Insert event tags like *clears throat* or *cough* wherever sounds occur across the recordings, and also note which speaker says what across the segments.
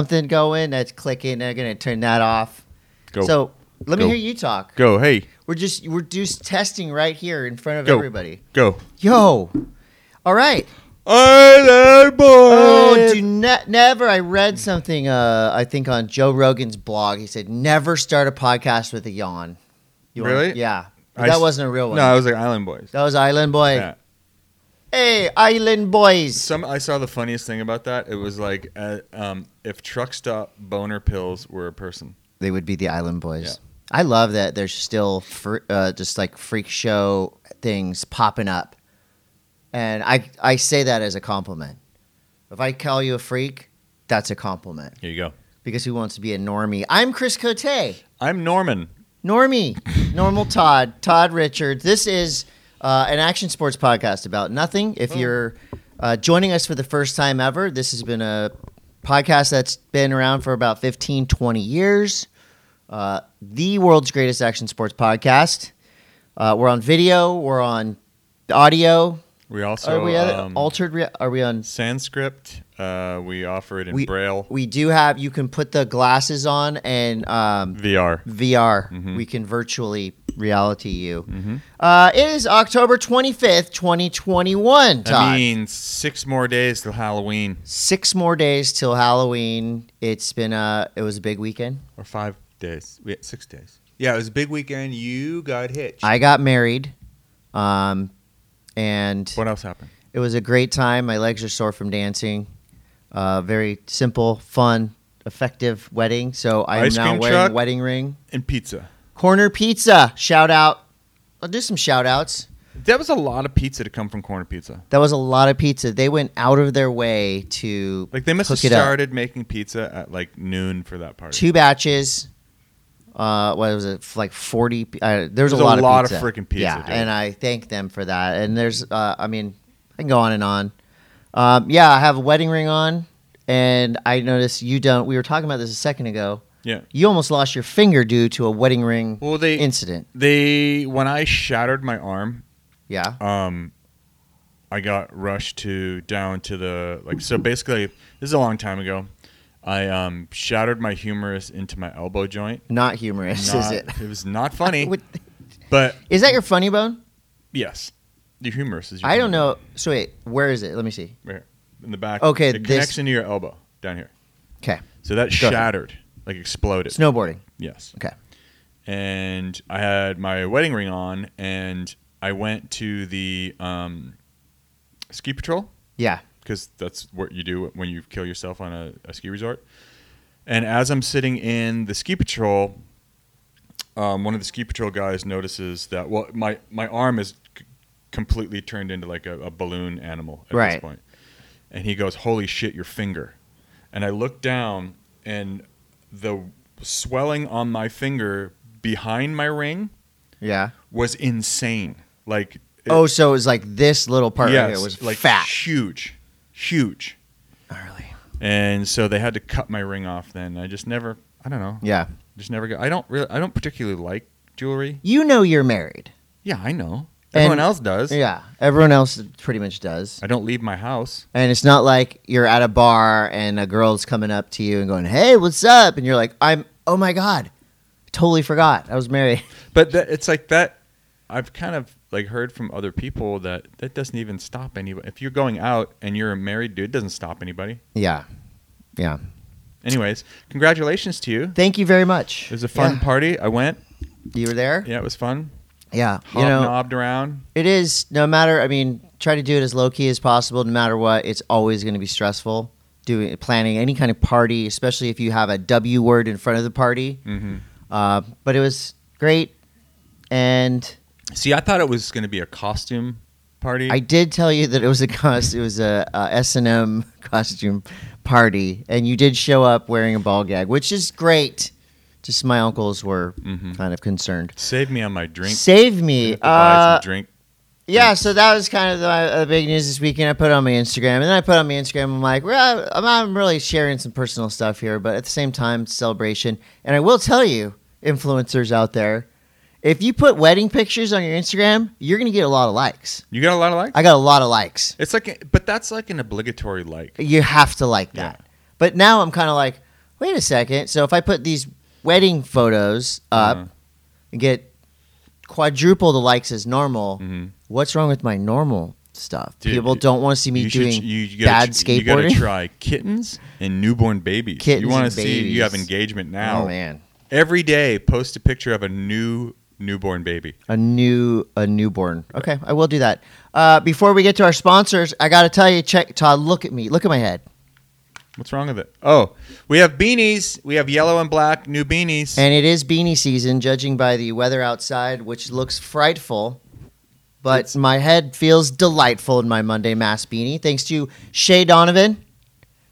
Speaker 1: something going that's clicking. They're gonna turn that off.
Speaker 2: Go.
Speaker 1: So let me
Speaker 2: Go.
Speaker 1: hear you talk.
Speaker 2: Go. Hey.
Speaker 1: We're just we're just testing right here in front of
Speaker 2: Go.
Speaker 1: everybody.
Speaker 2: Go.
Speaker 1: Yo. All right.
Speaker 2: Island boy.
Speaker 1: Oh, do ne- never. I read something. Uh, I think on Joe Rogan's blog, he said never start a podcast with a yawn. You wanna-
Speaker 2: Really?
Speaker 1: yeah. But
Speaker 2: I
Speaker 1: that
Speaker 2: s-
Speaker 1: wasn't a real one.
Speaker 2: No, I was like Island Boys.
Speaker 1: that was Island Boy.
Speaker 2: Yeah.
Speaker 1: Hey, Island Boys.
Speaker 2: Some I saw the funniest thing about that. It was like, uh, um, if truck stop boner pills were a person.
Speaker 1: They would be the Island Boys. I love that there's still fr- uh, just like freak show things popping up, and I I say that as a compliment. If I call you a freak, that's a compliment
Speaker 2: Here you go.
Speaker 1: because who wants to be a normie? I'm Chris Cote.
Speaker 2: I'm Norman.
Speaker 1: Normie, normal Todd, Todd Richards. This is uh, an action sports podcast about nothing. If you're uh, joining us for the first time ever, this has been a podcast that's been around for about 15, 20 years. Uh, the world's greatest action sports podcast. Uh, we're on video, we're on audio.
Speaker 2: We also
Speaker 1: are we at
Speaker 2: um,
Speaker 1: altered? Re- are we on?
Speaker 2: Sanskrit. Uh, we offer it in
Speaker 1: We-
Speaker 2: Braille.
Speaker 1: We do have, you can put the glasses on and um,
Speaker 2: VR.
Speaker 1: VR.
Speaker 2: Mm-hmm.
Speaker 1: We can virtually reality you. Uh, it is October 25th, 2021, Todd.
Speaker 2: I mean, six more days till Halloween,
Speaker 1: Six more days till Halloween. It's been a, it was a big weekend.
Speaker 2: or five days. We six days.
Speaker 3: Yeah, it was a big weekend. You got hitched.
Speaker 1: I got married. Um, and
Speaker 2: What else happened?
Speaker 1: it was a great time. My legs are sore from dancing. Uh, very simple, fun, effective wedding. So I am
Speaker 2: Ice
Speaker 1: now
Speaker 2: cream
Speaker 1: wearing
Speaker 2: truck?
Speaker 1: wedding ring.
Speaker 2: And pizza.
Speaker 1: Corner Pizza, shout out. I'll do some shout outs.
Speaker 2: That was a lot of pizza to come from Corner Pizza.
Speaker 1: That was a lot of pizza. They went out of their way to
Speaker 2: Like they must
Speaker 1: Cook
Speaker 2: have
Speaker 1: it up.
Speaker 2: started making pizza at like noon for that party.
Speaker 1: two batches. Uh, what was it? Like forty. p- Uh, there's,
Speaker 2: There's
Speaker 1: a lot,
Speaker 2: lot
Speaker 1: of
Speaker 2: of
Speaker 1: pizza.
Speaker 2: freaking pizza,
Speaker 1: Yeah,
Speaker 2: dude.
Speaker 1: and I thank them for that. And there's, uh, I mean, I can go on and on. Um, yeah, I have a wedding ring on, and I noticed you don't. We were talking about this a second ago.
Speaker 2: Yeah.
Speaker 1: You almost lost your finger due to a wedding ring
Speaker 2: Well, they
Speaker 1: incident.
Speaker 2: they when I shattered my arm,
Speaker 1: Yeah.
Speaker 2: um, I got rushed to down to the like. So basically, this is a long time ago. I um shattered my humerus into my elbow joint.
Speaker 1: Not humorous, is
Speaker 2: Not-
Speaker 1: it?
Speaker 2: It was not funny,
Speaker 1: *laughs* What-
Speaker 2: but
Speaker 1: Is that your funny bone?
Speaker 2: yes, the humerus is. Your
Speaker 1: I don't know. So wait, where is it? Let me see.
Speaker 2: in the back.
Speaker 1: Okay,
Speaker 2: it
Speaker 1: this-
Speaker 2: connects into your elbow down here.
Speaker 1: Okay.
Speaker 2: So that
Speaker 1: Go ahead.
Speaker 2: shattered, like exploded.
Speaker 1: Snowboarding.
Speaker 2: Yes.
Speaker 1: Okay.
Speaker 2: And I had my wedding ring on, and I went to the um, ski patrol
Speaker 1: Yeah.
Speaker 2: because that's what you do when you kill yourself on a, a ski resort. And as I'm sitting in the ski patrol, um, one of the ski patrol guys notices that well, my my arm is c- completely turned into like a, a balloon animal at
Speaker 1: Right.
Speaker 2: this point. And he goes, "Holy shit, your finger!" And I look down, and the swelling on my finger behind my ring
Speaker 1: Yeah.
Speaker 2: was insane. Like it-
Speaker 1: oh, so it was like this little part right here
Speaker 2: yes,
Speaker 1: was
Speaker 2: like
Speaker 1: fat.
Speaker 2: huge, huge.
Speaker 1: Gnarly.
Speaker 2: and so they had to cut my ring off then i just never i don't know
Speaker 1: Yeah.
Speaker 2: just never got i don't really i don't particularly like jewelry
Speaker 1: You know you're married.
Speaker 2: yeah i know
Speaker 1: And-
Speaker 2: everyone else does
Speaker 1: Yeah. Everyone else pretty much does.
Speaker 2: i don't leave my house
Speaker 1: And it's not like you're at a bar and a girl's coming up to you and going, "Hey, what's up?" and you're like, "I'm oh my god. Totally forgot. I was married." *laughs*
Speaker 2: but that, it's like that i've kind of like heard from other people that that doesn't even stop anybody if you're going out and you're a married dude it doesn't stop anybody
Speaker 1: Yeah. Yeah.
Speaker 2: anyways congratulations to you
Speaker 1: Thank you very much.
Speaker 2: it was a fun
Speaker 1: Yeah.
Speaker 2: party i went
Speaker 1: You were there?
Speaker 2: yeah it was fun
Speaker 1: Yeah. You know,
Speaker 2: hobnobbed around
Speaker 1: it is no matter i mean try to do it as low key as possible no matter what it's always going to be stressful doing planning any kind of party especially if you have a w word in front of the party
Speaker 2: mm-hmm.
Speaker 1: uh, but it was great and
Speaker 2: see i thought it was going to be a costume party
Speaker 1: i did tell you that it was a cost it was a, a s&m costume party and you did show up wearing a ball gag which is great just my uncles were
Speaker 2: Mhm.
Speaker 1: kind of concerned
Speaker 2: save me on my drink
Speaker 1: save
Speaker 2: I
Speaker 1: me
Speaker 2: have to buy
Speaker 1: uh,
Speaker 2: some drink
Speaker 1: Yeah, so that was kind of the uh, big news this weekend. I put it on my Instagram, and then I put it on my Instagram. I'm like, well, I'm, I'm really sharing some personal stuff here, but at the same time, it's celebration. And I will tell you, influencers out there, if you put wedding pictures on your Instagram, you're gonna get a lot of likes.
Speaker 2: You got a lot of likes.
Speaker 1: I got a lot of likes.
Speaker 2: It's like, but that's like an obligatory like.
Speaker 1: You have to like that. But now I'm kind of like, wait a second. So if I put these wedding photos up
Speaker 2: Mhm.
Speaker 1: and get quadruple the likes as normal,
Speaker 2: Mhm.
Speaker 1: what's wrong with my normal stuff?
Speaker 2: Dude,
Speaker 1: People
Speaker 2: you-
Speaker 1: don't want to see me
Speaker 2: you
Speaker 1: doing
Speaker 2: should, you, you
Speaker 1: bad
Speaker 2: gotta, tr- You gotta
Speaker 1: skateboarding.
Speaker 2: try kittens and newborn babies.
Speaker 1: Kittens
Speaker 2: you want
Speaker 1: and
Speaker 2: to see you have
Speaker 1: babies.
Speaker 2: engagement now.
Speaker 1: Oh man,
Speaker 2: Every day, post a picture of a new newborn baby.
Speaker 1: a new a newborn. Okay, I will do that. Uh, before we get to our sponsors, I gotta tell you, check Todd. Look at me. Look at my head.
Speaker 2: What's wrong with it? Oh, we have beanies. We have yellow and black new beanies.
Speaker 1: And it is beanie season, judging by the weather outside, which looks frightful. But
Speaker 2: It's-
Speaker 1: my head feels delightful in my Monday Mass beanie. Thanks to Shay Donovan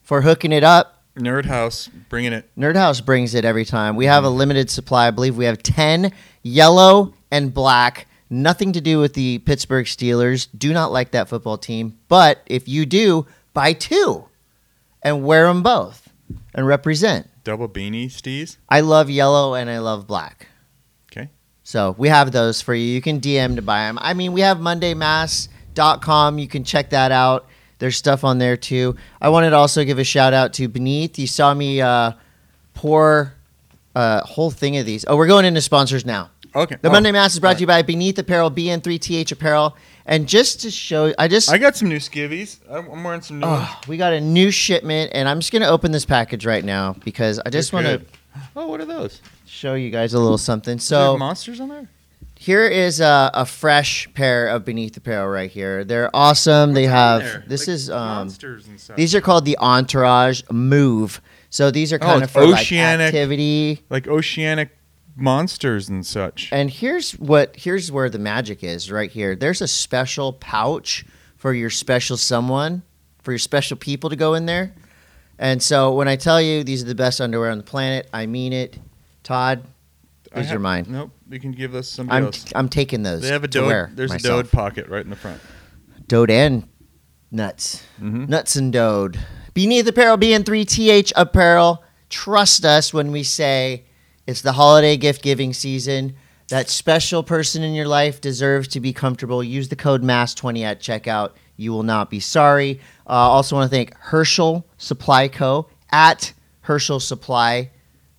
Speaker 1: for hooking it up.
Speaker 2: Nerd House bringing it.
Speaker 1: Nerd House brings it every time. We have a limited supply. I believe we have 10 yellow and black. Nothing to do with the Pittsburgh Steelers. Do not like that football team. But if you do, buy two and wear them both and represent.
Speaker 2: Double beanie stees.
Speaker 1: I love yellow and I love black.
Speaker 2: Okay.
Speaker 1: So we have those for you. You can DM to buy them. I mean, we have MondayMass.com. You can check that out. There's stuff on there too. I wanted to also give a shout out to Beneath. You saw me uh, pour a whole thing of these. Oh, we're going into sponsors now.
Speaker 2: Okay.
Speaker 1: The
Speaker 2: Oh,
Speaker 1: Monday Mass is brought
Speaker 2: all
Speaker 1: to you by Beneath Apparel, BN3TH Apparel. And just to show, I just.
Speaker 2: I got some new skivvies. I'm I'm wearing some new. ones.
Speaker 1: Oh, we got a new shipment, and I'm just going to open this package right now because I just
Speaker 2: They're
Speaker 1: want to
Speaker 2: good. Oh, what are those?
Speaker 1: show you guys a little something.
Speaker 2: Are there
Speaker 1: So,
Speaker 2: monsters on there.
Speaker 1: Here is a, a fresh pair of Beneath Apparel right here. They're awesome. they
Speaker 2: What's
Speaker 1: have
Speaker 2: on there?
Speaker 1: uh, this
Speaker 2: Like
Speaker 1: is um
Speaker 2: monsters and stuff.
Speaker 1: these are called the Entourage Move. So these are
Speaker 2: Oh,
Speaker 1: kind of
Speaker 2: it's
Speaker 1: for
Speaker 2: oceanic.
Speaker 1: like activity.
Speaker 2: like oceanic monsters and such.
Speaker 1: And here's what here's where the magic is right here. There's a special pouch for your special someone, for your special people to go in there. And so when I tell you these are the best underwear on the planet, I mean it. Todd,
Speaker 2: I
Speaker 1: these
Speaker 2: ha-
Speaker 1: are mine.
Speaker 2: Nope, you can give those to somebody
Speaker 1: I'm
Speaker 2: else.
Speaker 1: I'm taking those.
Speaker 2: They have a
Speaker 1: to wear
Speaker 2: dode. There's
Speaker 1: myself.
Speaker 2: a dode pocket right in the front.
Speaker 1: Dode and nuts.
Speaker 2: Mhm.
Speaker 1: Nuts and Dode. Beneath Apparel, BN3TH Apparel. Trust us when we say it's the holiday gift giving season. That special person in your life deserves to be comfortable. Use the code MASS20 at checkout. You will not be sorry. Uh, also, want to thank Herschel Supply Co. at Herschel Supply.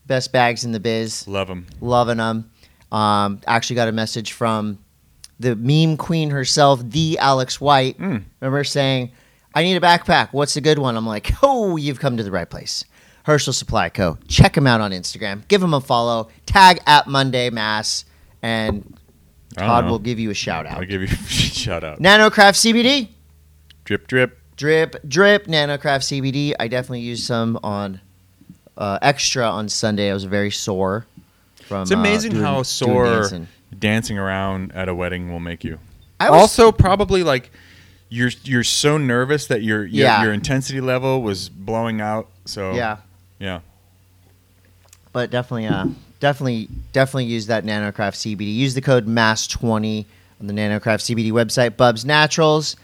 Speaker 1: Best bags in the biz
Speaker 2: Love them.
Speaker 1: loving them. Um, actually, got a message from the meme queen herself, the Alex White.
Speaker 2: Mm.
Speaker 1: Remember saying, "I need a backpack. What's a good one?" I'm like, *laughs* "Oh, you've come to the right place." Herschel Supply Co. Check them out on Instagram. Give them a follow. Tag at Monday Mass, and Todd will give you a shout
Speaker 2: I'll
Speaker 1: out.
Speaker 2: give you *laughs* a shout out.
Speaker 1: Nanocraft CBD,
Speaker 2: Drip drip.
Speaker 1: drip drip. Nanocraft CBD. I definitely used some on uh, extra on Sunday. I was very sore. From
Speaker 2: It's
Speaker 1: uh,
Speaker 2: amazing
Speaker 1: doing-
Speaker 2: how
Speaker 1: doing
Speaker 2: sore
Speaker 1: dancing.
Speaker 2: Dancing around at a wedding will make you.
Speaker 1: I was-
Speaker 2: also, probably like you're you're so nervous that your your,
Speaker 1: Yeah.
Speaker 2: your intensity level was blowing out. So
Speaker 1: Yeah.
Speaker 2: yeah.
Speaker 1: but definitely, uh, definitely, definitely use that NanoCraft CBD. Use the code MASS20 on the NanoCraft CBD website, Bubs Naturals.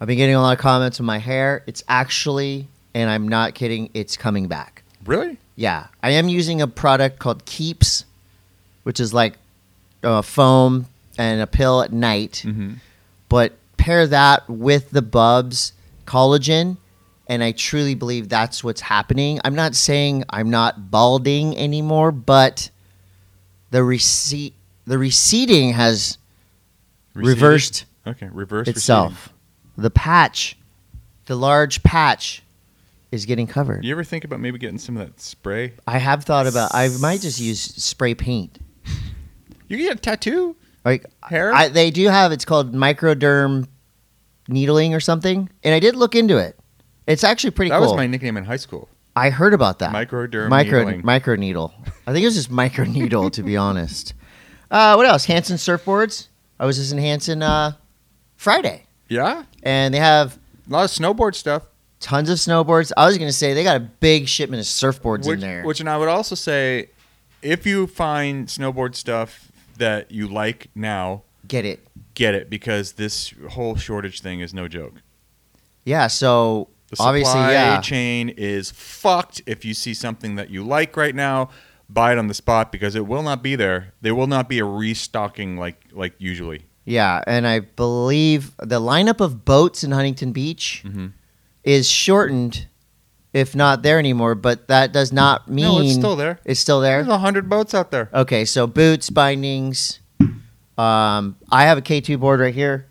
Speaker 1: I've been getting a lot of comments on my hair. It's actually, and I'm not kidding, it's coming back.
Speaker 2: Really?
Speaker 1: Yeah, I am using a product called Keeps, which is like a foam and a pill at night.
Speaker 2: Mm-hmm.
Speaker 1: But pair that with the Bubs collagen, and I truly believe that's what's happening. I'm not saying I'm not balding anymore, but the receipt, the receding has reversed
Speaker 2: Okay. Reverse
Speaker 1: itself.
Speaker 2: receding.
Speaker 1: The patch, the large patch, is getting covered.
Speaker 2: You ever think about maybe getting some of that spray?
Speaker 1: I have thought about. I might just use spray paint.
Speaker 2: You can get a tattoo.
Speaker 1: Like
Speaker 2: Hair?
Speaker 1: I, they do have it's called microderm needling or something, and I did look into it. It's actually pretty
Speaker 2: That
Speaker 1: cool.
Speaker 2: was my nickname in high school.
Speaker 1: I heard about that.
Speaker 2: Microderm
Speaker 1: micro
Speaker 2: needling.
Speaker 1: micro needle. I think it was just micro needle to be honest. Uh, what else? Hanson surfboards. I was just in Hanson uh, Friday,
Speaker 2: Yeah,
Speaker 1: and they have
Speaker 2: a lot of snowboard stuff.
Speaker 1: tons of snowboards. I was gonna say they got a big shipment of surfboards
Speaker 2: which,
Speaker 1: in there.
Speaker 2: Which, and I would also say, if you find snowboard stuff that you like now,
Speaker 1: Get it?
Speaker 2: get it because this whole shortage thing is no joke.
Speaker 1: Yeah. So
Speaker 2: The supply
Speaker 1: obviously, yeah.
Speaker 2: chain is fucked. If you see something that you like right now, buy it on the spot because it will not be there. There will not be a restocking like like usually.
Speaker 1: Yeah, and I
Speaker 2: Mm-hmm.
Speaker 1: believe the lineup of boats in Huntington Beach
Speaker 2: Mhm.
Speaker 1: is shortened if not there anymore. But that does not mean
Speaker 2: No, it's still there.
Speaker 1: It's still there.
Speaker 2: There's a hundred boats out there.
Speaker 1: Okay, so boots, bindings. Um, I have a K2 board right here,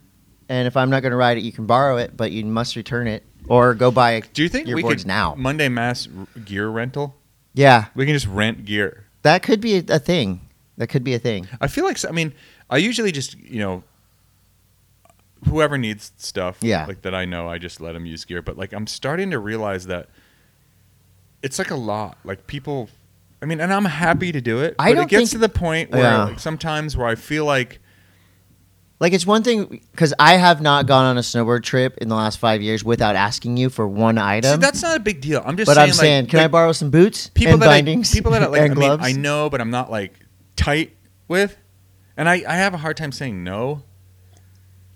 Speaker 1: and if I'm not going to ride it, you can borrow it, but you must return it or go buy it.
Speaker 2: Do you think
Speaker 1: Your
Speaker 2: we
Speaker 1: board's
Speaker 2: could
Speaker 1: now.
Speaker 2: Monday mass r- gear rental?
Speaker 1: Yeah,
Speaker 2: We can just rent gear.
Speaker 1: that could be a, a thing. That could be a thing.
Speaker 2: I feel like s- I mean I usually just you know whoever needs stuff
Speaker 1: Yeah.
Speaker 2: like that I know I just let them use gear. But like I'm starting to realize that it's like a lot. Like people, I mean, and I'm happy to do it.
Speaker 1: I
Speaker 2: but
Speaker 1: don't
Speaker 2: it gets
Speaker 1: think-
Speaker 2: to the point where
Speaker 1: Yeah.
Speaker 2: like, sometimes where I feel like
Speaker 1: Like it's one thing because I have not gone on a snowboard trip in the last five years without asking you for one
Speaker 2: see,
Speaker 1: item.
Speaker 2: that's not a big deal. I'm just
Speaker 1: but
Speaker 2: saying,
Speaker 1: I'm saying,
Speaker 2: like,
Speaker 1: can I
Speaker 2: like,
Speaker 1: borrow some boots
Speaker 2: people
Speaker 1: and
Speaker 2: that
Speaker 1: bindings
Speaker 2: I, people that I, like,
Speaker 1: and
Speaker 2: I, mean,
Speaker 1: gloves?
Speaker 2: I know, but I'm not like tight with, and I, I have a hard time saying no.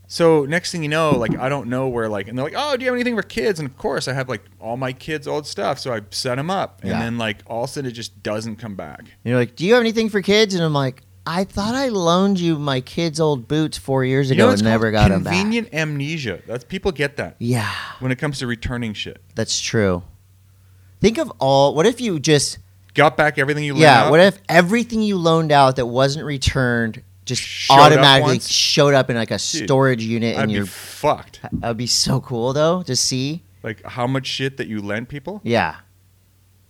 Speaker 2: So next thing you know, like I don't know where like, and they're like, oh, do you have anything for kids? And of course, I have like all my kids' old stuff, so I set them up, and
Speaker 1: Yeah.
Speaker 2: then like all of a sudden it just doesn't come back.
Speaker 1: And you're like, do you have anything for kids? And I'm like, I thought I loaned you my kids' old boots four years
Speaker 2: you know,
Speaker 1: ago
Speaker 2: it's
Speaker 1: and never
Speaker 2: called
Speaker 1: got them back.
Speaker 2: convenient amnesia. That's people get that
Speaker 1: Yeah.
Speaker 2: when it comes to returning shit.
Speaker 1: That's true. Think of all. What if you just
Speaker 2: Got back everything you
Speaker 1: yeah?
Speaker 2: learned.
Speaker 1: What if everything you loaned out that wasn't returned just
Speaker 2: Showed up
Speaker 1: automatically
Speaker 2: once?
Speaker 1: showed up in like a storage unit in
Speaker 2: I'd
Speaker 1: your?
Speaker 2: be fucked.
Speaker 1: that'd be so cool though to see.
Speaker 2: Like how much shit that you lent people,
Speaker 1: Yeah,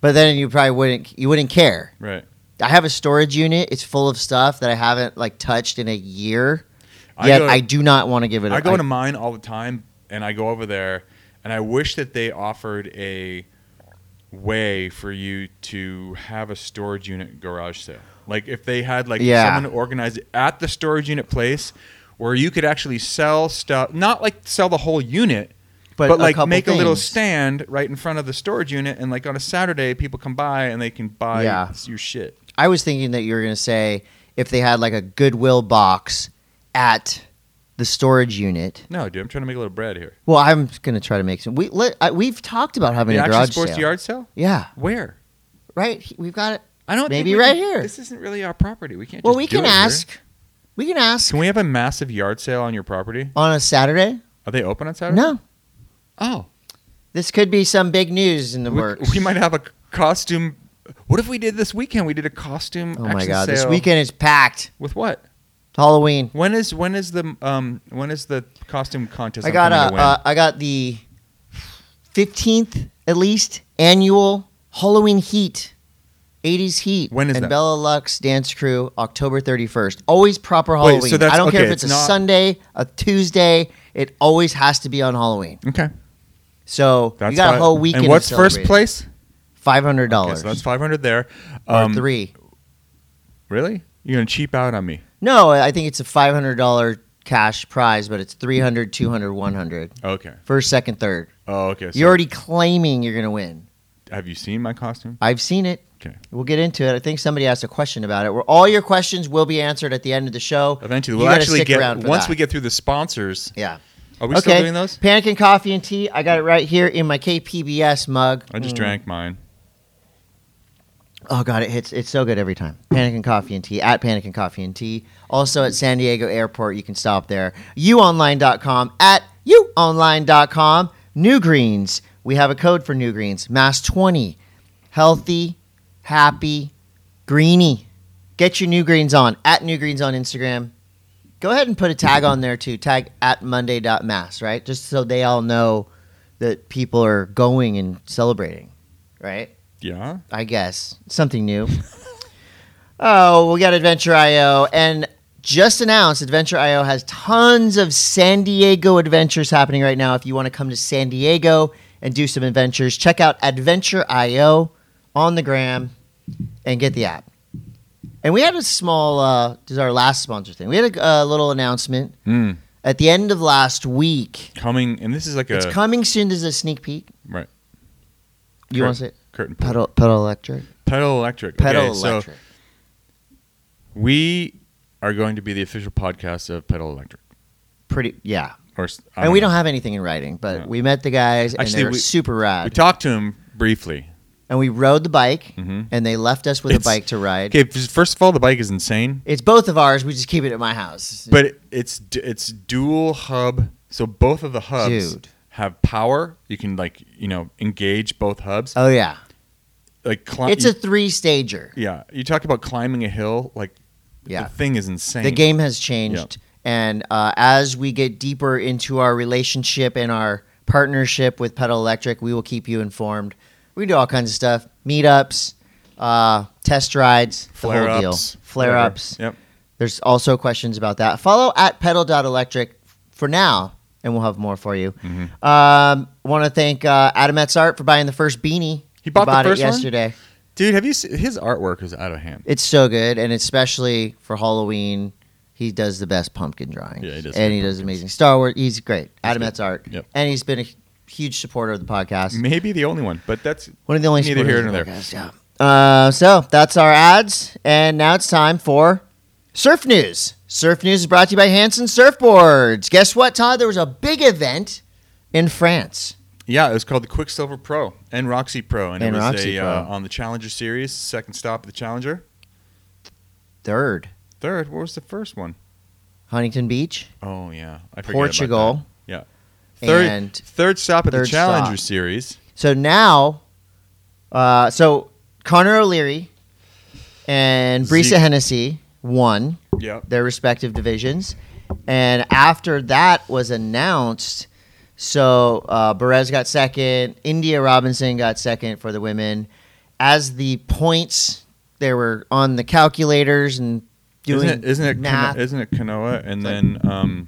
Speaker 1: but then you probably wouldn't. You wouldn't care.
Speaker 2: right?
Speaker 1: I have a storage unit. It's full of stuff that I haven't like touched in a year.
Speaker 2: I
Speaker 1: Yet
Speaker 2: go-
Speaker 1: I do not want to give it.
Speaker 2: I
Speaker 1: up.
Speaker 2: go into mine all the time, and I go over there, and I wish that they offered a way for you to have a storage unit garage sale. Like if they had like
Speaker 1: Yeah.
Speaker 2: someone organized it at the storage unit place, where you could actually sell stuff, not like sell the whole unit, but,
Speaker 1: a
Speaker 2: like
Speaker 1: couple
Speaker 2: make a little
Speaker 1: things.
Speaker 2: stand right in front of the storage unit, and like on a Saturday, people come by and they can buy
Speaker 1: Yeah.
Speaker 2: your shit.
Speaker 1: I was thinking that you were going to say if they had like a Goodwill box at the storage unit.
Speaker 2: No, dude, I'm trying to make a little bread here.
Speaker 1: Well, I'm going to try to make some. We let, I, we've talked about having
Speaker 2: The
Speaker 1: a
Speaker 2: Action
Speaker 1: garage
Speaker 2: sports
Speaker 1: sale.
Speaker 2: yard sale?
Speaker 1: Yeah,
Speaker 2: Where?
Speaker 1: right. He- We've got it.
Speaker 2: I don't
Speaker 1: Maybe
Speaker 2: think we
Speaker 1: right
Speaker 2: can-
Speaker 1: here.
Speaker 2: This isn't really our property. We can't.
Speaker 1: Well,
Speaker 2: just
Speaker 1: we
Speaker 2: do
Speaker 1: can
Speaker 2: it here.
Speaker 1: ask. We can ask
Speaker 2: Can we have a massive yard sale on your property?
Speaker 1: on a Saturday.
Speaker 2: Are they open on Saturday?
Speaker 1: No,
Speaker 2: Oh,
Speaker 1: this could be some big news in the
Speaker 2: we,
Speaker 1: works.
Speaker 2: we might have a costume. What if we did this weekend? We did a costume.
Speaker 1: Oh my
Speaker 2: action
Speaker 1: god, this
Speaker 2: sale
Speaker 1: weekend is packed.
Speaker 2: with what?
Speaker 1: Halloween.
Speaker 2: When is when is the um when is the costume contest?
Speaker 1: I
Speaker 2: I'm
Speaker 1: got
Speaker 2: coming
Speaker 1: a.
Speaker 2: to win?
Speaker 1: Uh, I got the fifteenth at least annual Halloween Heat, eighties Heat.
Speaker 2: When is
Speaker 1: and
Speaker 2: that?
Speaker 1: Bella Lux Dance Crew October thirty first. Always proper
Speaker 2: Wait, so
Speaker 1: Halloween.
Speaker 2: that's-
Speaker 1: I don't care
Speaker 2: okay,
Speaker 1: if it's,
Speaker 2: it's
Speaker 1: a
Speaker 2: not-
Speaker 1: Sunday, a Tuesday. It always has to be on Halloween.
Speaker 2: okay.
Speaker 1: So
Speaker 2: That's
Speaker 1: you got
Speaker 2: fine.
Speaker 1: a whole weekend.
Speaker 2: And what's first place?
Speaker 1: Five hundred
Speaker 2: Okay,
Speaker 1: dollars
Speaker 2: so that's five hundred there.
Speaker 1: or
Speaker 2: Um,
Speaker 1: three.
Speaker 2: Really? You're gonna cheap out on me?
Speaker 1: No, I think it's a five hundred dollar cash prize, but it's 300 200 100
Speaker 2: Okay.
Speaker 1: first second third
Speaker 2: Oh, okay. So
Speaker 1: you're already claiming you're gonna win
Speaker 2: have you seen my costume?
Speaker 1: I've seen it.
Speaker 2: Okay.
Speaker 1: We'll get into it. I think somebody asked a question about it. Where all your questions will be answered at the end of the show.
Speaker 2: Eventually,
Speaker 1: You
Speaker 2: we'll
Speaker 1: gotta
Speaker 2: actually
Speaker 1: stick
Speaker 2: get
Speaker 1: around for
Speaker 2: once
Speaker 1: that.
Speaker 2: we get through the sponsors.
Speaker 1: Yeah.
Speaker 2: Are we
Speaker 1: okay.
Speaker 2: still doing those?
Speaker 1: Panic and coffee and tea. I got it right here in my KPBS mug.
Speaker 2: I just
Speaker 1: Mm.
Speaker 2: drank mine.
Speaker 1: Oh god, it hits. It's so good every time. Panic and coffee and tea at Panic and coffee and tea. Also at San Diego Airport, you can stop there. YouOnline.com at YouOnline.com. New Greens. We have a code for New Greens. Mass twenty. Healthy, happy, greeny. Get your New Greens on at New Greens on Instagram. Go ahead and put a tag on there too. Tag at Monday.mass, right? Just so they all know that people are going and celebrating, right?
Speaker 2: Yeah.
Speaker 1: I guess. Something new. *laughs* oh, we got Adventure IO and just announced Adventure IO has tons of San Diego adventures happening right now. If you want to come to San Diego and do some adventures, check out Adventure IO on the gram and get the app. And we had a small, uh, this is our last sponsor thing. We had a, uh little announcement
Speaker 2: Mm.
Speaker 1: at the end of last week.
Speaker 2: Coming, and this is like a
Speaker 1: It's coming soon. This is a sneak peek.
Speaker 2: Right.
Speaker 1: You want to say
Speaker 2: curtain pull.
Speaker 1: pedal, pedal electric?
Speaker 2: pedal electric.
Speaker 1: Pedal
Speaker 2: okay,
Speaker 1: electric.
Speaker 2: So we are going to be the official podcast of Pedal Electric.
Speaker 1: Pretty, yeah.
Speaker 2: Or s- I
Speaker 1: and we
Speaker 2: know.
Speaker 1: don't have anything in writing, but
Speaker 2: No.
Speaker 1: we met the guys
Speaker 2: Actually,
Speaker 1: and they were
Speaker 2: we-
Speaker 1: super rad.
Speaker 2: We talked to him briefly.
Speaker 1: and we rode the bike,
Speaker 2: Mhm.
Speaker 1: and they left us with
Speaker 2: It's-
Speaker 1: a bike to ride.
Speaker 2: Okay, f- first of all, the bike is insane,
Speaker 1: It's both of ours. We just keep it at my house.
Speaker 2: but it- it's d- it's dual hub. So both of the hubs
Speaker 1: Dude.
Speaker 2: have power. You can like you know engage both hubs.
Speaker 1: Oh yeah,
Speaker 2: like cli-
Speaker 1: it's a three stager.
Speaker 2: yeah. You talk about climbing a hill. Like
Speaker 1: Yeah.
Speaker 2: the thing is insane.
Speaker 1: The game has changed, and uh, as we get deeper into our relationship and our partnership with Pedal Electric, we will keep you informed. We do all kinds of stuff: meetups, uh, test rides,
Speaker 2: flare
Speaker 1: the whole
Speaker 2: ups,
Speaker 1: deal, flare
Speaker 2: whatever.
Speaker 1: ups.
Speaker 2: Yep.
Speaker 1: There's also questions about that. Follow at pedal.electric for now, and we'll have more for you.
Speaker 2: Mm-hmm.
Speaker 1: Um, Want to thank uh, Adam Etzart for buying the first beanie.
Speaker 2: He bought the
Speaker 1: it
Speaker 2: first one?
Speaker 1: yesterday.
Speaker 2: Dude, have you seen his artwork is out of hand.
Speaker 1: It's so good, and especially for Halloween, he does the best pumpkin drawing.
Speaker 2: Yeah, he does
Speaker 1: And
Speaker 2: good
Speaker 1: he does amazing Star Wars. He's great. Adam
Speaker 2: good.
Speaker 1: Etzart.
Speaker 2: Yep.
Speaker 1: And he's been a huge supporter of the podcast.
Speaker 2: Maybe the only one, but that's
Speaker 1: One of the only
Speaker 2: Neither
Speaker 1: supporters
Speaker 2: here nor
Speaker 1: of the podcast, yeah. Uh, so that's our ads, and now it's time for Surf News. Surf News is brought to you by Hanson Surfboards. Guess what, Todd? There was a big event in France.
Speaker 2: yeah. It was called the Quicksilver Pro and Roxy Pro, and,
Speaker 1: And
Speaker 2: it was
Speaker 1: Roxy
Speaker 2: a,
Speaker 1: Pro.
Speaker 2: Uh, on the Challenger series. Second stop of the Challenger.
Speaker 1: Third,
Speaker 2: Third, what was the first one?
Speaker 1: Huntington Beach,
Speaker 2: Oh yeah, I forget about
Speaker 1: Portugal.
Speaker 2: that. Third,
Speaker 1: and
Speaker 2: third stop at the
Speaker 1: third
Speaker 2: Challenger
Speaker 1: stop.
Speaker 2: series.
Speaker 1: so now, uh, so Connor O'Leary and Brisa
Speaker 2: Zeke.
Speaker 1: Hennessy won.
Speaker 2: Yep.
Speaker 1: their respective divisions. And after that was announced, so uh, Perez got second, India Robinson got second for the women. As the points, they were on the calculators and doing
Speaker 2: isn't it, isn't it
Speaker 1: math.
Speaker 2: Kano- isn't it Kanoa and then um,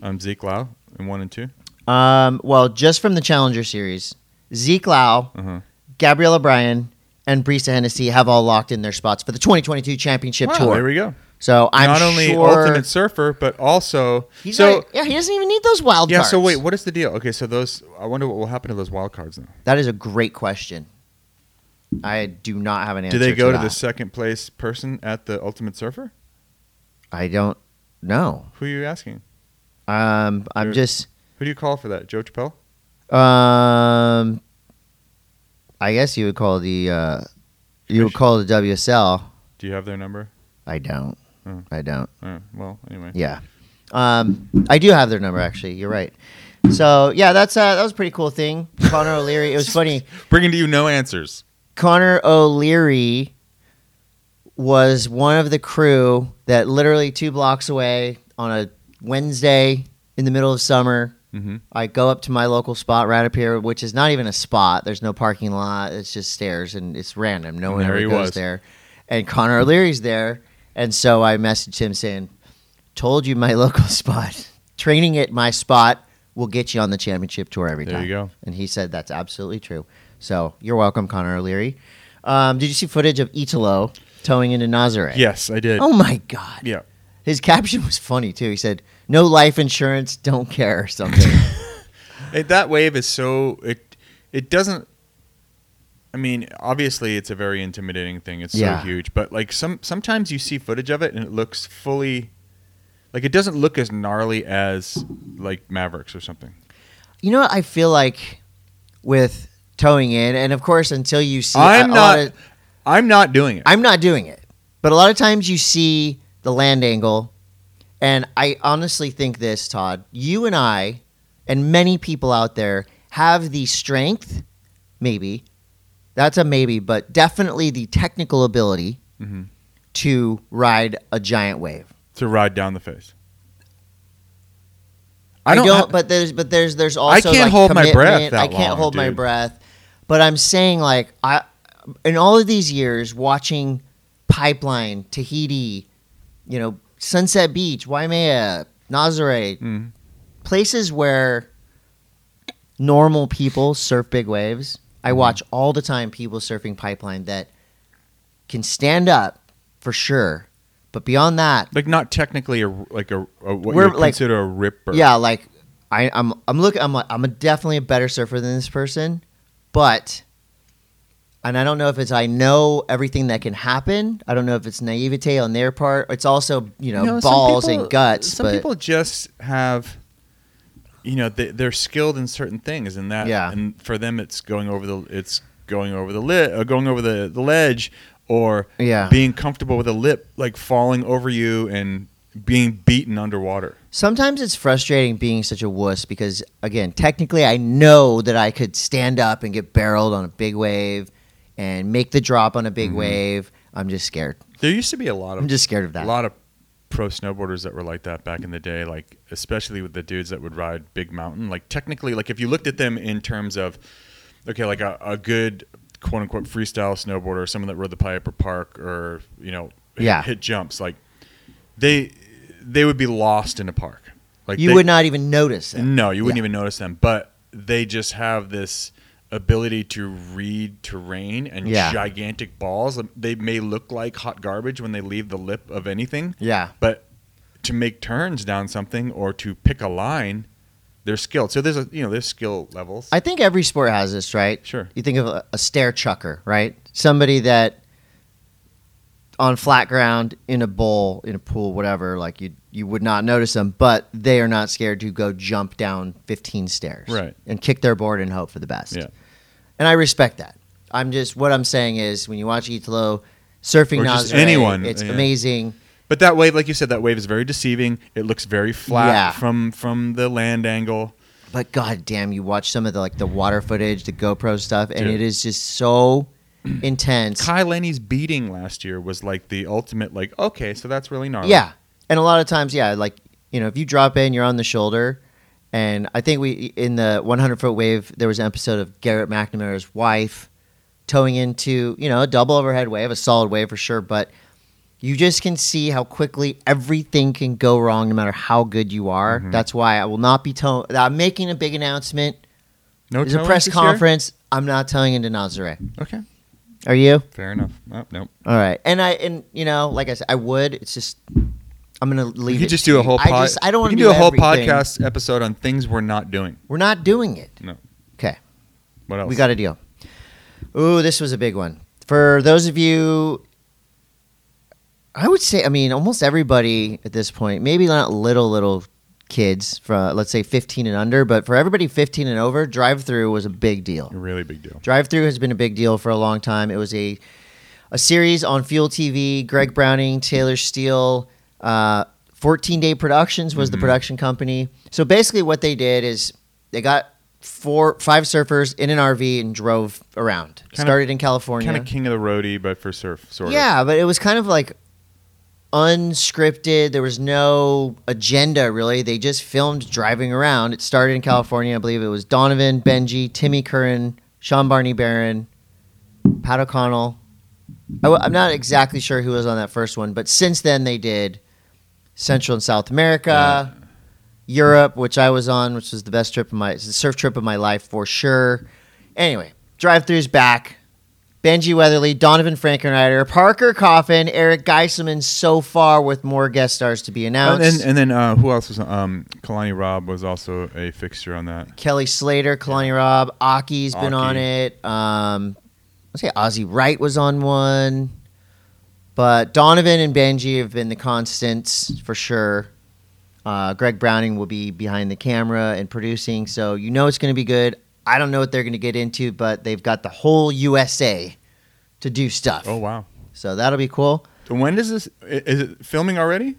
Speaker 2: um, Zeke Lau in one and two?
Speaker 1: um, well, just from the Challenger Series, Zeke Lau,
Speaker 2: Uh-huh.
Speaker 1: Gabrielle O'Brien, and Brisa Hennessy have all locked in their spots for the 2022 Championship
Speaker 2: Wow,
Speaker 1: Tour.
Speaker 2: there we go.
Speaker 1: so I'm
Speaker 2: Not only
Speaker 1: sure
Speaker 2: Ultimate Surfer, but also
Speaker 1: he's
Speaker 2: so
Speaker 1: not- yeah, he doesn't even need those wild
Speaker 2: yeah.
Speaker 1: cards.
Speaker 2: So wait, what is the deal? Okay, so those I wonder what will happen to those wild cards now.
Speaker 1: That is a great question. I do not have an answer.
Speaker 2: Do they go to
Speaker 1: that.
Speaker 2: the second place person at the Ultimate Surfer?
Speaker 1: I don't know.
Speaker 2: Who are you asking?
Speaker 1: Um, I'm
Speaker 2: Sure.
Speaker 1: just.
Speaker 2: Who do you call for that? Joe Chappelle?
Speaker 1: Um, I guess you would call the uh, you would
Speaker 2: Commission.
Speaker 1: call the WSL.
Speaker 2: Do you have their number?
Speaker 1: I don't.
Speaker 2: Oh.
Speaker 1: I don't.
Speaker 2: Oh, well, anyway.
Speaker 1: Yeah. Um, I do have their number actually. You're right. So yeah, that's uh, that was a pretty cool thing. Connor O'Leary. It was funny.
Speaker 2: Bringing to you no answers.
Speaker 1: Connor O'Leary was one of the crew that literally two blocks away on a Wednesday in the middle of summer.
Speaker 2: Mhm.
Speaker 1: I go up to my local spot right up here, which is not even a spot. There's no parking lot. It's just stairs and it's random. No
Speaker 2: And
Speaker 1: one
Speaker 2: there
Speaker 1: ever
Speaker 2: he
Speaker 1: goes
Speaker 2: was.
Speaker 1: there. And Connor O'Leary's there. And so I messaged him saying, Told you my *laughs* local spot. Training at my spot will get you on the championship tour every
Speaker 2: There
Speaker 1: time.
Speaker 2: you go.
Speaker 1: And he said that's absolutely true. So you're welcome, Connor O'Leary. Um, did you see footage of Italo towing into Nazareth?
Speaker 2: Yes, I did.
Speaker 1: Oh my God.
Speaker 2: Yeah.
Speaker 1: His caption was funny too. He said, "No life insurance, don't care," or something.
Speaker 2: It, that wave is so it it doesn't. I mean, obviously, it's a very intimidating thing. It's
Speaker 1: Yeah.
Speaker 2: so huge, but like some sometimes you see footage of it and it looks fully, like it doesn't look as gnarly as like Mavericks or something.
Speaker 1: you know, what I feel like with towing in, and of course, until you see,
Speaker 2: I'm
Speaker 1: a- a
Speaker 2: not.
Speaker 1: lot of-
Speaker 2: I'm not doing it.
Speaker 1: I'm not doing it. But a lot of times you see the land angle, and I honestly think this, Todd, you and I, and many people out there have the strength, maybe, that's a maybe, but definitely the technical ability
Speaker 2: Mhm.
Speaker 1: to ride a giant wave.
Speaker 2: to ride down the face.
Speaker 1: I don't,
Speaker 2: have-
Speaker 1: but there's but there's there's also
Speaker 2: can't
Speaker 1: like,
Speaker 2: hold my breath
Speaker 1: commitment.
Speaker 2: that
Speaker 1: I can't
Speaker 2: long,
Speaker 1: hold my
Speaker 2: dude.
Speaker 1: breath. But I'm saying like I in all of these years watching Pipeline, Tahiti, you know, Sunset Beach, Waimea, Nazare,
Speaker 2: Mhm.
Speaker 1: places where normal people surf big waves.
Speaker 2: Mm-hmm.
Speaker 1: I watch all the time people surfing pipeline that can stand up for sure, but beyond that,
Speaker 2: like not technically a like a, a what
Speaker 1: We're,
Speaker 2: you would
Speaker 1: like-
Speaker 2: consider a ripper.
Speaker 1: Yeah, like I, I'm I'm look I'm a, I'm a definitely a better surfer than this person, but and I don't know if it's I know everything that can happen. I don't know if it's naivete on their part. It's also you know,
Speaker 2: You know, some
Speaker 1: balls
Speaker 2: people-
Speaker 1: and guts.
Speaker 2: Some
Speaker 1: but
Speaker 2: people just have, you know, they, they're skilled in certain things, and that,
Speaker 1: Yeah.
Speaker 2: And for them, it's going over the, it's going over the lip, uh, going over the, the ledge, or
Speaker 1: Yeah.
Speaker 2: being comfortable with a lip like falling over you and being beaten underwater.
Speaker 1: Sometimes it's frustrating being such a wuss because, again, technically, I know that I could stand up and get barreled on a big wave and make the drop on a big wave. I'm just scared.
Speaker 2: There used to be a lot of
Speaker 1: I'm just scared of
Speaker 2: a
Speaker 1: that.
Speaker 2: lot of pro snowboarders that were like that back in the day, like especially with the dudes that would ride big mountain. Like technically, like if you looked at them in terms of okay, like a, a good quote unquote freestyle snowboarder, someone that rode the pipe or park or you know hit,
Speaker 1: Yeah.
Speaker 2: hit jumps, like they they would be lost in a park. Like
Speaker 1: you
Speaker 2: they- Mm.
Speaker 1: would not even notice it.
Speaker 2: no, you wouldn't
Speaker 1: Yeah.
Speaker 2: even notice them, but they just have this ability to read terrain and
Speaker 1: Yeah.
Speaker 2: gigantic balls. They may look like hot garbage when they leave the lip of anything,
Speaker 1: Yeah.
Speaker 2: but to make turns down something or to pick a line, they're skilled. So there's a you know there's skill levels.
Speaker 1: I think every sport has this, right?
Speaker 2: Sure.
Speaker 1: You think of a, a stair chucker, right? Somebody that on flat ground, in a bowl, in a pool, whatever, like you you would not notice them, but they are not scared to go jump down 15 stairs
Speaker 2: Right.
Speaker 1: and kick their board and hope for the best.
Speaker 2: Yeah.
Speaker 1: And I respect that. I'm just what I'm saying is when you watch Italo surfing
Speaker 2: Or just
Speaker 1: Nazare,
Speaker 2: anyone,
Speaker 1: it's
Speaker 2: yeah.
Speaker 1: amazing.
Speaker 2: but that wave, like you said, that wave is very deceiving. It looks very flat
Speaker 1: Yeah.
Speaker 2: from from the land angle.
Speaker 1: but god damn you watch some of the like the water footage the gopro stuff and
Speaker 2: Dude.
Speaker 1: it is just so *clears throat* intense
Speaker 2: Kai Lenny's beating last year was like the ultimate. Like okay, so that's really gnarly.
Speaker 1: yeah and a lot of times yeah like you know if you drop in you're on the shoulder and i think we in the 100 foot wave there was an episode of garrett mcnamara's wife towing into you know a double overhead wave a solid wave for sure but you just can see how quickly everything can go wrong no matter how good you are
Speaker 2: Mm-hmm.
Speaker 1: that's why i will not be towing i'm making a big announcement
Speaker 2: no
Speaker 1: There's a
Speaker 2: towing
Speaker 1: press
Speaker 2: this year?
Speaker 1: conference. I'm not telling into Nazare.
Speaker 2: Okay.
Speaker 1: Are you?
Speaker 2: Fair enough. Oh, nope.
Speaker 1: All right. And I and you know, like I said, I would. It's just I'm gonna leave.
Speaker 2: You could
Speaker 1: it
Speaker 2: just
Speaker 1: to
Speaker 2: do a
Speaker 1: you.
Speaker 2: whole.
Speaker 1: I
Speaker 2: pod-
Speaker 1: just I don't
Speaker 2: we
Speaker 1: want to
Speaker 2: can
Speaker 1: do,
Speaker 2: do a whole
Speaker 1: everything.
Speaker 2: podcast episode on things we're not doing.
Speaker 1: We're not doing it.
Speaker 2: No.
Speaker 1: Okay.
Speaker 2: What else?
Speaker 1: We got a deal. Ooh, this was a big one for those of you. I would say, I mean, almost everybody at this point, maybe not little little kids from let's say 15 and under, but for everybody 15 and over, drive through was a big deal.
Speaker 2: a really big deal.
Speaker 1: Drive through has been a big deal for a long time. It was a a series on Fuel TV. Greg Browning, Taylor Steele, uh, 14 Day Productions was the production company. So basically, what they did is they got four, five surfers in an RV and drove around.
Speaker 2: Kind of-
Speaker 1: Started in California.
Speaker 2: Kind of king of the roadie, but for surf, sort of.
Speaker 1: Yeah, but it was kind of like unscripted. There was no agenda really. They just filmed driving around. It started in California, I believe. It was Donovan, Benji, Timmy Curran, Sean Barney Barron, Pat O'Connell. I, am not exactly sure who was on that first one, but since then they did Central and South America, Europe, which I was on, which was the best trip of my surf trip of my life for sure. Anyway, drive throughs back. Benji Weatherly, Donovan Frankenreiter, Parker Coffin, Eric Geiselman, so far with more guest stars to be
Speaker 2: Oh, And
Speaker 1: announced.
Speaker 2: then, and then uh, who else was on- um, Kalani Rob was also a fixture on that.
Speaker 1: Kelly Slater, Kalani Robb, Aki's been
Speaker 2: Aki.
Speaker 1: on it. Um, let's say Ozzy Wright was on one, but Donovan and Benji have been the constants for sure. Uh, Greg Browning will be behind the camera and producing, so you know it's going to be good. I don't know what they're going to get into, but they've got the whole USA to do stuff.
Speaker 2: Oh wow!
Speaker 1: So that'll be cool.
Speaker 2: So when does this? i- Is it filming already?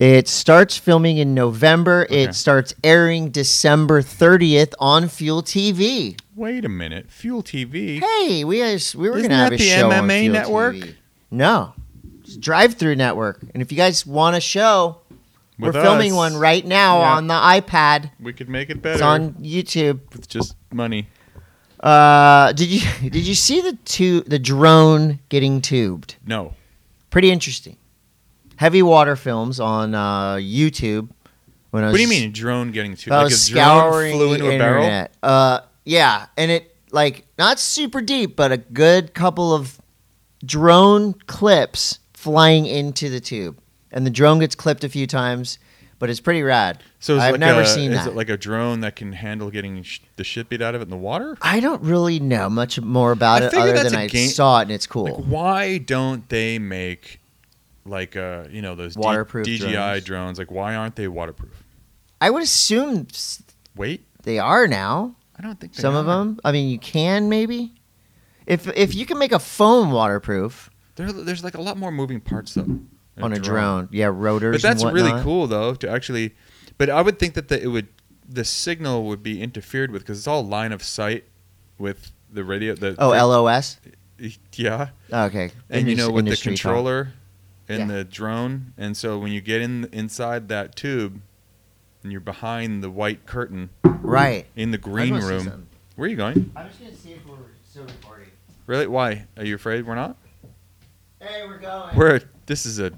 Speaker 1: It starts filming in November.
Speaker 2: Okay.
Speaker 1: It starts airing December 30th on Fuel TV.
Speaker 2: Wait a minute. Fuel TV.
Speaker 1: Hey, we guys, we were
Speaker 2: Isn't
Speaker 1: going to have
Speaker 2: that
Speaker 1: a
Speaker 2: the
Speaker 1: show on
Speaker 2: MMA
Speaker 1: Fuel
Speaker 2: network?
Speaker 1: TV. No, Drive Through Network. And if you guys want a show,
Speaker 2: With
Speaker 1: we're filming
Speaker 2: us,
Speaker 1: one right now
Speaker 2: Yeah.
Speaker 1: on the iPad.
Speaker 2: We could make it
Speaker 1: It's
Speaker 2: better
Speaker 1: on YouTube.
Speaker 2: with just money.
Speaker 1: Uh, did you *laughs* did you see the two the drone getting tubed?
Speaker 2: No.
Speaker 1: Pretty interesting. Heavy water films on uh, YouTube. When I was
Speaker 2: What do you mean a drone getting to?
Speaker 1: That
Speaker 2: Like
Speaker 1: was
Speaker 2: a drone
Speaker 1: scouring
Speaker 2: flew into
Speaker 1: the
Speaker 2: a barrel.
Speaker 1: internet. Uh, yeah, and it like not super deep, but a good couple of drone clips flying into the tube, and the drone gets clipped a few times, but it's pretty rad.
Speaker 2: So is it
Speaker 1: I've
Speaker 2: like
Speaker 1: never
Speaker 2: a,
Speaker 1: seen
Speaker 2: is
Speaker 1: that.
Speaker 2: it like a drone that can handle getting sh- the shit beat out of it in the water?
Speaker 1: I don't really know much more about
Speaker 2: I
Speaker 1: it
Speaker 2: figure
Speaker 1: other
Speaker 2: that's
Speaker 1: than
Speaker 2: a
Speaker 1: I
Speaker 2: game-
Speaker 1: saw it and it's cool.
Speaker 2: Like, why don't they make like uh you know those D-
Speaker 1: Waterproof
Speaker 2: DJI
Speaker 1: drones.
Speaker 2: drones. Like, why aren't they waterproof?
Speaker 1: I would assume s-
Speaker 2: Wait,
Speaker 1: they are now.
Speaker 2: I don't think they
Speaker 1: Some of
Speaker 2: are.
Speaker 1: them. I mean, you can maybe. If if you can make a foam waterproof,
Speaker 2: There, there's like a lot more moving parts though.
Speaker 1: on a drone. Yeah, rotors.
Speaker 2: But that's
Speaker 1: and
Speaker 2: really
Speaker 1: whatnot.
Speaker 2: cool though to actually. But I would think that the, it would the signal would be interfered with because it's all line of sight with the radio. The
Speaker 1: Oh, LOS.
Speaker 2: yeah,
Speaker 1: Okay.
Speaker 2: and you
Speaker 1: Indus-
Speaker 2: know with the
Speaker 1: industry talk.
Speaker 2: controller and
Speaker 1: Yeah.
Speaker 2: the drone, and so when you get in inside that tube, and you're behind the white curtain
Speaker 1: Right.
Speaker 2: in
Speaker 1: I
Speaker 2: the green
Speaker 1: wanna see
Speaker 2: room.
Speaker 1: something.
Speaker 2: Where are you going?
Speaker 1: I'm just gonna see if we're still recording.
Speaker 2: Really? Why? Are you afraid we're not?
Speaker 1: Hey, we're going.
Speaker 2: We're this is a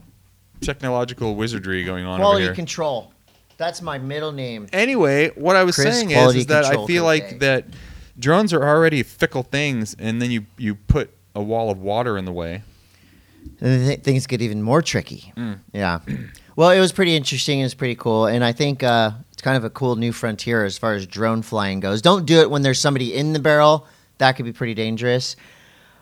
Speaker 2: technological wizardry going on over
Speaker 1: quality
Speaker 2: here.
Speaker 1: control. That's my middle name.
Speaker 2: anyway, what I was
Speaker 1: Chris,
Speaker 2: saying is,
Speaker 1: quality
Speaker 2: is that I
Speaker 1: control
Speaker 2: feel
Speaker 1: for
Speaker 2: like
Speaker 1: the
Speaker 2: that drones are already fickle things, and then you you put a wall of water in the way.
Speaker 1: And then th- things get even more tricky.
Speaker 2: Mm.
Speaker 1: Yeah. Well, it was pretty interesting. It was pretty cool, and I think uh, it's kind of a cool new frontier as far as drone flying goes. Don't do it when there's somebody in the barrel. That could be pretty dangerous.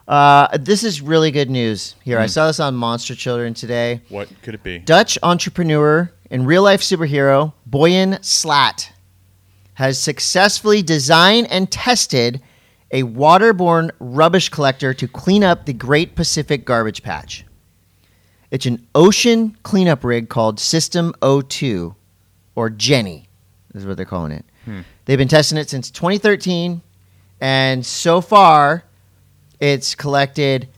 Speaker 1: Uh, this is really good news here.
Speaker 2: Hmm.
Speaker 1: I saw this on Monster Children today.
Speaker 2: What could it be?
Speaker 1: Dutch entrepreneur and real life superhero Boyan Slat has successfully designed and tested a waterborne rubbish collector to clean up the Great Pacific Garbage Patch. It's an ocean cleanup rig called System O2, or Jenny, is what they're calling it.
Speaker 2: Hmm.
Speaker 1: They've been testing it since 2013, and so far, it's collected.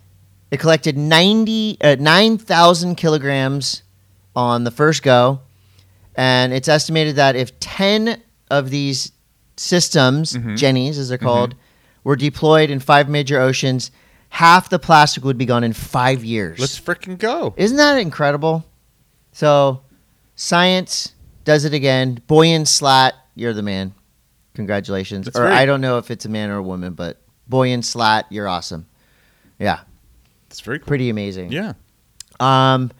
Speaker 1: It collected 90 uh, 9,000 kilograms on the first go, and it's estimated that if 10 of these systems,
Speaker 2: Mhm.
Speaker 1: Jennies as they're called, were deployed in five major oceans, half the plastic would be gone in five years.
Speaker 2: Let's freaking go!
Speaker 1: Isn't that incredible? So, science does it again. Boyan Slat, you're the man. Congratulations.
Speaker 2: That's
Speaker 1: or
Speaker 2: right.
Speaker 1: I don't know if it's a man or a woman, but Boyan Slat, you're awesome.
Speaker 2: It's very cool.
Speaker 1: Pretty amazing.
Speaker 2: Yeah,
Speaker 1: Um,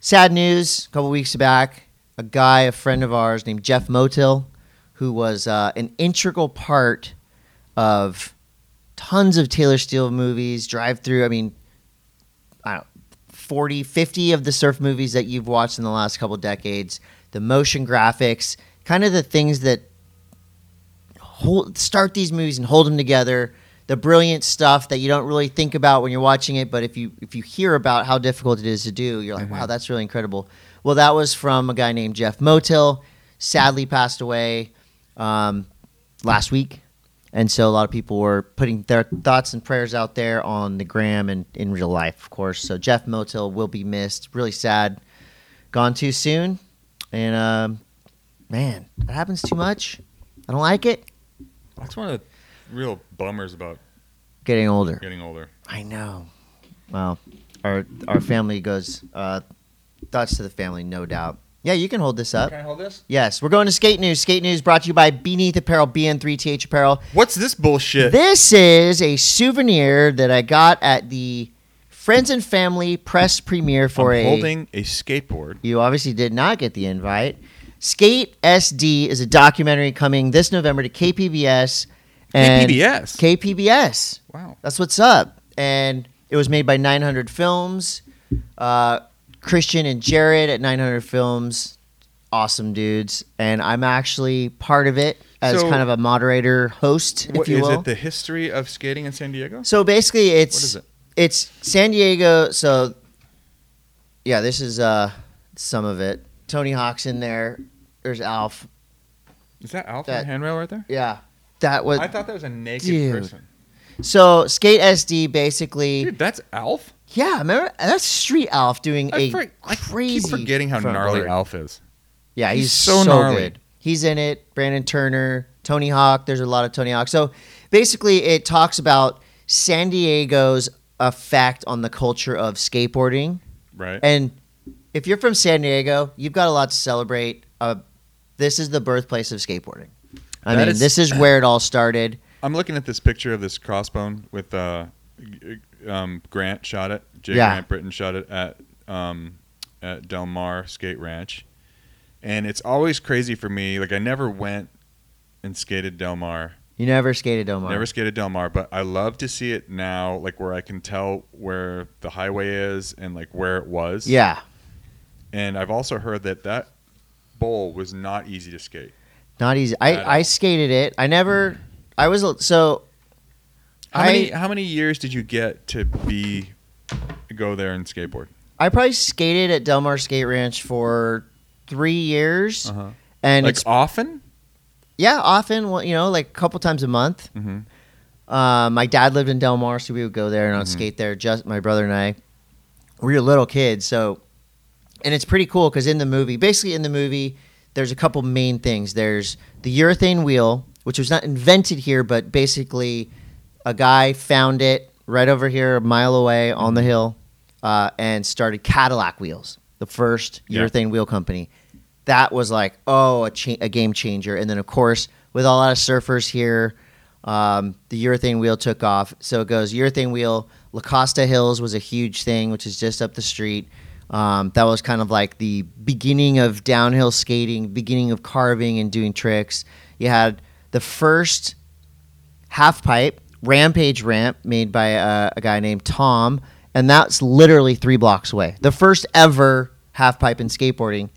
Speaker 1: sad news. A couple weeks back, a guy, a friend of ours named Jeff Motil, who was uh, an integral part of tons of Taylor Steele movies, Drive Through. I mean, I don't, 40, 50 of the surf movies that you've watched in the last couple decades. The motion graphics, kind of the things that hold, start these movies and hold them together the brilliant stuff that you don't really think about when you're watching it, but if you if you hear about how difficult it is to do, you're like, wow, that's really incredible. Well, that was from a guy named Jeff Motil, sadly passed away um, last week, and so a lot of people were putting their thoughts and prayers out there on the gram and in real life, of course. So Jeff Motil will be missed. Really sad, gone too soon, and um, man, that happens too much. I don't like it.
Speaker 2: that's one of the real bummers about
Speaker 1: Getting older.
Speaker 2: getting older.
Speaker 1: I know. Well, our our family goes uh, thoughts to the family, no doubt. Yeah, you can hold this up.
Speaker 2: I hold this?
Speaker 1: Yes, we're going to skate news. Skate news brought to you by Beneath Apparel, BN3TH Apparel.
Speaker 2: What's this bullshit?
Speaker 1: This is a souvenir that I got at the Friends and Family press premiere for
Speaker 2: I'm
Speaker 1: a.
Speaker 2: holding a skateboard.
Speaker 1: You obviously did not get the invite. Skate SD is a documentary coming this November to KPBS. And
Speaker 2: PBS.
Speaker 1: KPBS.
Speaker 2: wow.
Speaker 1: That's what's up. And it was made by 900 Films. Uh, Christian and Jared at 900 Films, awesome dudes. And I'm actually part of it as
Speaker 2: So-
Speaker 1: kind of a moderator host, if
Speaker 2: What
Speaker 1: you
Speaker 2: is
Speaker 1: will.
Speaker 2: it? The history of skating in San Diego?
Speaker 1: so basically, it's
Speaker 2: What is it?
Speaker 1: it's San Diego. So yeah, this is uh, some of it. Tony Hawk's in there. There's Alf.
Speaker 2: Is that Alpha
Speaker 1: that-
Speaker 2: handrail right there?
Speaker 1: Yeah, that was
Speaker 2: I thought that was a naked
Speaker 1: Dude.
Speaker 2: person.
Speaker 1: so. Skate SD basically.
Speaker 2: Dude, that's Alf.
Speaker 1: Yeah, remember that's Street Alf doing
Speaker 2: I
Speaker 1: a
Speaker 2: fr- I
Speaker 1: crazy.
Speaker 2: keep forgetting how
Speaker 1: front
Speaker 2: gnarly
Speaker 1: board.
Speaker 2: Alf is.
Speaker 1: Yeah,
Speaker 2: he's
Speaker 1: he's,
Speaker 2: so
Speaker 1: so,
Speaker 2: gnarly.
Speaker 1: good. He's in it. Brandon Turner, Tony Hawk. There's a lot of Tony Hawk. So basically, it talks about San Diego's effect on the culture of skateboarding.
Speaker 2: Right.
Speaker 1: And if you're from San Diego, you've got a lot to celebrate. Uh, this is the birthplace of skateboarding. I
Speaker 2: That
Speaker 1: mean,
Speaker 2: is-
Speaker 1: this
Speaker 2: *clears throat*
Speaker 1: is where it all started.
Speaker 2: I'm looking at this picture of this crossbone with uh, g- um, Grant shot it. Jay
Speaker 1: Yeah.
Speaker 2: Grant Britton shot it at um, at Del Mar Skate Ranch, and it's always crazy for me. Like I never went and skated Del Mar,
Speaker 1: You never skated Omar.
Speaker 2: never skated Del Mar, but I love to see it now. Like where I can tell where the highway is and like where it was.
Speaker 1: Yeah.
Speaker 2: And I've also heard that that bowl was not easy to skate.
Speaker 1: Not easy.
Speaker 2: At
Speaker 1: I, I
Speaker 2: all.
Speaker 1: skated it. I never. I was so.
Speaker 2: How
Speaker 1: I
Speaker 2: many how many years did you get to be go there and skateboard?
Speaker 1: I probably skated at Delmar Skate Ranch for three years,
Speaker 2: Uh-huh.
Speaker 1: and
Speaker 2: like
Speaker 1: it's
Speaker 2: often?
Speaker 1: yeah, often well, you know, like a couple times a month.
Speaker 2: Mhm.
Speaker 1: Uh, my dad lived in Del Mar, so we would go there and I'd skate there. Just my brother and I, we were little kids, so and it's pretty cool because in the movie, basically in the movie, there's a couple main things. There's the urethane wheel, which was not invented here, but basically a guy found it right over here, a mile away on the hill, uh, and started Cadillac wheels, the first
Speaker 2: Yeah.
Speaker 1: urethane wheel company that was like oh a, cha- a game changer and then of course with a lot of surfers here um, the urethane wheel took off so it goes urethane wheel la costa hills was a huge thing which is just up the street um, that was kind of like the beginning of downhill skating beginning of carving and doing tricks you had the first half pipe rampage ramp made by uh, a guy named Tom, and that's literally three blocks away. The first ever half pipe in skateboarding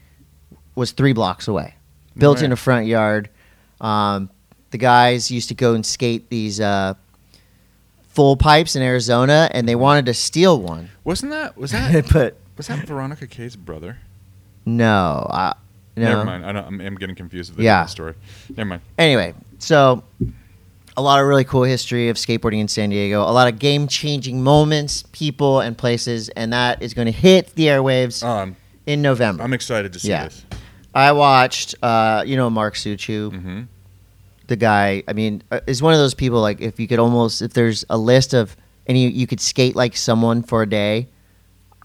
Speaker 1: was three blocks away, built in
Speaker 2: Right.
Speaker 1: a front yard. Um, the guys used to go and skate these uh, full pipes in Arizona, and they wanted to steal one,
Speaker 2: Wasn't that
Speaker 1: *laughs*
Speaker 2: was that
Speaker 1: but
Speaker 2: was that Veronica K's brother?
Speaker 1: no, I, no.
Speaker 2: Never mind. I don't, I'm, I'm getting confused with the
Speaker 1: Yeah.
Speaker 2: different story. Never mind.
Speaker 1: anyway, so a lot of really cool history of skateboarding in San Diego, a lot of game changing moments, people, and places, and that is going to hit the airwaves
Speaker 2: Um,
Speaker 1: in November.
Speaker 2: I'm excited to see
Speaker 1: Yeah.
Speaker 2: this.
Speaker 1: I watched, uh, you know, Mark Suchu,
Speaker 2: Mhm.
Speaker 1: the guy. I mean, uh, is one of those people like if you could almost, if there's a list of any, you could skate like someone for a day.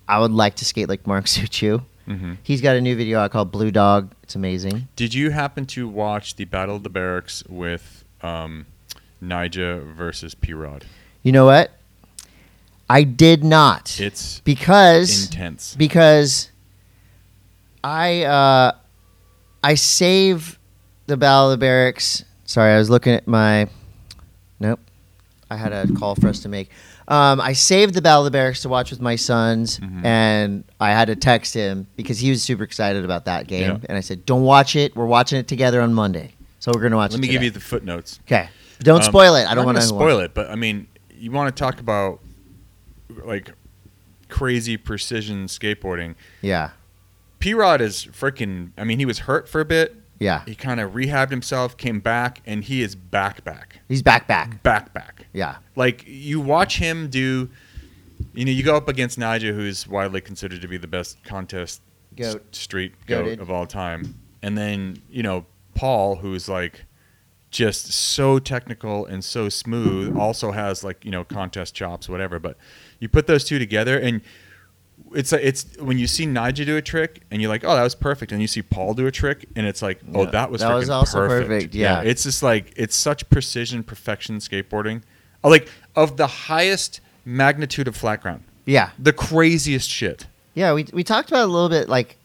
Speaker 1: I would like to skate like Mark *laughs* Suchu.
Speaker 2: Mhm.
Speaker 1: He's got a new video out called Blue Dog. It's amazing.
Speaker 2: Did you happen to watch the Battle of the Barracks with um, Nija versus P Rod?
Speaker 1: You know what? I did not.
Speaker 2: It's
Speaker 1: because
Speaker 2: intense.
Speaker 1: because I uh, I save the Battle of the Barracks. Sorry, I was looking at my. Nope, I had a call for us to make. Um, I saved the Battle of the Barracks to watch with my sons,
Speaker 2: Mhm.
Speaker 1: and I had to text him because he was super excited about that game.
Speaker 2: Yeah.
Speaker 1: And I said, "Don't watch it. We're watching it together on Monday, so we're gonna watch
Speaker 2: Let
Speaker 1: it."
Speaker 2: me give you the footnotes.
Speaker 1: Okay, don't
Speaker 2: Um,
Speaker 1: spoil it. I don't
Speaker 2: I'm not
Speaker 1: want to
Speaker 2: gonna spoil it, but I mean, you want to talk about like crazy precision skateboarding.
Speaker 1: Yeah,
Speaker 2: P Rod is freaking. I mean, he was hurt for a bit.
Speaker 1: yeah.
Speaker 2: He kind of rehabbed himself, came back, and he is back, back,
Speaker 1: He's back, back.
Speaker 2: back, back.
Speaker 1: Yeah,
Speaker 2: Like you watch him do. You know, you go up against Nigel, who's widely considered to be the best contest s-
Speaker 1: Goat.
Speaker 2: street goat
Speaker 1: Goated.
Speaker 2: of all time, and then you know Paul, who's like just so technical and so smooth, also has like you know contest chops, whatever. But you put those two together, and it's a, it's when you see Nigel do a trick, and you're like, oh, that was perfect, and you see Paul do a trick, and it's like, oh,
Speaker 1: Yeah.
Speaker 2: that was
Speaker 1: That was
Speaker 2: freaking
Speaker 1: also
Speaker 2: perfect.
Speaker 1: perfect, yeah.
Speaker 2: it's just like it's such precision, perfection skateboarding, Uh, like of the highest magnitude of flat ground,
Speaker 1: yeah.
Speaker 2: the craziest shit.
Speaker 1: Yeah, we we talked about it a little bit like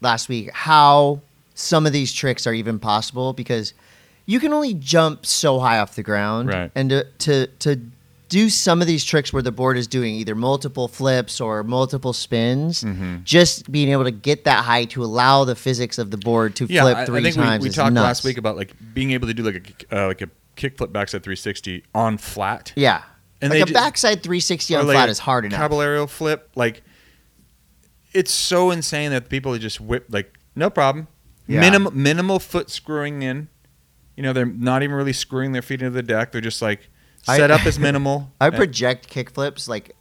Speaker 1: last week how some of these tricks are even possible because you can only jump so high off the ground,
Speaker 2: Right.
Speaker 1: And to, to to do some of these tricks where the board is doing either multiple flips or multiple spins,
Speaker 2: Mm-hmm.
Speaker 1: just being able to get that high to allow the physics of the board to
Speaker 2: I-
Speaker 1: flip three
Speaker 2: I think
Speaker 1: times.
Speaker 2: We, we
Speaker 1: is
Speaker 2: talked
Speaker 1: nuts.
Speaker 2: last week about like being able to do like a uh, like a kickflip backside 360 on flat.
Speaker 1: yeah,
Speaker 2: And
Speaker 1: like
Speaker 2: they
Speaker 1: a
Speaker 2: ju-
Speaker 1: backside 360
Speaker 2: or
Speaker 1: on
Speaker 2: like
Speaker 1: flat
Speaker 2: a
Speaker 1: is hard enough.
Speaker 2: Caballero flip, like it's so insane that people are just whip like no problem.
Speaker 1: Yeah.
Speaker 2: Minimal minimal foot screwing in. You know, they're not even really screwing their feet into the deck. They're just like
Speaker 1: I-
Speaker 2: set
Speaker 1: *laughs*
Speaker 2: up is minimal.
Speaker 1: I
Speaker 2: and-
Speaker 1: project kickflips like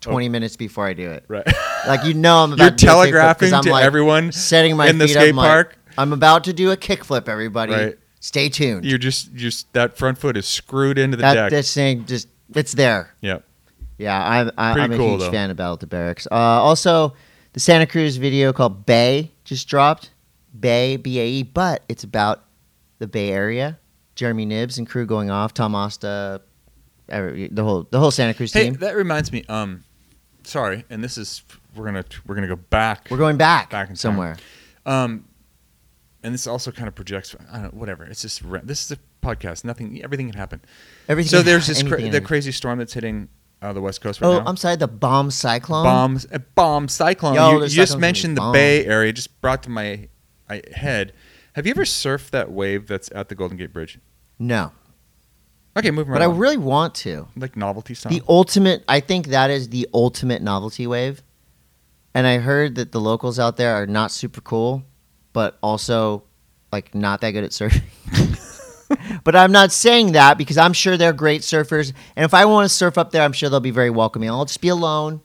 Speaker 1: 20 minutes before I do it.
Speaker 2: right. *laughs*
Speaker 1: Like you know, I'm about
Speaker 2: You're
Speaker 1: to do a kickflip 'cause
Speaker 2: telegraphing
Speaker 1: I'm
Speaker 2: to
Speaker 1: like
Speaker 2: everyone
Speaker 1: setting my
Speaker 2: in the
Speaker 1: feet
Speaker 2: skate
Speaker 1: up, I'm like,
Speaker 2: park.
Speaker 1: I'm about to do a kickflip, everybody.
Speaker 2: Right.
Speaker 1: Stay tuned.
Speaker 2: You're just just that front foot is screwed into the
Speaker 1: that
Speaker 2: deck.
Speaker 1: this thing just it's there.
Speaker 2: yeah.
Speaker 1: Yeah, I'm I,
Speaker 2: Pretty
Speaker 1: I'm a
Speaker 2: cool,
Speaker 1: huge
Speaker 2: though.
Speaker 1: fan of Battle at the Barracks. Uh, also, the Santa Cruz video called Bay just dropped. Bay B A E, but it's about the Bay Area. Jeremy Nibs and crew going off. Tom Asta, every, the whole the whole Santa Cruz
Speaker 2: Hey,
Speaker 1: team.
Speaker 2: that reminds me. Um, sorry, and this is we're gonna we're gonna go back.
Speaker 1: We're going back,
Speaker 2: Back in time.
Speaker 1: somewhere.
Speaker 2: Um, and this also kind of projects. I don't know. Whatever. It's just ra- this is a podcast. Nothing. Everything can happen.
Speaker 1: Everything.
Speaker 2: so there's this cra-
Speaker 1: anything-
Speaker 2: the crazy storm that's hitting uh, the west coast right
Speaker 1: Oh,
Speaker 2: now.
Speaker 1: I'm sorry. The bomb cyclone.
Speaker 2: Bombs, a bomb cyclone.
Speaker 1: Yo,
Speaker 2: you
Speaker 1: the
Speaker 2: you just
Speaker 1: cyclone's
Speaker 2: mentioned the
Speaker 1: gonna be
Speaker 2: Bay Area. Just brought to my, I, head. Have you ever surfed that wave that's at the Golden Gate Bridge?
Speaker 1: No,
Speaker 2: Okay, moving right.
Speaker 1: but I
Speaker 2: on.
Speaker 1: really want to.
Speaker 2: like novelty sound.
Speaker 1: The ultimate. I think that is the ultimate novelty wave. and I heard that the locals out there are not super cool, but also like not that good at surfing. *laughs* but I'm not saying that because I'm sure they're great surfers, and if I want to surf up there, I'm sure they'll be very welcoming. I'll just be alone.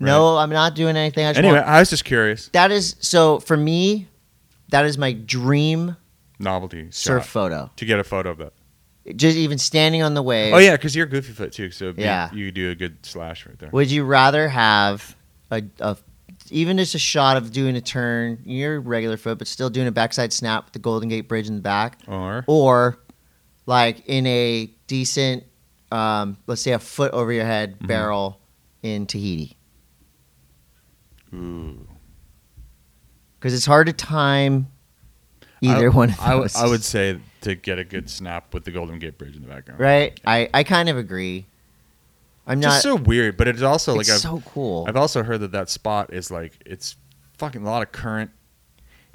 Speaker 1: No, I'm not doing anything. I just
Speaker 2: Anyway,
Speaker 1: want-
Speaker 2: I was just curious.
Speaker 1: that is so for me. That is my dream
Speaker 2: Novelty shot,
Speaker 1: surf photo.
Speaker 2: to get a photo of that.
Speaker 1: Just even standing on the wave.
Speaker 2: Oh yeah, because you're goofy foot too, so it'd be-
Speaker 1: Yeah.
Speaker 2: you could do a good slash right there.
Speaker 1: Would you rather have a, a even just a shot of doing a turn, your regular foot, but still doing a backside snap with the Golden Gate Bridge in the back,
Speaker 2: Or
Speaker 1: or like in a decent, um, let's say a foot over your head
Speaker 2: Mm-hmm.
Speaker 1: barrel in Tahiti?
Speaker 2: ooh,
Speaker 1: Because it's hard to time either
Speaker 2: I,
Speaker 1: one of
Speaker 2: I, would-
Speaker 1: those.
Speaker 2: I
Speaker 1: *laughs*
Speaker 2: would say to get a good snap with the Golden Gate Bridge in the background.
Speaker 1: right. I I kind of agree. I'm
Speaker 2: It's
Speaker 1: not.
Speaker 2: just so weird, but it's also
Speaker 1: it's
Speaker 2: like I've,
Speaker 1: so cool.
Speaker 2: I've also heard that that spot is like it's fucking a lot of current.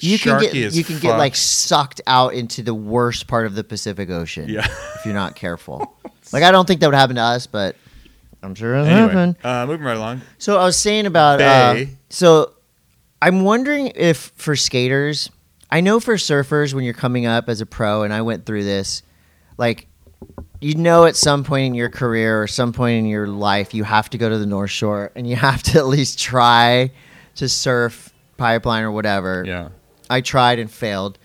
Speaker 1: you can
Speaker 2: sharky
Speaker 1: get
Speaker 2: as
Speaker 1: you can
Speaker 2: fuck.
Speaker 1: get like sucked out into the worst part of the Pacific Ocean. *laughs*
Speaker 2: *laughs* *laughs* Yeah.
Speaker 1: if you're not careful. like I don't think that would happen to us, but I'm sure it'll
Speaker 2: anyway.
Speaker 1: happen.
Speaker 2: Uh, moving right along.
Speaker 1: So I was saying about uh,
Speaker 2: Bay.
Speaker 1: so I'm wondering if for skaters, I know for surfers when you're coming up as a pro, and I went through this, like you know at some point in your career or some point in your life you have to go to the North Shore and you have to at least try to surf pipeline or whatever.
Speaker 2: Yeah.
Speaker 1: I tried and failed,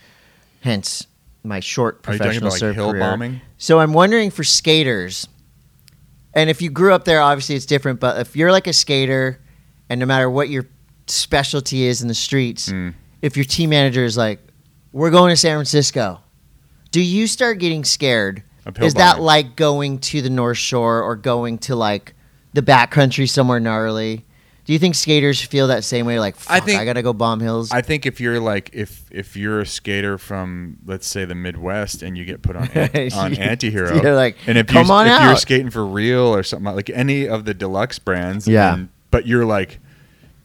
Speaker 1: hence my short
Speaker 2: Are you talking
Speaker 1: professional
Speaker 2: about like
Speaker 1: surf
Speaker 2: hill
Speaker 1: career.
Speaker 2: bombing?
Speaker 1: So I'm wondering for skaters, and if you grew up there, obviously it's different. But if you're like a skater, and no matter what your specialty is in the streets,
Speaker 2: Mm.
Speaker 1: if your team manager is like, "We're going to San Francisco," do you start getting scared?
Speaker 2: Of hill
Speaker 1: Is that
Speaker 2: bombing.
Speaker 1: like going to the North Shore or going to like the backcountry somewhere gnarly? Do you think skaters feel that same way? Like, Fuck,
Speaker 2: I
Speaker 1: I
Speaker 2: think-
Speaker 1: gotta go bomb hills.
Speaker 2: I think if you're like if if you're a skater from let's say the Midwest and you get
Speaker 1: *laughs*
Speaker 2: put on an- on Antihero,
Speaker 1: You're like,
Speaker 2: and if
Speaker 1: "Come
Speaker 2: you,
Speaker 1: on
Speaker 2: if you're
Speaker 1: out."
Speaker 2: skating for real or something like- like any of the deluxe brands,
Speaker 1: Yeah.
Speaker 2: and- but you're like,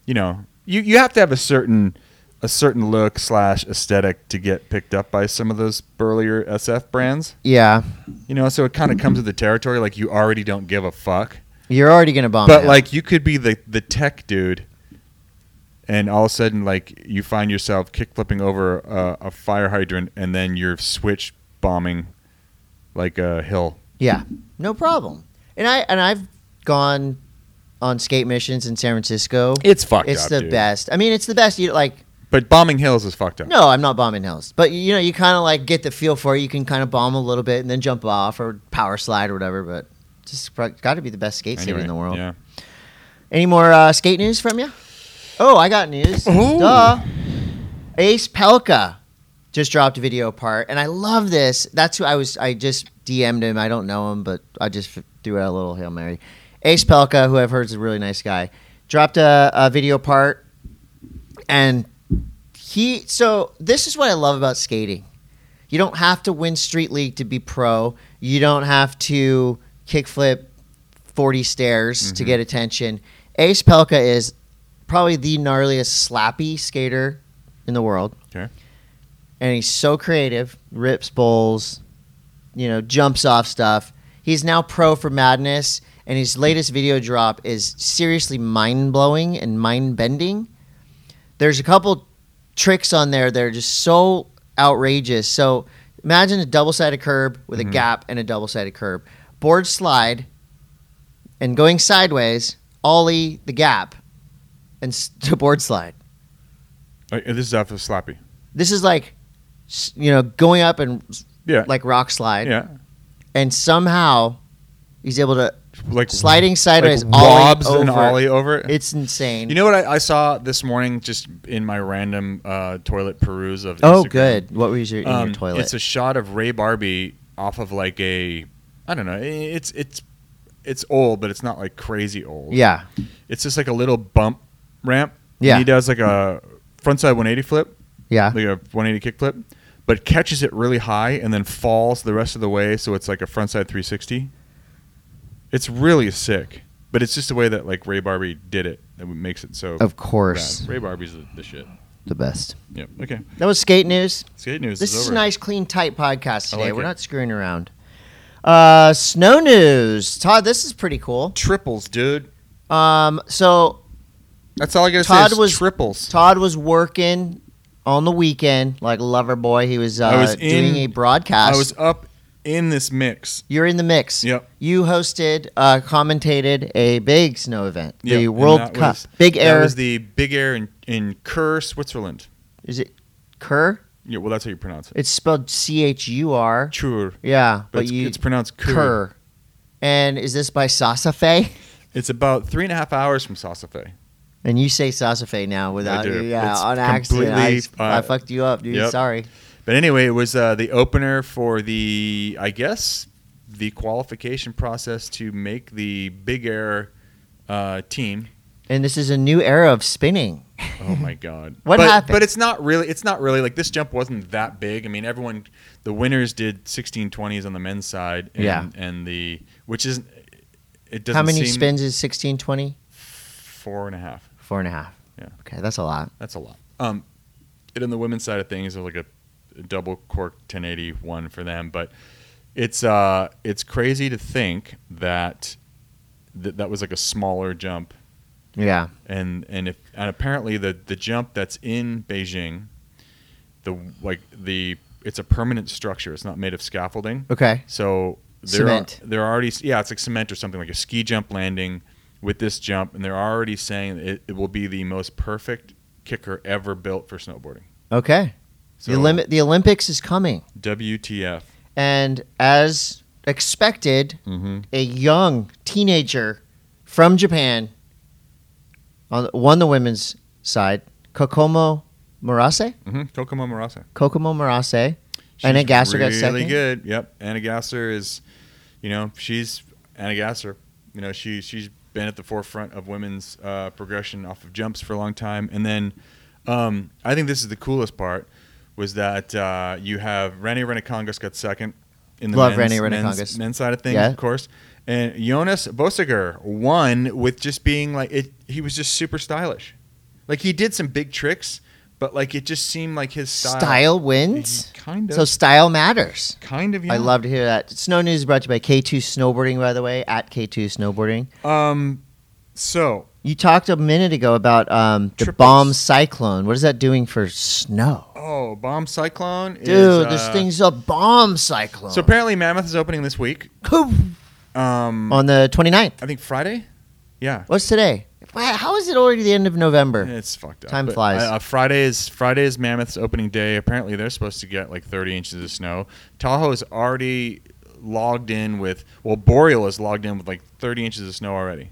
Speaker 2: you know, you you have to have a certain a certain look slash aesthetic to get picked up by some of those burlier SF brands,
Speaker 1: yeah,
Speaker 2: you know. So it kind of comes with the territory. Like you already don't give a fuck,
Speaker 1: you're already gonna bomb.
Speaker 2: but
Speaker 1: hill.
Speaker 2: like you could be the the tech dude, and all of a sudden like you find yourself kickflipping over a, a fire hydrant, and then you're switch bombing like a hill.
Speaker 1: Yeah, no problem. And I and I've gone on skate missions in San Francisco.
Speaker 2: It's fucked
Speaker 1: It's
Speaker 2: up,
Speaker 1: the
Speaker 2: dude.
Speaker 1: best. I mean, it's the best. You like
Speaker 2: But bombing hills is fucked up.
Speaker 1: no, I'm not bombing hills, but you know, you kind of like get the feel for it. You can kind of bomb a little bit and then jump off or power slide or whatever. But just got to be the best skate city
Speaker 2: Anyway,
Speaker 1: in the world.
Speaker 2: Yeah.
Speaker 1: Any more uh, skate news from you? Oh, I got news.
Speaker 2: Oh.
Speaker 1: Duh. Ace Pelka just dropped a video part, and I love this. That's who I was. I just DM'd him. I don't know him, but I just threw out a little hail mary. Ace Pelka, who I've heard is a really nice guy, dropped a, a video part, and he. So this is what I love about skating. You don't have to win street league to be pro. You don't have to kickflip forty stairs to get attention. Ace Pelka is probably the gnarliest slappy skater in the world.
Speaker 2: Okay.
Speaker 1: And he's so creative, rips bowls, you know, jumps off stuff. He's now pro for madness, and his latest video drop is seriously mind blowing and mind bending. There's a couple tricks on there that are just so outrageous. So imagine a double sided curb with
Speaker 2: Mm-hmm.
Speaker 1: a gap and a double sided curb. Board slide and going sideways, ollie the gap and s- *laughs* to board slide.
Speaker 2: Like, this is off of sloppy.
Speaker 1: This is like, s- you know, going up and
Speaker 2: Yeah.
Speaker 1: like rock slide,
Speaker 2: yeah.
Speaker 1: and somehow he's able to
Speaker 2: Like
Speaker 1: sliding sideways,
Speaker 2: like
Speaker 1: ollie
Speaker 2: lobs
Speaker 1: over.
Speaker 2: and ollie over it.
Speaker 1: It's insane.
Speaker 2: You know what I, I saw this morning just in my random uh, toilet peruse of
Speaker 1: oh,
Speaker 2: Instagram?
Speaker 1: good. What was your in
Speaker 2: Um,
Speaker 1: your toilet?
Speaker 2: It's a shot of Ray Barbie off of like a I don't know. It's it's it's old, but it's not like crazy old.
Speaker 1: yeah,
Speaker 2: It's just like a little bump ramp.
Speaker 1: Yeah.
Speaker 2: And he does like a frontside 180 flip,
Speaker 1: yeah.
Speaker 2: like a 180 kick flip, but catches it really high and then falls the rest of the way, so it's like a frontside 360. It's really sick, but it's just the way that like Ray Barbie did it that makes it so.
Speaker 1: Of course,
Speaker 2: rad. Ray Barbie's the, the shit.
Speaker 1: the best.
Speaker 2: Yep. Okay.
Speaker 1: That was skate news.
Speaker 2: Skate news.
Speaker 1: This
Speaker 2: is,
Speaker 1: is a
Speaker 2: over.
Speaker 1: nice, clean, tight podcast
Speaker 2: I
Speaker 1: today.
Speaker 2: like
Speaker 1: We're
Speaker 2: it.
Speaker 1: not screwing around. Uh, snow news, Todd. This is pretty cool.
Speaker 2: Triples, dude.
Speaker 1: Um, so
Speaker 2: That's all I gotta
Speaker 1: Todd
Speaker 2: say. Is
Speaker 1: was-
Speaker 2: triples.
Speaker 1: Todd was working on the weekend, like lover boy. He was, uh,
Speaker 2: I was in-
Speaker 1: doing a broadcast.
Speaker 2: I was up in this mix.
Speaker 1: You're in the mix.
Speaker 2: Yep.
Speaker 1: You hosted, uh, commentated a big snow event,
Speaker 2: Yep,
Speaker 1: the
Speaker 2: and
Speaker 1: World
Speaker 2: that
Speaker 1: Cup,
Speaker 2: was-
Speaker 1: Big Air.
Speaker 2: That was the Big Air in, in Kerr, Switzerland.
Speaker 1: is it Kerr?
Speaker 2: Yeah, well, that's how you pronounce it.
Speaker 1: It's spelled C H U R.
Speaker 2: Chur, but,
Speaker 1: Yeah, but,
Speaker 2: it's,
Speaker 1: you
Speaker 2: it's pronounced Kerr.
Speaker 1: Kerr. And is this by Sasafe?
Speaker 2: It's about three and a half hours from Sasafe.
Speaker 1: *laughs* And you say Sasafe now without
Speaker 2: do.
Speaker 1: yeah
Speaker 2: It's
Speaker 1: on accident. I,
Speaker 2: completely,
Speaker 1: I
Speaker 2: uh,
Speaker 1: fucked you up, dude.
Speaker 2: yep.
Speaker 1: Sorry.
Speaker 2: But anyway, it was uh, the opener for the, I guess, the qualification process to make the Big Air uh, team.
Speaker 1: And this is a new era of spinning. *laughs*
Speaker 2: Oh my God!
Speaker 1: What
Speaker 2: but,
Speaker 1: happened?
Speaker 2: But it's not really. It's not really like this jump wasn't that big. I mean, everyone, the winners did sixteen twenties on the men's side. And,
Speaker 1: Yeah.
Speaker 2: And the which isn't. It doesn't.
Speaker 1: How many
Speaker 2: seem
Speaker 1: spins is 16, 20?
Speaker 2: Four and a half.
Speaker 1: Four and a half.
Speaker 2: Yeah.
Speaker 1: Okay, that's a lot.
Speaker 2: That's a lot. Um, and on the women's side of things, there's like a, a double cork 1081 for them, but it's uh, it's crazy to think that th- that was like a smaller jump,
Speaker 1: Yeah.
Speaker 2: and and if and apparently the the jump that's in Beijing, the like the it's a permanent structure. It's not made of scaffolding,
Speaker 1: Okay.
Speaker 2: so they're
Speaker 1: Cement.
Speaker 2: they're already yeah, it's like cement or something like a ski jump landing with this jump, and they're already saying it, it will be the most perfect kicker ever built for snowboarding.
Speaker 1: Okay.
Speaker 2: So
Speaker 1: the limit the Olympics is coming.
Speaker 2: WTF?
Speaker 1: And as expected,
Speaker 2: Mm-hmm.
Speaker 1: a young teenager from Japan on won the women's side, Kokomo Murase.
Speaker 2: Mm-hmm. Kokomo Murase.
Speaker 1: Kokomo Murase. Anna Gasser got
Speaker 2: really
Speaker 1: second?
Speaker 2: good. Yep. Anna Gasser is, you know, she's Anna Gasser. You know, she she's been at the forefront of women's uh, progression off of jumps for a long time. And then, um, I think this is the coolest part was that uh, you have Renny Renakongas got second in the
Speaker 1: Love
Speaker 2: men's,
Speaker 1: Renny
Speaker 2: men's-
Speaker 1: Renakongas.
Speaker 2: men's side of things,
Speaker 1: Yeah.
Speaker 2: of course. And Jonas Bosiger won with just being like it. He was just super stylish. Like he did some big tricks, but like it just seemed like his
Speaker 1: Style,
Speaker 2: style.
Speaker 1: wins.
Speaker 2: Kind of.
Speaker 1: So style matters.
Speaker 2: kind of. Yeah.
Speaker 1: I love to hear that. Snow News is brought to you by K2 Snowboarding, by the way, at K2 Snowboarding.
Speaker 2: Um. So
Speaker 1: You talked a minute ago about um, the
Speaker 2: Triples.
Speaker 1: bomb cyclone. What is that doing for snow?
Speaker 2: oh, bomb cyclone.
Speaker 1: Dude,
Speaker 2: uh,
Speaker 1: this thing's a bomb cyclone.
Speaker 2: So apparently, Mammoth is opening this week. Um.
Speaker 1: on the 29th.
Speaker 2: I think Friday. Yeah.
Speaker 1: What's today? Wow, How is it already the end of November?
Speaker 2: It's fucked up.
Speaker 1: Time
Speaker 2: But,
Speaker 1: flies.
Speaker 2: Uh, Friday is Friday is Mammoth's opening day. Apparently, they're supposed to get like 30 inches of snow. Tahoe's already logged in with well, Boreal is logged in with like 30 inches of snow already.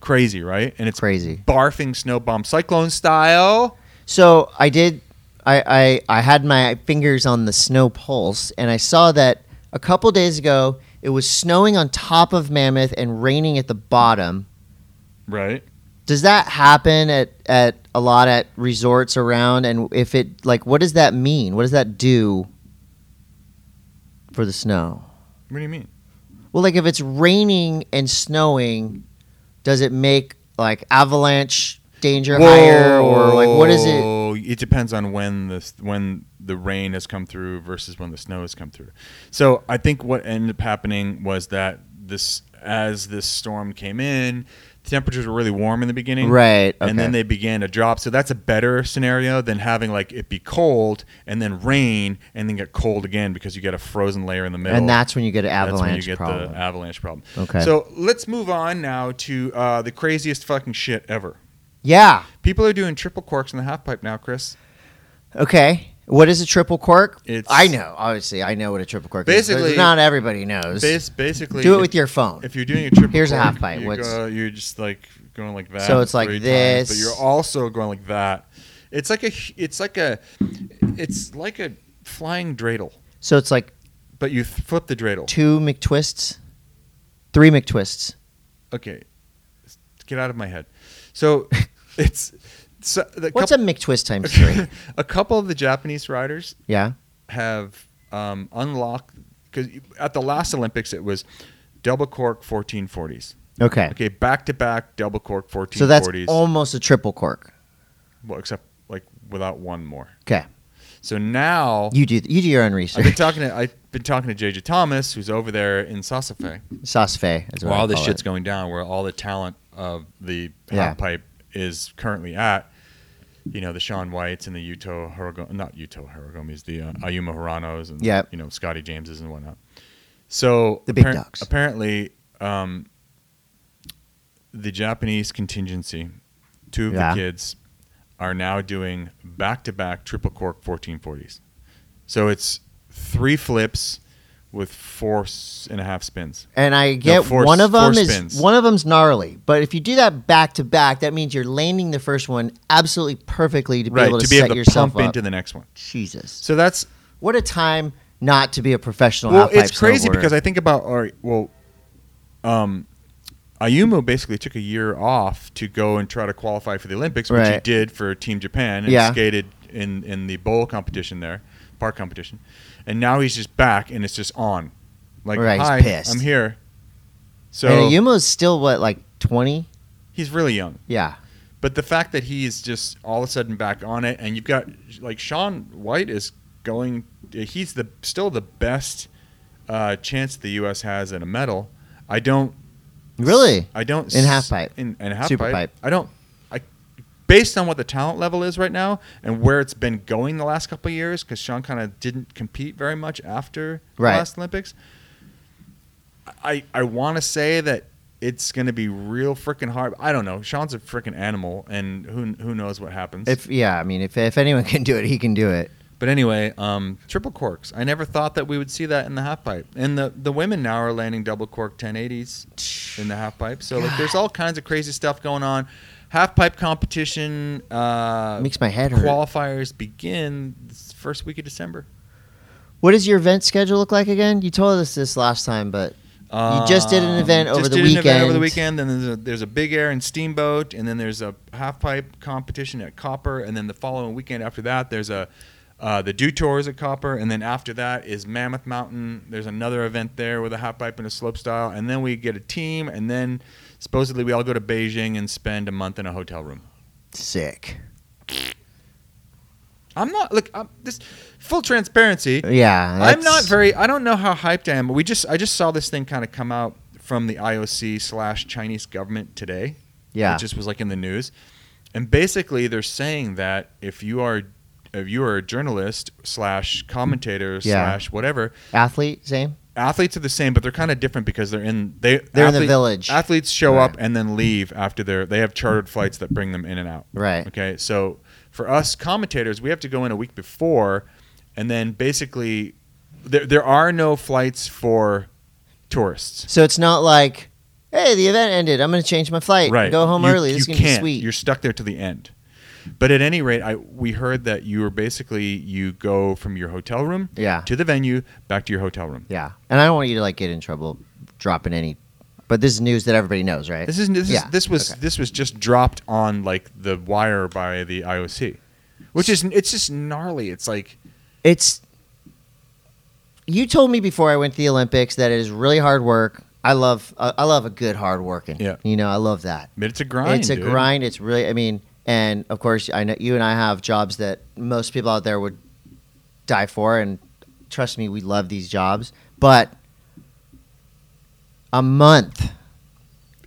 Speaker 2: Crazy, right? And it's
Speaker 1: Crazy.
Speaker 2: barfing snow bomb cyclone style.
Speaker 1: So I did. I, I I had my fingers on the snow pulse, and I saw that a couple days ago it was snowing on top of Mammoth and raining at the bottom.
Speaker 2: Right.
Speaker 1: Does that happen at at a lot at resorts around? And if it like, what does that mean? What does that do for the snow?
Speaker 2: What do you mean?
Speaker 1: Well, like if it's raining and snowing, does it make like avalanche danger higher, or like what is it?
Speaker 2: Whoa. It depends on when this when the rain has come through versus when the snow has come through. So I think what ended up happening was that this as this storm came in, temperatures were really warm in the beginning,
Speaker 1: Right. Okay.
Speaker 2: And then they began to drop. So that's a better scenario than having like it be cold and then rain and then get cold again because you get a frozen layer in the middle.
Speaker 1: and that's when you get an
Speaker 2: That's
Speaker 1: avalanche
Speaker 2: when you get
Speaker 1: problem.
Speaker 2: the avalanche problem.
Speaker 1: Okay.
Speaker 2: So let's move on now to uh, the craziest fucking shit ever.
Speaker 1: yeah.
Speaker 2: People are doing triple corks in the half pipe now, Chris.
Speaker 1: Okay. What is a triple cork?
Speaker 2: It's-
Speaker 1: I know. Obviously, I know what a triple cork is.
Speaker 2: Basically-
Speaker 1: but not everybody knows.
Speaker 2: Bas- basically,
Speaker 1: Do it
Speaker 2: if-
Speaker 1: with your phone.
Speaker 2: If you're doing a triple,
Speaker 1: Here's a
Speaker 2: cork,
Speaker 1: half pipe.
Speaker 2: You
Speaker 1: What's-
Speaker 2: go- you're just like going like that.
Speaker 1: So it's like
Speaker 2: three times,
Speaker 1: this.
Speaker 2: but you're also going like that. It's like a. h- It's like a. It's like a flying dreidel,
Speaker 1: so it's like
Speaker 2: but you th- flip the dreidel.
Speaker 1: two McTwists, three McTwists.
Speaker 2: Okay, get out of my head.
Speaker 1: *laughs*
Speaker 2: So it's. So the
Speaker 1: What's
Speaker 2: couple,
Speaker 1: a McTwist
Speaker 2: *laughs*
Speaker 1: times three?
Speaker 2: a couple of the Japanese riders
Speaker 1: yeah.
Speaker 2: have um, unlocked because at the last Olympics it was double cork 1440s.
Speaker 1: Okay.
Speaker 2: Okay, back to back double cork 1440s.
Speaker 1: So that's almost a triple cork.
Speaker 2: well, except like without one more.
Speaker 1: Okay.
Speaker 2: So
Speaker 1: *laughs*
Speaker 2: now
Speaker 1: You do you do your own
Speaker 2: I've been
Speaker 1: research. *laughs*
Speaker 2: talking to I've been talking to JJ Thomas who's over there in Sasafe.
Speaker 1: Sauce fe. is what
Speaker 2: While
Speaker 1: I
Speaker 2: all this
Speaker 1: call it.
Speaker 2: shit's going down, where all the talent of the half
Speaker 1: Yeah.
Speaker 2: pipe is currently at, you know, the Sean Whites and the Yuto Haragomi, not Yuto Haragomis, the uh, Ayuma Haranos and,
Speaker 1: Yep.
Speaker 2: you know, Scotty Jameses and whatnot. So
Speaker 1: The big dogs.
Speaker 2: apparently, um, the Japanese contingency, two of
Speaker 1: Yeah.
Speaker 2: the kids, are now doing back to back triple cork 1440s. So it's three flips with four s- and a half spins.
Speaker 1: And I get
Speaker 2: four-
Speaker 1: one of
Speaker 2: four
Speaker 1: them is
Speaker 2: spins.
Speaker 1: one of them's gnarly, but if you do that back to back, that means you're landing the first one absolutely perfectly to be
Speaker 2: right,
Speaker 1: able to,
Speaker 2: to be
Speaker 1: set
Speaker 2: able to
Speaker 1: yourself
Speaker 2: pump
Speaker 1: up.
Speaker 2: into the next one.
Speaker 1: Jesus,
Speaker 2: So that's
Speaker 1: what a time not to be a professional.
Speaker 2: well,
Speaker 1: half-pipe
Speaker 2: it's crazy
Speaker 1: snowboarder.
Speaker 2: because I think about all right, well, um, Ayumu basically took a year off to go and try to qualify for the Olympics, which he
Speaker 1: Right.
Speaker 2: did for Team Japan and
Speaker 1: Yeah.
Speaker 2: skated in in the bowl competition there, park competition, and now he's just back and it's just on, like
Speaker 1: Right, he's
Speaker 2: hi,
Speaker 1: pissed.
Speaker 2: I'm here. So
Speaker 1: and Ayuma's still what like twenty.
Speaker 2: he's really young.
Speaker 1: Yeah,
Speaker 2: But the fact that he's just all of a sudden back on it, and you've got like Sean White is going, he's the still the best uh, chance the U.S. has at a medal. I don't
Speaker 1: really.
Speaker 2: I don't
Speaker 1: In
Speaker 2: s-
Speaker 1: halfpipe.
Speaker 2: in, in half
Speaker 1: Super
Speaker 2: pipe.
Speaker 1: pipe.
Speaker 2: I don't. I based on what the talent level is right now and where it's been going the last couple of years, because Sean kind of didn't compete very much after
Speaker 1: Right.
Speaker 2: the last Olympics. I I want to say that it's going to be real freaking hard. I don't know. Sean's a freaking animal, and who who knows what happens.
Speaker 1: If yeah, I mean, if if anyone *laughs* can do it, he can do it.
Speaker 2: But anyway, um, triple corks. I never thought that we would see that in the half pipe. And the, the women now are landing double cork 1080s in the half pipe. So like, there's all kinds of crazy stuff going on. Half pipe competition uh,
Speaker 1: Makes my head hurt.
Speaker 2: qualifiers begin this first week of December.
Speaker 1: What does your event schedule look like again? You told us this last time, but You just did an event
Speaker 2: Um,
Speaker 1: over
Speaker 2: just
Speaker 1: the
Speaker 2: did An event over the
Speaker 1: weekend.
Speaker 2: weekend, and there's a, there's a big air and steamboat, and then there's a half pipe competition at Copper, and then the following weekend after that, there's a uh, the Dew Tours at Copper, and then after that is Mammoth Mountain. There's another event there with a half pipe and a slope style, and then we get a team, and then supposedly we all go to Beijing and spend a month in a hotel room.
Speaker 1: sick.
Speaker 2: I'm not look. I'm, this full transparency.
Speaker 1: Yeah,
Speaker 2: I'm
Speaker 1: that's-
Speaker 2: not very. I don't know how hyped I am, but we just. I just saw this thing kind of come out from the IOC slash Chinese government today.
Speaker 1: Yeah,
Speaker 2: it just was like in the news, and basically they're saying that if you are, if you are a journalist slash commentator
Speaker 1: Yeah.
Speaker 2: slash whatever,
Speaker 1: athlete, same.
Speaker 2: athletes are the same, but they're kind of different because they're in they
Speaker 1: They're in the village.
Speaker 2: Athletes show
Speaker 1: Right.
Speaker 2: up and then leave after they're they have chartered flights that bring them in and out.
Speaker 1: Right.
Speaker 2: Okay. So for us commentators, we have to go in a week before, and then basically there there are no flights for tourists.
Speaker 1: So it's not like, hey, the event ended. I'm going to change my flight.
Speaker 2: Right.
Speaker 1: Go home
Speaker 2: You-
Speaker 1: early.
Speaker 2: You
Speaker 1: This is going to be
Speaker 2: can't.
Speaker 1: sweet.
Speaker 2: You're stuck there to the end. But at any rate, I we heard that you were basically you go from your hotel room
Speaker 1: Yeah.
Speaker 2: to the venue back to your hotel room.
Speaker 1: yeah, and I don't want you to like get in trouble dropping any. But this is news that everybody knows, right?
Speaker 2: This is this,
Speaker 1: Yeah,
Speaker 2: is, this was
Speaker 1: okay.
Speaker 2: this was just dropped on like the wire by the IOC, which is it's just gnarly. It's like
Speaker 1: it's. You told me before I went to the Olympics that it is really hard work. I love uh, I love a good hard working.
Speaker 2: Yeah.
Speaker 1: You know, I love that.
Speaker 2: but it's a grind.
Speaker 1: it's a
Speaker 2: dude.
Speaker 1: grind. It's really, I mean, and of course, I know you and I have jobs that most people out there would die for, and trust me, we love these jobs. But a month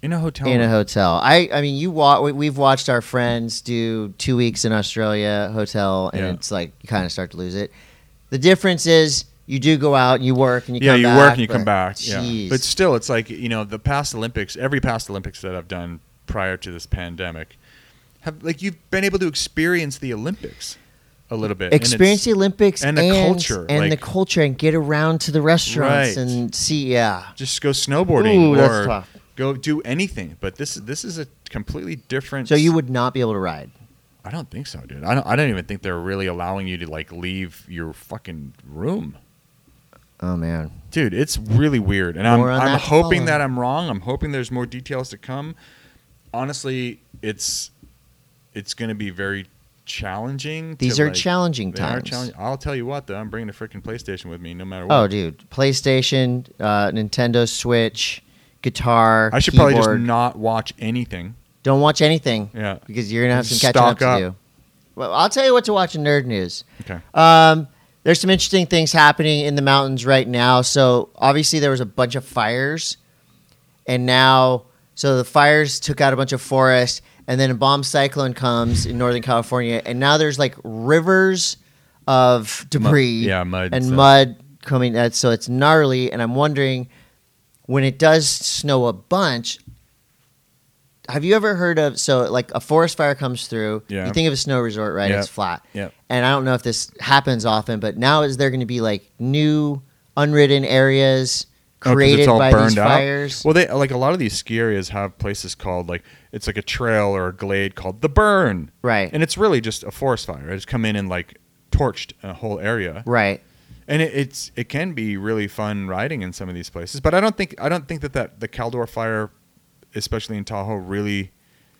Speaker 2: in a hotel.
Speaker 1: in a
Speaker 2: room.
Speaker 1: hotel, I, I mean, you wa- we- We've watched our friends do two weeks in Australia hotel, and
Speaker 2: Yeah.
Speaker 1: it's like you kind of start to lose it. The difference is you do go out and you work and you
Speaker 2: yeah,
Speaker 1: come
Speaker 2: you
Speaker 1: back,
Speaker 2: work and you
Speaker 1: but-
Speaker 2: come back. Yeah,
Speaker 1: Jeez.
Speaker 2: but still, it's like you know the past Olympics. Every past Olympics that I've done prior to this pandemic, have like you've been able to experience the Olympics a little bit. and it's-
Speaker 1: experience the Olympics
Speaker 2: and the culture,
Speaker 1: and the
Speaker 2: like-
Speaker 1: culture, and get around to the restaurants
Speaker 2: Right.
Speaker 1: and see. Yeah,
Speaker 2: Just go snowboarding
Speaker 1: Ooh,
Speaker 2: or
Speaker 1: that's tough.
Speaker 2: go do anything. But this this is a completely different.
Speaker 1: so you would not be able to ride.
Speaker 2: I don't think so, dude. I don't. I don't even think they're really allowing you to like leave your fucking room,
Speaker 1: Oh man,
Speaker 2: dude. It's really weird, and I'm
Speaker 1: More on
Speaker 2: I'm
Speaker 1: that
Speaker 2: hoping
Speaker 1: following.
Speaker 2: that I'm wrong. I'm hoping there's more details to come. Honestly, it's it's going to be very challenging. to,
Speaker 1: These are
Speaker 2: like-
Speaker 1: challenging
Speaker 2: they are
Speaker 1: times.
Speaker 2: I'll tell you what, though, I'm bringing the freaking PlayStation with me, no matter what.
Speaker 1: oh dude, PlayStation, uh, Nintendo Switch, guitar.
Speaker 2: I should
Speaker 1: keyboard.
Speaker 2: probably just not watch anything.
Speaker 1: don't watch anything
Speaker 2: Yeah.
Speaker 1: because you're gonna have some
Speaker 2: Just
Speaker 1: catching up,
Speaker 2: stock up.
Speaker 1: to do. Well, I'll tell you what to watch in nerd news.
Speaker 2: Okay.
Speaker 1: Um, there's some interesting things happening in the mountains right now. So obviously there was a bunch of fires, and now so the fires took out a bunch of forest, and then a bomb cyclone comes in Northern California, and now there's like rivers of debris
Speaker 2: yeah, mud
Speaker 1: and
Speaker 2: stuff. Oh,
Speaker 1: mud coming. At, so it's gnarly, and I'm wondering when it does snow a bunch. Have you ever heard of so like a forest fire comes through?
Speaker 2: Yeah.
Speaker 1: You think of a snow resort, right?
Speaker 2: Yeah.
Speaker 1: It's flat.
Speaker 2: Yeah.
Speaker 1: And I don't know if this happens often, but now is there going to be like new unridden areas
Speaker 2: Oh, 'cause
Speaker 1: created
Speaker 2: it's all
Speaker 1: by
Speaker 2: burned
Speaker 1: these
Speaker 2: out?
Speaker 1: fires?
Speaker 2: Well, they like a lot of these ski areas have places called like it's like a trail or a glade called the burn,
Speaker 1: Right.
Speaker 2: and it's really just a forest fire. It's come in and like torched a whole area,
Speaker 1: right.
Speaker 2: and it, it's it can be really fun riding in some of these places. But I don't think I don't think that that the Caldor fire, especially in Tahoe, really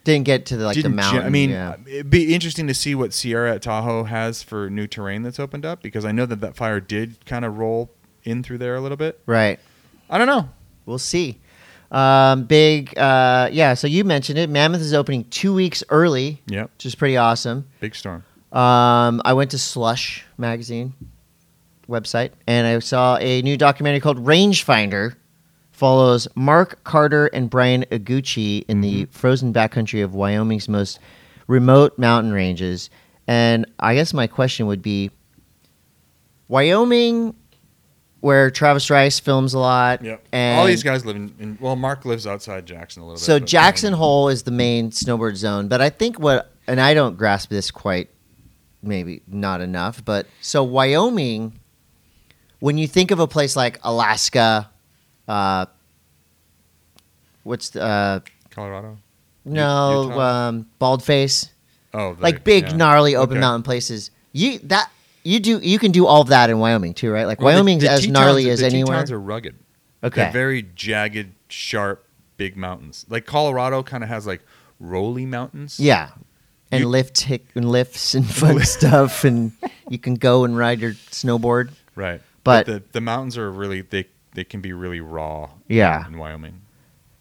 Speaker 1: Didn't get to the, like the
Speaker 2: didn't. gen-
Speaker 1: mountain.
Speaker 2: I mean,
Speaker 1: yeah.
Speaker 2: it'd be interesting to see what Sierra at Tahoe has for new terrain that's opened up because I know that that fire did kind of roll in through there a little bit.
Speaker 1: right.
Speaker 2: I don't know.
Speaker 1: We'll see. Um, big, uh, yeah. So you mentioned it. Mammoth is opening two weeks early,
Speaker 2: Yep,
Speaker 1: which is pretty awesome.
Speaker 2: big storm.
Speaker 1: Um, I went to Slush magazine website and I saw a new documentary called Rangefinder. Follows Mark Carter and Brian Iguchi in the
Speaker 2: Mm-hmm.
Speaker 1: frozen backcountry of Wyoming's most remote mountain ranges. And I guess my question would be Wyoming, where Travis Rice films a lot.
Speaker 2: Yep.
Speaker 1: And
Speaker 2: All these guys live in, in. Well, Mark lives outside Jackson a little bit.
Speaker 1: so
Speaker 2: but-
Speaker 1: Jackson Hole is the main snowboard zone, but I think what and I don't grasp this quite maybe not enough, but so Wyoming when you think of a place like Alaska uh what's the uh
Speaker 2: Colorado.
Speaker 1: no
Speaker 2: Utah?
Speaker 1: um bald face
Speaker 2: Oh, the-
Speaker 1: like big
Speaker 2: yeah.
Speaker 1: gnarly open
Speaker 2: Okay.
Speaker 1: mountain places you that you do you can do all of that in Wyoming too right like
Speaker 2: Well, the-
Speaker 1: Wyoming's
Speaker 2: the
Speaker 1: as
Speaker 2: Tetons-
Speaker 1: gnarly as
Speaker 2: the
Speaker 1: anywhere
Speaker 2: Tetons are rugged. They're
Speaker 1: okay
Speaker 2: very jagged, sharp, big mountains. Like Colorado, kind of has like rolly mountains.
Speaker 1: Yeah. And
Speaker 2: You-
Speaker 1: lift hick and lifts and
Speaker 2: *laughs*
Speaker 1: fun stuff and you can go and ride your snowboard.
Speaker 2: Right.
Speaker 1: But-
Speaker 2: the, the mountains are really they they can be really raw.
Speaker 1: Yeah.
Speaker 2: In Wyoming.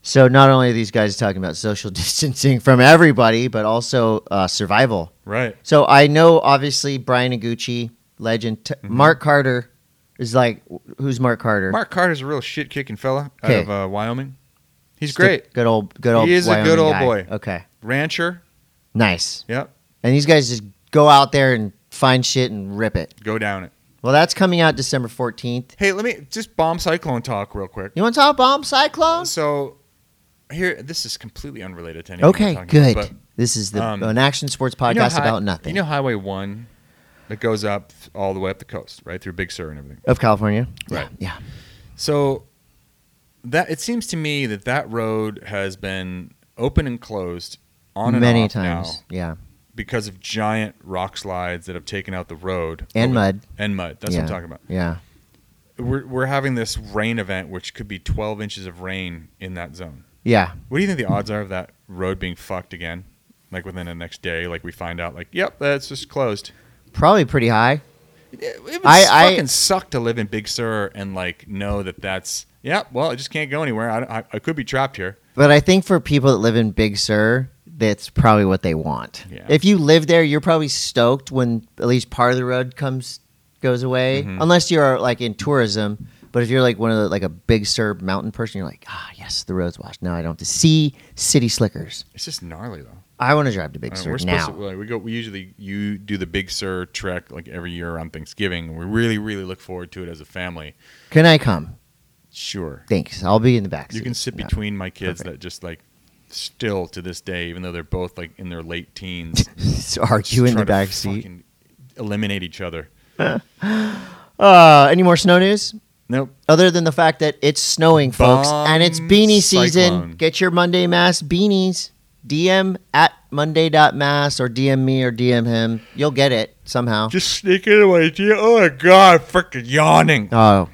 Speaker 1: So not only are these guys talking about social *laughs* distancing from everybody, but also uh, survival.
Speaker 2: Right.
Speaker 1: So I know obviously Brian Iguchi, legend. T- Mark Carter is like who's Mark Carter?
Speaker 2: Mm-hmm. Mark Carter's a real shit kicking fella out
Speaker 1: Okay.
Speaker 2: of uh, Wyoming. He's
Speaker 1: Just a
Speaker 2: great
Speaker 1: Good old good old
Speaker 2: He is a
Speaker 1: Wyoming
Speaker 2: good old
Speaker 1: guy.
Speaker 2: boy.
Speaker 1: Okay.
Speaker 2: rancher.
Speaker 1: Nice.
Speaker 2: Yep.
Speaker 1: And these guys just go out there and find shit and rip it.
Speaker 2: Go down it.
Speaker 1: Well, that's coming out December 14th.
Speaker 2: Hey, let me just bomb cyclone talk real quick.
Speaker 1: You want to talk bomb cyclones?
Speaker 2: So here, this is completely unrelated to anything.
Speaker 1: Okay,
Speaker 2: we're talking
Speaker 1: good.
Speaker 2: about, but
Speaker 1: this is the
Speaker 2: um,
Speaker 1: an action sports podcast
Speaker 2: you know hi-
Speaker 1: about nothing
Speaker 2: You know Highway One that goes up all the way up the coast, right through Big Sur and everything.
Speaker 1: of California.
Speaker 2: Right.
Speaker 1: Yeah.
Speaker 2: So that it seems to me that that road has been open and closed on and
Speaker 1: Many
Speaker 2: off now
Speaker 1: times. Yeah.
Speaker 2: because of giant rock slides that have taken out the road
Speaker 1: And mud.
Speaker 2: and mud. That's
Speaker 1: yeah.
Speaker 2: what I'm talking about.
Speaker 1: Yeah.
Speaker 2: We're we're having this rain event, which could be 12 inches of rain in that zone.
Speaker 1: Yeah.
Speaker 2: What do you think the odds are of that road being fucked again? Like within the next day, like we find out, like, yep, that's just closed.
Speaker 1: Probably pretty high.
Speaker 2: It, it would
Speaker 1: I- I-
Speaker 2: fucking suck to live in Big Sur and like know that that's yeah. Well, I just can't go anywhere. I, don't- I, I could be trapped here.
Speaker 1: But I think for people that live in Big Sur, that's probably what they want.
Speaker 2: Yeah.
Speaker 1: If you live there, you're probably stoked when at least part of the road comes goes away. Unless you're like in tourism. But if you're like one of the like a Big Sur mountain person, you're like, ah, yes, the road's washed. Now I don't have to see city slickers.
Speaker 2: It's just gnarly though.
Speaker 1: I want to drive to Big
Speaker 2: I don't know,
Speaker 1: Sur
Speaker 2: we're supposed
Speaker 1: now.
Speaker 2: to like, we go. We usually you do the Big Sur trek like every year around Thanksgiving. We really really look forward to it as a family.
Speaker 1: Can I come?
Speaker 2: Sure,
Speaker 1: Thanks. I'll be in the back.
Speaker 2: you can
Speaker 1: *laughs*
Speaker 2: sit between my kids that just like still to this day, even though they're both like in their late teens,
Speaker 1: *laughs* argue in the
Speaker 2: try to
Speaker 1: back seat.
Speaker 2: fucking Eliminate each other.
Speaker 1: Uh, any more snow news?
Speaker 2: Nope.
Speaker 1: Other than the fact that it's snowing, folks,
Speaker 2: Bomb
Speaker 1: and it's beanie season.
Speaker 2: cyclone.
Speaker 1: Get your Monday Mass beanies. DM at Monday.mass or DM me or DM him. You'll get it somehow.
Speaker 2: Just sneak it away. Gee, Oh my god, freaking yawning.
Speaker 1: Oh,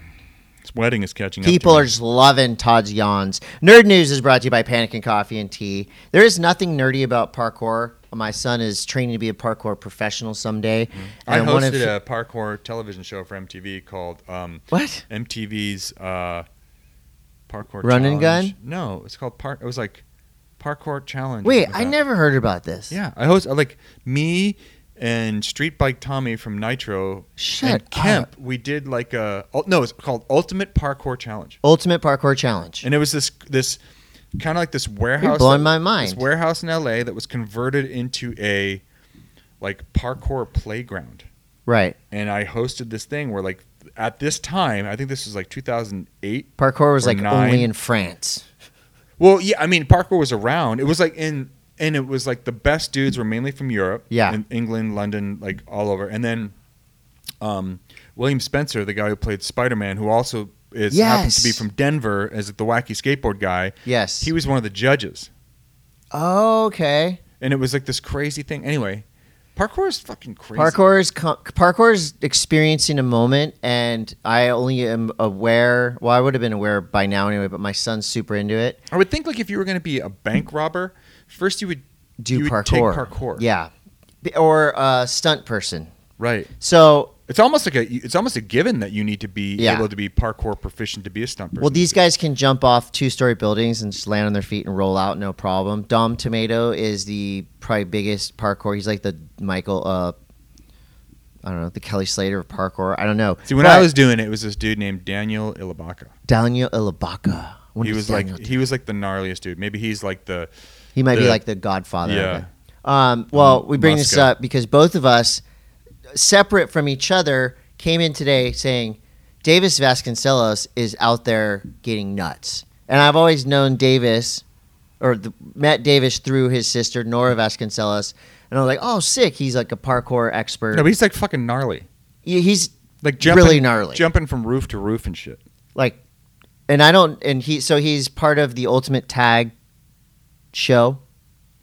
Speaker 2: Sweating is catching
Speaker 1: people
Speaker 2: up.
Speaker 1: are just loving Todd's yawns. Nerd News is brought to you by Panic and Coffee and Tea. There is nothing nerdy about parkour. My son is training to be a parkour professional someday.
Speaker 2: Mm-hmm. I
Speaker 1: And one of-
Speaker 2: hosted a parkour television show for MTV called um, *laughs*
Speaker 1: What?
Speaker 2: MTV's uh, Parkour
Speaker 1: Run and
Speaker 2: Challenge.
Speaker 1: Gun?
Speaker 2: No, it's called Park. It was like Parkour Challenge. or
Speaker 1: Wait,
Speaker 2: something
Speaker 1: I
Speaker 2: like that.
Speaker 1: never heard about this.
Speaker 2: Yeah, I host like me and Street Bike Tommy from Nitro
Speaker 1: Shut
Speaker 2: and Kemp. We did like a oh, no, it's called Ultimate Parkour Challenge.
Speaker 1: Ultimate Parkour Challenge.
Speaker 2: and it was this this kind of like this warehouse.
Speaker 1: You're blowing
Speaker 2: that-
Speaker 1: my
Speaker 2: This
Speaker 1: mind.
Speaker 2: warehouse in LA that was converted into a like parkour playground.
Speaker 1: right.
Speaker 2: And I hosted this thing where like at this time, I think this was like 2008.
Speaker 1: Parkour was
Speaker 2: Or
Speaker 1: like
Speaker 2: nine.
Speaker 1: only in France.
Speaker 2: Well, yeah, I mean parkour was around. It was like in and it was like the best dudes were mainly from Europe.
Speaker 1: Yeah.
Speaker 2: In England, London, like all over. And then um William Spencer, the guy who played Spider Man, who also is happens to be
Speaker 1: Yes.
Speaker 2: from Denver as the wacky skateboard guy.
Speaker 1: Yes.
Speaker 2: He was one of the judges.
Speaker 1: okay.
Speaker 2: and it was like this crazy thing. Anyway, parkour is fucking crazy.
Speaker 1: Parkour is co- parkour is experiencing a moment, and I only am aware. Well, I would have been aware by now anyway, but my son's super into it.
Speaker 2: I would think like if you were going to be a bank robber, first you would
Speaker 1: Do
Speaker 2: you Would
Speaker 1: parkour.
Speaker 2: take parkour.
Speaker 1: Yeah, B- or a stunt person.
Speaker 2: Right.
Speaker 1: So,
Speaker 2: It's almost like a it's almost a given that you need to be
Speaker 1: Yeah.
Speaker 2: able to be parkour proficient to be a stunt person.
Speaker 1: well, these guys can jump off two-story buildings and just land on their feet and roll out, no problem. Dom Tomato is the probably biggest parkour. He's like the Michael. Uh, I don't know the Kelly Slater of parkour. I don't know.
Speaker 2: See, when
Speaker 1: But
Speaker 2: I was doing it, it was this dude named Daniel Ilabaka.
Speaker 1: Daniel Ilabaca, when
Speaker 2: He
Speaker 1: did
Speaker 2: was like
Speaker 1: Daniel-
Speaker 2: he was like the gnarliest dude. Maybe he's like the
Speaker 1: He might be
Speaker 2: Yeah.
Speaker 1: like the godfather.
Speaker 2: Yeah. Mm,
Speaker 1: Of it. Um, well, we bring this
Speaker 2: Muska.
Speaker 1: up because both of us, separate from each other, came in today saying Davis Vasconcelos is out there getting nuts. And I've always known Davis or the, met Davis through his sister, Nora Vasconcelos. And I was like, oh, sick. He's like a parkour expert.
Speaker 2: no, but he's like fucking gnarly,
Speaker 1: He- He's
Speaker 2: like jumping,
Speaker 1: Really gnarly.
Speaker 2: jumping from roof to roof and shit.
Speaker 1: like, and I don't, and he, so he's part of the Ultimate Tag show,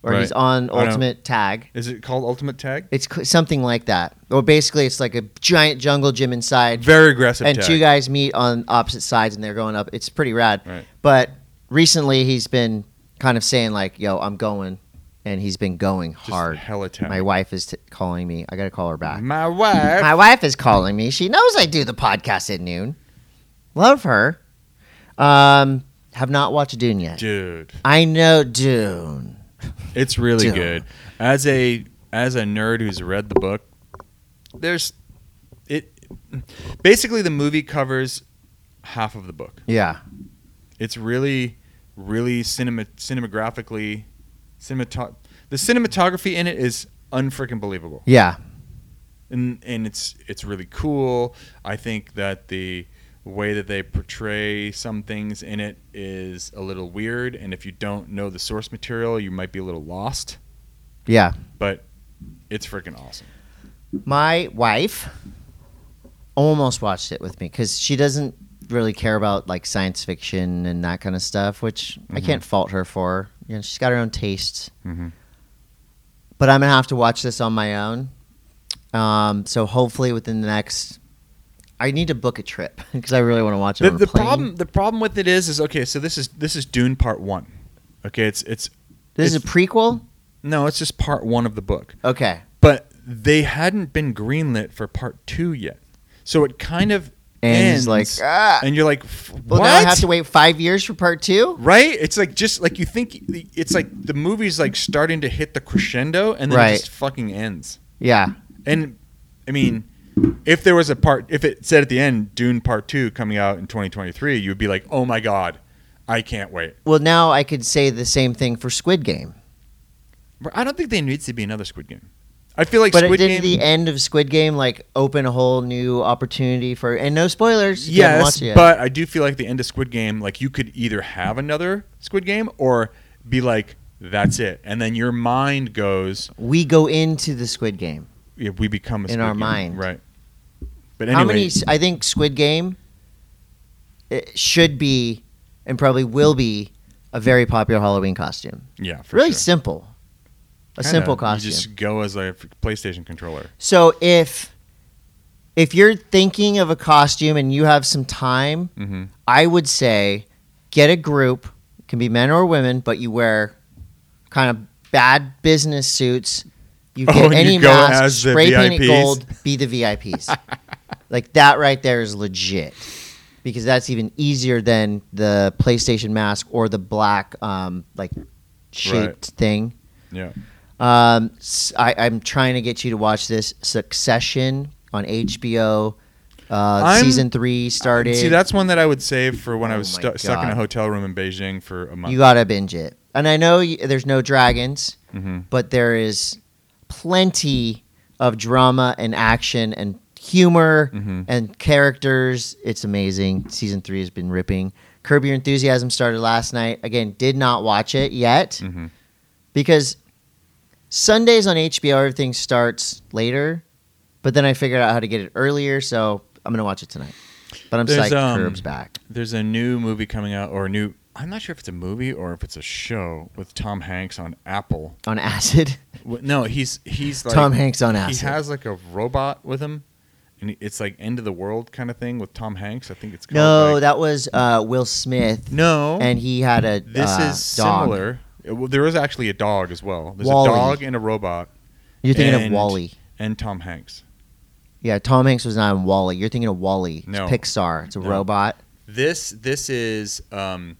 Speaker 1: or he's
Speaker 2: Right.
Speaker 1: on
Speaker 2: I don't-
Speaker 1: Ultimate Tag.
Speaker 2: Is it called Ultimate Tag?
Speaker 1: It's cl- something like that. Well, basically, it's like a giant jungle gym inside,
Speaker 2: Very aggressive.
Speaker 1: and
Speaker 2: tag.
Speaker 1: two guys meet on opposite sides, and they're going up. It's pretty rad.
Speaker 2: Right.
Speaker 1: But recently, he's been kind of saying like, "Yo, I'm going," and he's been going
Speaker 2: Just
Speaker 1: hard.
Speaker 2: hella tag.
Speaker 1: My wife is t- calling me. I gotta call her back.
Speaker 2: My wife.
Speaker 1: My wife is calling me. She knows I do the podcast at noon. Love her. Um, have not watched Dune yet.
Speaker 2: Dude,
Speaker 1: I know Dune.
Speaker 2: it's really
Speaker 1: Dude.
Speaker 2: good. As a as a nerd who's read the book, there's it basically the movie covers half of the book.
Speaker 1: Yeah.
Speaker 2: It's really really cinema cinematographically cinemato- the cinematography in it is unfreaking believable.
Speaker 1: Yeah.
Speaker 2: and and it's it's really cool. I think that the way that they portray some things in it is a little weird, and if you don't know the source material, you might be a little lost.
Speaker 1: Yeah.
Speaker 2: But it's freaking awesome.
Speaker 1: My wife almost watched it with me because she doesn't really care about like science fiction and that kind of stuff, which
Speaker 2: Mm-hmm.
Speaker 1: I can't fault her for. You know, she's got her own tastes.
Speaker 2: Mhm.
Speaker 1: But I'm gonna have to watch this on my own. Um, so hopefully within the next, I need to book a trip *laughs* because I really want to watch it.
Speaker 2: The,
Speaker 1: on a
Speaker 2: the
Speaker 1: plane.
Speaker 2: problem the problem with it is is okay. So this is this is Dune Part One. Okay, it's it's
Speaker 1: This is a prequel.
Speaker 2: no, it's just Part One of the book.
Speaker 1: Okay,
Speaker 2: But they hadn't been greenlit for Part Two yet, so it kind of
Speaker 1: And
Speaker 2: ends
Speaker 1: he's like, "Ah."
Speaker 2: and you're like, "F- what?
Speaker 1: well now I have to wait five years for part two.
Speaker 2: Right? It's like just like you think it's like the movie's like starting to hit the crescendo and then
Speaker 1: Right.
Speaker 2: it just fucking ends.
Speaker 1: Yeah,
Speaker 2: And I mean, if there was a part if it said at the end Dune Part 2 coming out in 2023, you would be like, "Oh my god, I can't wait."
Speaker 1: well now I could say the same thing for Squid Game.
Speaker 2: But I don't think there needs to be another Squid Game. I feel like
Speaker 1: But
Speaker 2: Squid
Speaker 1: it
Speaker 2: Game
Speaker 1: didn't the end of Squid Game like open a whole new opportunity for and no spoilers. if you haven't
Speaker 2: Yes,
Speaker 1: watched it yet.
Speaker 2: but I do feel like the end of Squid Game like you could either have another Squid Game or be like that's it. And then your mind goes,
Speaker 1: we go into the Squid Game.
Speaker 2: yeah, we become a
Speaker 1: In
Speaker 2: Squid
Speaker 1: our
Speaker 2: Game.
Speaker 1: mind.
Speaker 2: Right. But anyway,
Speaker 1: How many? s- I think Squid Game it should be and probably will be a very popular Halloween costume.
Speaker 2: Yeah, for
Speaker 1: really
Speaker 2: sure.
Speaker 1: simple, a
Speaker 2: Kinda.
Speaker 1: simple costume.
Speaker 2: You just go as a f- PlayStation controller.
Speaker 1: So if if you're thinking of a costume and you have some time,
Speaker 2: Mm-hmm.
Speaker 1: I would say get a group, can be men or women, but you wear kind of bad business suits. You
Speaker 2: *laughs* Oh,
Speaker 1: get
Speaker 2: and
Speaker 1: any
Speaker 2: you go
Speaker 1: mask,
Speaker 2: as the
Speaker 1: spray paint it
Speaker 2: VIPs?
Speaker 1: gold, be the
Speaker 2: *laughs*
Speaker 1: VIPs. like that right there is legit because that's even easier than the PlayStation mask or the black um, like shaped
Speaker 2: Right.
Speaker 1: thing.
Speaker 2: Yeah.
Speaker 1: Um, s- I, am trying to get you to watch this Succession on HBO. Uh,
Speaker 2: I'm-
Speaker 1: season three started.
Speaker 2: See, that's one that I would save for when I
Speaker 1: Oh
Speaker 2: was
Speaker 1: my
Speaker 2: stu- stuck in a
Speaker 1: God.
Speaker 2: hotel room in Beijing for a month.
Speaker 1: you gotta binge it. And I know y there's no dragons,
Speaker 2: Mm-hmm.
Speaker 1: but there is plenty of drama and action and humor
Speaker 2: Mm-hmm.
Speaker 1: and characters. It's amazing. Season three has been ripping. Curb Your Enthusiasm started last night. Again, did not watch it yet
Speaker 2: Mhm.
Speaker 1: because Sundays on HBO everything starts later, but then I figured out how to get it earlier, so I'm gonna watch it tonight. But I'm
Speaker 2: There's,
Speaker 1: psyched
Speaker 2: um,
Speaker 1: Curb's back.
Speaker 2: There's a new movie coming out, or a new. I'm not sure if it's a movie or if it's a show with Tom Hanks on Apple.
Speaker 1: On
Speaker 2: *laughs*
Speaker 1: acid.
Speaker 2: Wh- No, he's he's like
Speaker 1: Tom Hanks on acid.
Speaker 2: He has like a robot with him, and it's like end of the world kind of thing with Tom Hanks. I think it's called,
Speaker 1: No,
Speaker 2: like-
Speaker 1: that was uh, Will Smith.
Speaker 2: no.
Speaker 1: and he had a.
Speaker 2: this
Speaker 1: uh,
Speaker 2: is
Speaker 1: dog.
Speaker 2: similar. Uh, well, there is actually a dog as well. There's
Speaker 1: Wall-E.
Speaker 2: a dog and a robot
Speaker 1: You're thinking of
Speaker 2: And-
Speaker 1: Wally.
Speaker 2: and Tom Hanks.
Speaker 1: Yeah, Tom Hanks was not in Wally. You're thinking of Wally.
Speaker 2: No.
Speaker 1: It's Pixar. It's a
Speaker 2: No.
Speaker 1: robot.
Speaker 2: This this is um,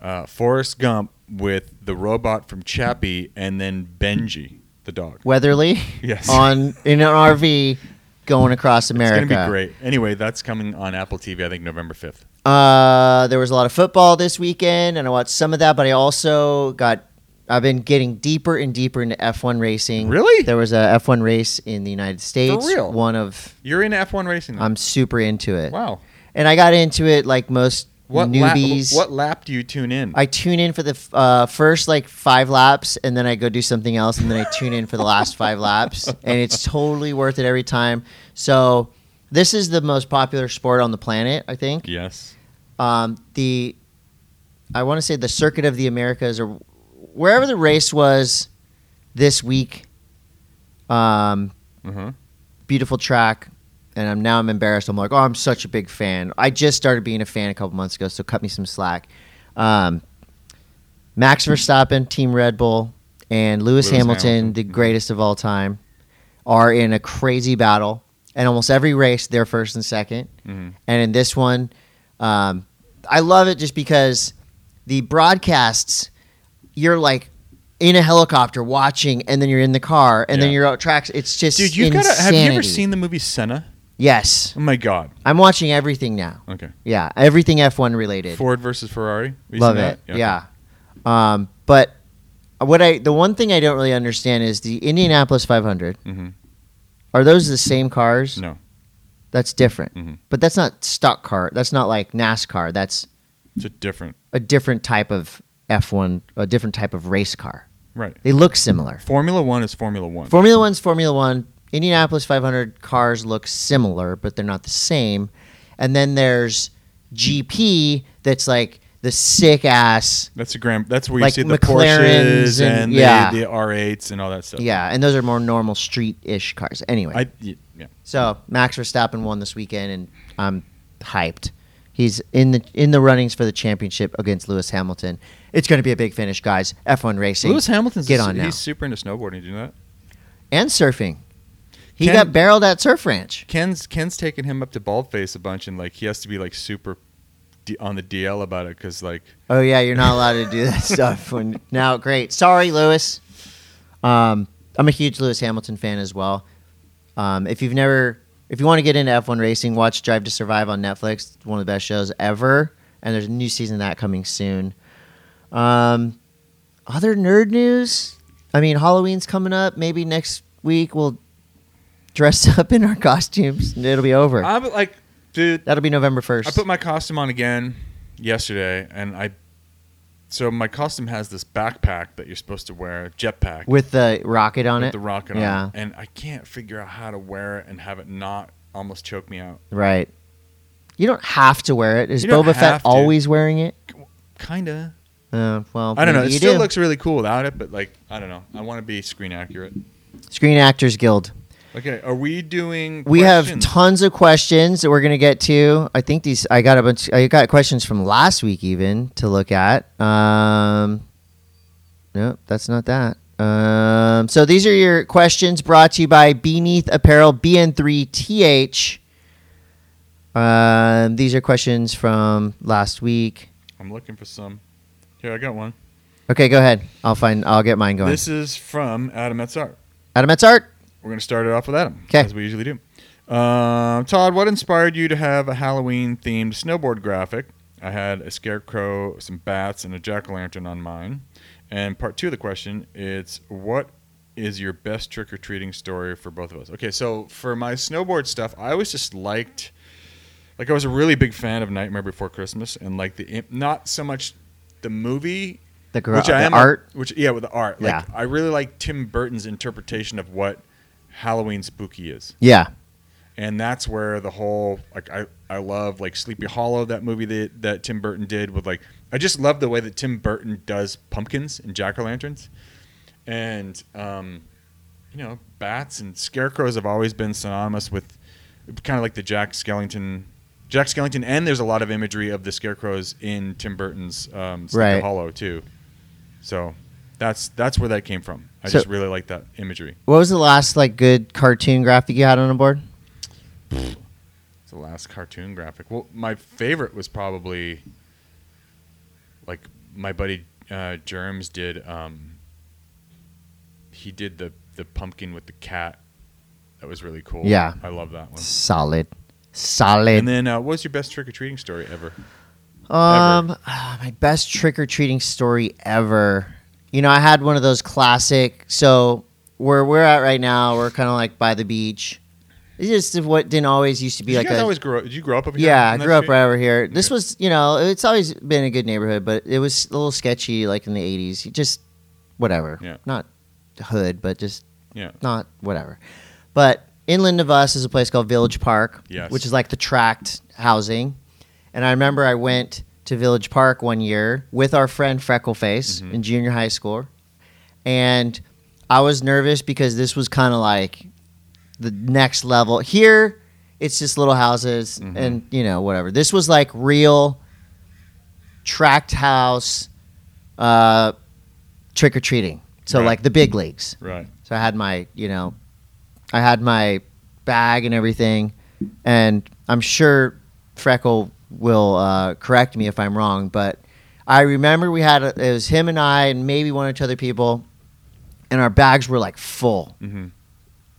Speaker 2: uh, Forrest Gump with the robot from Chappie and then Benji the dog.
Speaker 1: Weatherly.
Speaker 2: Yes.
Speaker 1: On in an RV, going across America.
Speaker 2: It's gonna be great. Anyway, that's coming on Apple TV. I think November fifth.
Speaker 1: Uh, there was a lot of football this weekend, and I watched some of that. But I also got. I've been getting deeper and deeper into F1 racing.
Speaker 2: Really?
Speaker 1: There was a F1 race in the United States.
Speaker 2: real?
Speaker 1: One of.
Speaker 2: You're in F1 racing. now.
Speaker 1: I'm super into it.
Speaker 2: wow.
Speaker 1: And I got into it like most
Speaker 2: What lap?
Speaker 1: newbies.
Speaker 2: What lap do you tune in?
Speaker 1: I tune in for the f- uh, first like five laps, and then I go do something else, and then I tune in for the last five laps, and it's totally worth it every time. So this is the most popular sport on the planet, I think.
Speaker 2: yes.
Speaker 1: Um, the I want to say the Circuit of the Americas or wherever the race was this week. Um,
Speaker 2: Uh-huh.
Speaker 1: beautiful track. And I'm now I'm embarrassed. I'm like, oh, I'm such a big fan. I just started being a fan a couple months ago, so cut me some slack. Um, Max Verstappen, Team Red Bull, and Lewis,
Speaker 2: Lewis
Speaker 1: Hamilton,
Speaker 2: Hamilton.
Speaker 1: the greatest of all time, are in a crazy battle. And almost every race, they're first and 2nd
Speaker 2: Mhm.
Speaker 1: And in this one, um, I love it just because the broadcasts, you're like in a helicopter watching, and then you're in the car, and then
Speaker 2: Yeah.
Speaker 1: you're out tracks. It's just
Speaker 2: Dude, you
Speaker 1: insanity.
Speaker 2: gotta. Have you ever seen the movie Senna?
Speaker 1: Yes,
Speaker 2: Oh my God.
Speaker 1: I'm watching everything now.
Speaker 2: Okay.
Speaker 1: Yeah, everything F1 related.
Speaker 2: Ford versus Ferrari. Have you
Speaker 1: Love
Speaker 2: seen that?
Speaker 1: it. Yeah. Um, but what I the one thing I don't really understand is the Indianapolis 500.
Speaker 2: Mhm.
Speaker 1: Are those the same cars?
Speaker 2: No.
Speaker 1: That's different.
Speaker 2: Mhm.
Speaker 1: But that's not stock car. That's not like NASCAR. That's
Speaker 2: It's a different.
Speaker 1: a different type of F1, a different type of race car.
Speaker 2: Right.
Speaker 1: They look similar.
Speaker 2: Formula One is Formula One.
Speaker 1: Formula One's Formula One. Indianapolis 500 cars look similar, but they're not the same. And then there's GP that's like the sick ass.
Speaker 2: That's a grand. That's where you
Speaker 1: Like
Speaker 2: see the
Speaker 1: McLarens
Speaker 2: Porsches
Speaker 1: and-
Speaker 2: and, the,
Speaker 1: yeah.
Speaker 2: the R8s and all that stuff.
Speaker 1: Yeah, and those are more normal street ish cars. Anyway,
Speaker 2: I y- yeah.
Speaker 1: so Max Verstappen won this weekend, and I'm hyped. He's in the in the runnings for the championship against Lewis Hamilton. It's going to be a big finish, guys. F1 racing.
Speaker 2: Lewis Hamilton's
Speaker 1: get on
Speaker 2: he's
Speaker 1: now
Speaker 2: super into snowboarding. Do you know that?
Speaker 1: and surfing. He
Speaker 2: Can-
Speaker 1: got barreled at Surf Ranch.
Speaker 2: Ken's Ken's taken him up to Baldface a bunch, and like he has to be like super d- on the DL about it because like
Speaker 1: Oh yeah, you're not allowed to do that *laughs* stuff when now great. Sorry, Lewis. Um, I'm a huge Lewis Hamilton fan as well. Um, if you've never if you want to get into F1 racing, watch Drive to Survive on Netflix. It's one of the best shows ever. And there's a new season of that coming soon. Um, other nerd news? I mean, Halloween's coming up. Maybe next week we'll dress *laughs* up in our costumes and it'll be over.
Speaker 2: I'm like, dude,
Speaker 1: That'll be November 1st.
Speaker 2: I put my costume on again yesterday, and I so my costume has this backpack that you're supposed to wear, a jetpack
Speaker 1: with the rocket on
Speaker 2: with
Speaker 1: it.
Speaker 2: the rocket
Speaker 1: Yeah.
Speaker 2: on, it, and I can't figure out how to wear it and have it not almost choke me out.
Speaker 1: Right. You don't have to wear it. Is
Speaker 2: You don't
Speaker 1: Boba Fett
Speaker 2: have to.
Speaker 1: always wearing it?
Speaker 2: Kinda.
Speaker 1: Uh, well,
Speaker 2: I don't know.
Speaker 1: maybe
Speaker 2: It
Speaker 1: you
Speaker 2: still
Speaker 1: do.
Speaker 2: looks really cool without it, but like I don't know. I want to be screen accurate.
Speaker 1: Screen Actors Guild.
Speaker 2: Okay, are we doing?
Speaker 1: We have
Speaker 2: questions?
Speaker 1: tons of questions that we're gonna get to. I think these. I got a bunch. I got questions from last week even to look at. Um, no, that's not that. Um, so these are your questions brought to you by Beneath Apparel BN3TH. Um, these are questions from last week.
Speaker 2: I'm looking for some. Here, I got one.
Speaker 1: Okay, go ahead. I'll find. I'll get mine going.
Speaker 2: This is from Adam Metzar.
Speaker 1: Adam Etzart.
Speaker 2: We're going to start it off with Adam,
Speaker 1: 'Kay.
Speaker 2: as we usually do. Um, Todd, what inspired you to have a Halloween themed snowboard graphic? I had a scarecrow, some bats, and a jack o' lantern on mine. And part two of the question it's what is your best trick or treating story for both of us? Okay, so for my snowboard stuff, I always just liked, like, I was a really big fan of Nightmare Before Christmas and, like, the imp- not so much the movie
Speaker 1: The, gra-
Speaker 2: which I
Speaker 1: the
Speaker 2: am
Speaker 1: art.
Speaker 2: which yeah, with the art. Like
Speaker 1: Yeah.
Speaker 2: I really like Tim Burton's interpretation of what Halloween spooky is,
Speaker 1: yeah.
Speaker 2: and that's where the whole like I I love like Sleepy Hollow that movie that that Tim Burton did with like I just love the way that Tim Burton does pumpkins and jack o' lanterns, and um, you know bats and scarecrows have always been synonymous with kind of like the Jack Skellington. Jack Skellington, and there's a lot of imagery of the scarecrows in Tim Burton's um, Sleepy
Speaker 1: Right.
Speaker 2: Hollow too. So that's that's where that came from. I
Speaker 1: So-
Speaker 2: just really like that imagery.
Speaker 1: What was the last like good cartoon graphic you had on a board?
Speaker 2: It's the last cartoon graphic. Well, my favorite was probably like my buddy uh, Germs did. Um, he did the the pumpkin with the cat. That was really cool.
Speaker 1: Yeah.
Speaker 2: I love that one.
Speaker 1: Solid, solid.
Speaker 2: And then, uh, what was your best trick or treating story ever?
Speaker 1: Um, ah, my best trick or treating story ever. You know, I had one of those classic. So where we're at right now, we're kind of like by the beach. It's just of what didn't always used to be
Speaker 2: Did
Speaker 1: like
Speaker 2: you guys
Speaker 1: a.
Speaker 2: always grow. Did you grow up over here?
Speaker 1: yeah, I
Speaker 2: on that
Speaker 1: grew up
Speaker 2: street?
Speaker 1: right over here. This
Speaker 2: Okay.
Speaker 1: was, you know, it's always been a good neighborhood, but it was a little sketchy, like in the '80s. You Just whatever,
Speaker 2: Yeah.
Speaker 1: not hood, but just
Speaker 2: Yeah.
Speaker 1: not whatever. But inland of us is a place called Village Park,
Speaker 2: Yes.
Speaker 1: which is like the tract housing. And I remember I went to Village Park one year with our friend Freckleface
Speaker 2: Mm-hmm.
Speaker 1: in junior high school. And I was nervous because this was kind of like the next level. Here, it's just little houses and, you know, whatever. This was like real tract house uh, trick or treating. So,
Speaker 2: Right.
Speaker 1: like the big leagues.
Speaker 2: Right.
Speaker 1: So I had my, you know, I had my bag and everything, and I'm sure Freckle will uh, correct me if I'm wrong, but I remember we had a, it was him and I and maybe one or two other people, and our bags were like full,
Speaker 2: Mhm.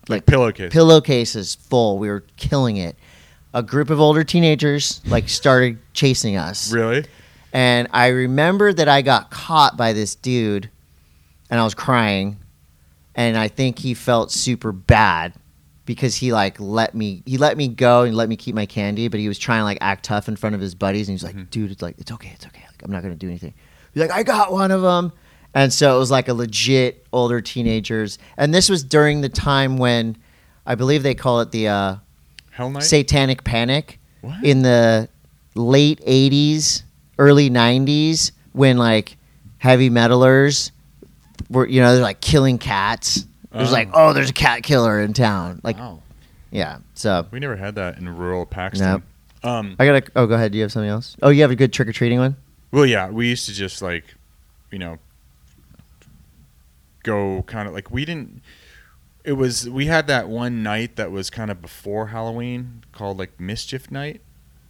Speaker 1: like
Speaker 2: Pillowcase.
Speaker 1: pillowcases full. We were killing it. A group of older teenagers like started chasing us.
Speaker 2: really?
Speaker 1: And I remember that I got caught by this dude and I was crying. And I think he felt super bad because he like let me he let me go and let me keep my candy, but he was trying to like act tough in front of his buddies and he's like, dude, it's like it's okay, it's okay. Like I'm not gonna do anything. He's like, I got one of them. And so it was like a legit older teenagers. And this was during the time when I believe they call it the uh,
Speaker 2: Hell night.
Speaker 1: satanic panic
Speaker 2: What?
Speaker 1: in the late 80s early 90s when like heavy metalers were you know they're like killing cats it was
Speaker 2: Oh.
Speaker 1: like oh there's a cat killer in town like
Speaker 2: Wow.
Speaker 1: yeah so
Speaker 2: We never had that in rural Paxton.
Speaker 1: Nope.
Speaker 2: Um,
Speaker 1: i gotta oh go ahead do you have something else oh you have a good trick-or-treating one
Speaker 2: Well, yeah, we used to just like, you know, go kind of like we didn't. It was we had that one night that was kind of before Halloween called like Mischief Night.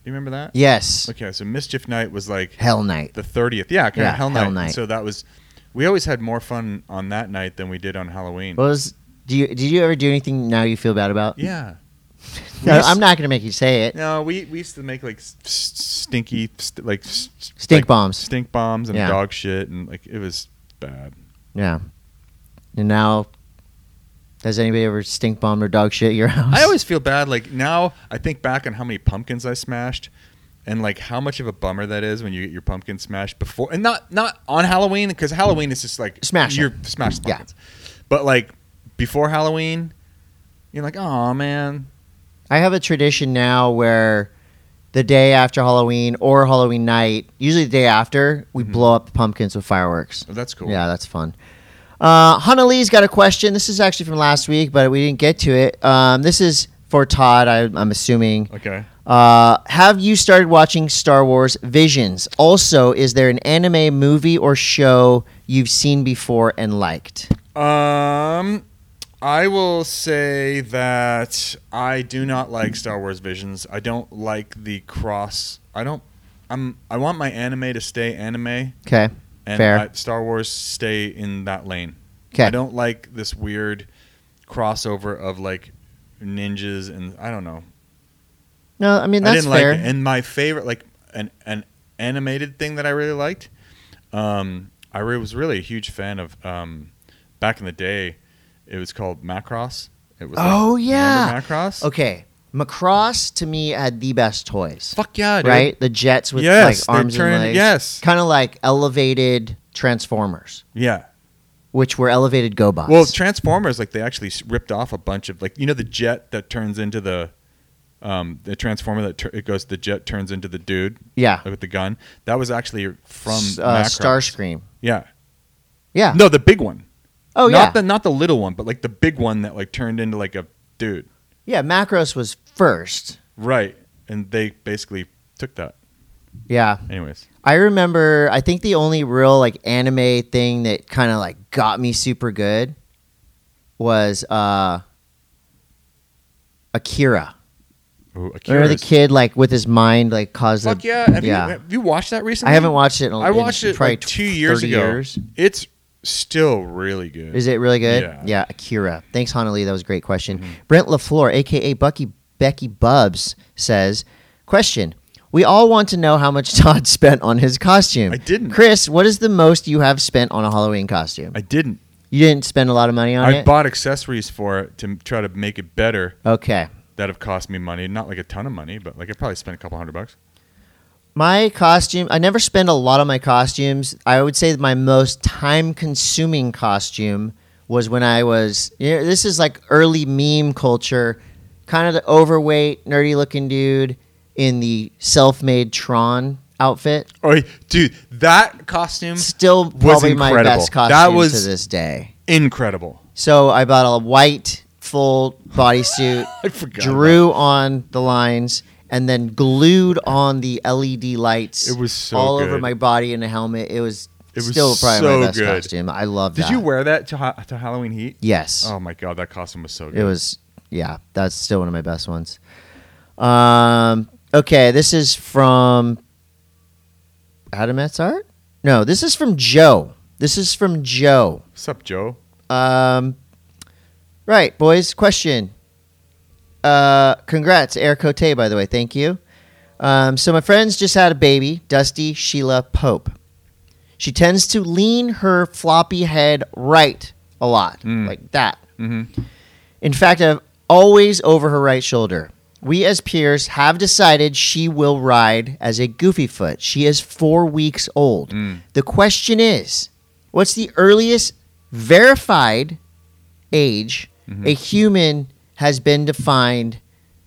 Speaker 2: Do you remember that?
Speaker 1: yes
Speaker 2: Okay, so Mischief Night was like
Speaker 1: hell night
Speaker 2: the thirtieth. Yeah, kind
Speaker 1: Yeah,
Speaker 2: of Hell Night.
Speaker 1: Hell
Speaker 2: And
Speaker 1: Night.
Speaker 2: So that was. We always had more fun on that night than we did on Halloween.
Speaker 1: what was do you did you ever do anything now you feel bad about
Speaker 2: yeah.
Speaker 1: No,
Speaker 2: Yes.
Speaker 1: i'm not gonna make you say it
Speaker 2: No, we, we used to make like s- s- stinky st- like s-
Speaker 1: Stink
Speaker 2: like,
Speaker 1: bombs.
Speaker 2: stink bombs, and
Speaker 1: Yeah.
Speaker 2: dog shit, and like it was bad.
Speaker 1: yeah and now has anybody ever stink bombed or dog shit your house
Speaker 2: I always feel bad. Like now, I think back on how many pumpkins I smashed, and like how much of a bummer that is when you get your pumpkin smashed before, and not not on Halloween because Halloween is just like
Speaker 1: Smash 'em.
Speaker 2: your smash the
Speaker 1: Yeah.
Speaker 2: pumpkins, but like before Halloween, you're like, oh man,
Speaker 1: I have a tradition now where the day after Halloween or Halloween night, usually the day after, we blow up the pumpkins with fireworks.
Speaker 2: oh, that's Mm-hmm. cool.
Speaker 1: Yeah, that's fun. Uh, Hannah Lee's got a question. This is actually from last week, but we didn't get to it. Um, this is for Todd, I, I'm assuming.
Speaker 2: Okay.
Speaker 1: Uh, have you started watching Star Wars Visions? Also, is there an anime movie or show you've seen before and liked?
Speaker 2: Um, I will say that I do not like Star Wars Visions. I don't like the cross. I don't. I'm. I want my anime to stay anime.
Speaker 1: Okay.
Speaker 2: and
Speaker 1: Fair.
Speaker 2: I- Star Wars stay in that lane.
Speaker 1: Okay.
Speaker 2: I don't like this weird crossover of like ninjas and I don't know.
Speaker 1: No, I mean that's
Speaker 2: I didn't
Speaker 1: fair.
Speaker 2: like it. And my favorite, like an an animated thing that I really liked. Um, I re- was really a huge fan of. Um, back in the day, it was called Macross. It was. like-
Speaker 1: Oh, yeah.
Speaker 2: remember Macross.
Speaker 1: okay, Macross to me had the best toys,
Speaker 2: Fuck yeah, dude.
Speaker 1: right? The jets with
Speaker 2: Yes,
Speaker 1: like
Speaker 2: they
Speaker 1: arms
Speaker 2: turn-
Speaker 1: and legs.
Speaker 2: yes.
Speaker 1: kind of like elevated Transformers,
Speaker 2: Yeah.
Speaker 1: which were elevated GoBots.
Speaker 2: Well, Transformers like they actually s- ripped off a bunch of like you know the jet that turns into the. Um, the transformer that tur it goes, the jet turns into the dude
Speaker 1: yeah,
Speaker 2: with the gun. That was actually from
Speaker 1: S- uh,
Speaker 2: Macross.
Speaker 1: Starscream.
Speaker 2: Yeah,
Speaker 1: Yeah.
Speaker 2: no, the big one.
Speaker 1: oh
Speaker 2: not
Speaker 1: yeah.
Speaker 2: the not the little one, but like the big one that like turned into like a dude.
Speaker 1: yeah, Macross was first.
Speaker 2: Right. And they basically took that.
Speaker 1: Yeah.
Speaker 2: Anyways.
Speaker 1: I remember. I think the only real like anime thing that kind of like got me super good was uh Akira.
Speaker 2: Ooh,
Speaker 1: Remember the
Speaker 2: Akira's-
Speaker 1: kid like with his mind like caused.
Speaker 2: Fuck
Speaker 1: a,
Speaker 2: yeah. Have,
Speaker 1: yeah.
Speaker 2: You, have you watched that recently?
Speaker 1: I haven't watched it. In,
Speaker 2: I watched
Speaker 1: in
Speaker 2: it
Speaker 1: probably
Speaker 2: like two years
Speaker 1: 30
Speaker 2: ago.
Speaker 1: Years.
Speaker 2: It's still really good.
Speaker 1: Is it really good?
Speaker 2: Yeah. Mm-hmm.
Speaker 1: Akira. Thanks, Honolulu. That was a great question. Brent LaFleur, aka Bucky Becky Bubbs, says, Question. We all want to know how much *laughs* Todd spent on his costume.
Speaker 2: I didn't.
Speaker 1: Chris, what is the most you have spent on a Halloween costume?
Speaker 2: I didn't.
Speaker 1: you didn't spend a lot of money on
Speaker 2: I
Speaker 1: it?
Speaker 2: bought accessories for it to try to make it better.
Speaker 1: okay.
Speaker 2: That have cost me money. Not like a ton of money, but like I probably spent a couple hundred bucks.
Speaker 1: My costume, I never spend a lot on my costumes. I would say that my most time consuming costume was when I was, you know, this is like early meme culture, kind of the overweight, nerdy looking dude in the self made Tron outfit.
Speaker 2: Oh, dude, that costume
Speaker 1: Still probably my
Speaker 2: Mm. incredible.
Speaker 1: best
Speaker 2: That
Speaker 1: costume
Speaker 2: was-
Speaker 1: to this day.
Speaker 2: incredible.
Speaker 1: So I bought a white full
Speaker 2: *laughs*
Speaker 1: bodysuit,
Speaker 2: I forgot.
Speaker 1: drew on the lines, and then glued on the LED lights.
Speaker 2: It was so
Speaker 1: all over
Speaker 2: good.
Speaker 1: my body in a helmet. It was,
Speaker 2: It was
Speaker 1: still probably
Speaker 2: so
Speaker 1: my best
Speaker 2: good.
Speaker 1: costume. I loved
Speaker 2: Did
Speaker 1: that.
Speaker 2: you wear that to, ha- to Halloween Heat?
Speaker 1: Yes,
Speaker 2: Oh my god, that costume was so good.
Speaker 1: it was. Yeah, that's still one of my best ones. Um, okay, this is from Adam Etzart. No, this is from Joe. This is from Joe.
Speaker 2: What's up, Joe?
Speaker 1: Um, right, boys. Question. Uh, congrats, Eric Cote, by the way. Thank you. Um, so my friends just had a baby, Dusty Sheila Pope. She tends to lean her floppy head right a lot,
Speaker 2: Mm.
Speaker 1: like that.
Speaker 2: Mm-hmm.
Speaker 1: In fact, I've always over her right shoulder. We as peers have decided she will ride as a goofy foot. She is four weeks old.
Speaker 2: Mm.
Speaker 1: The question is what's the earliest verified age
Speaker 2: Mm-hmm.
Speaker 1: a human has been defined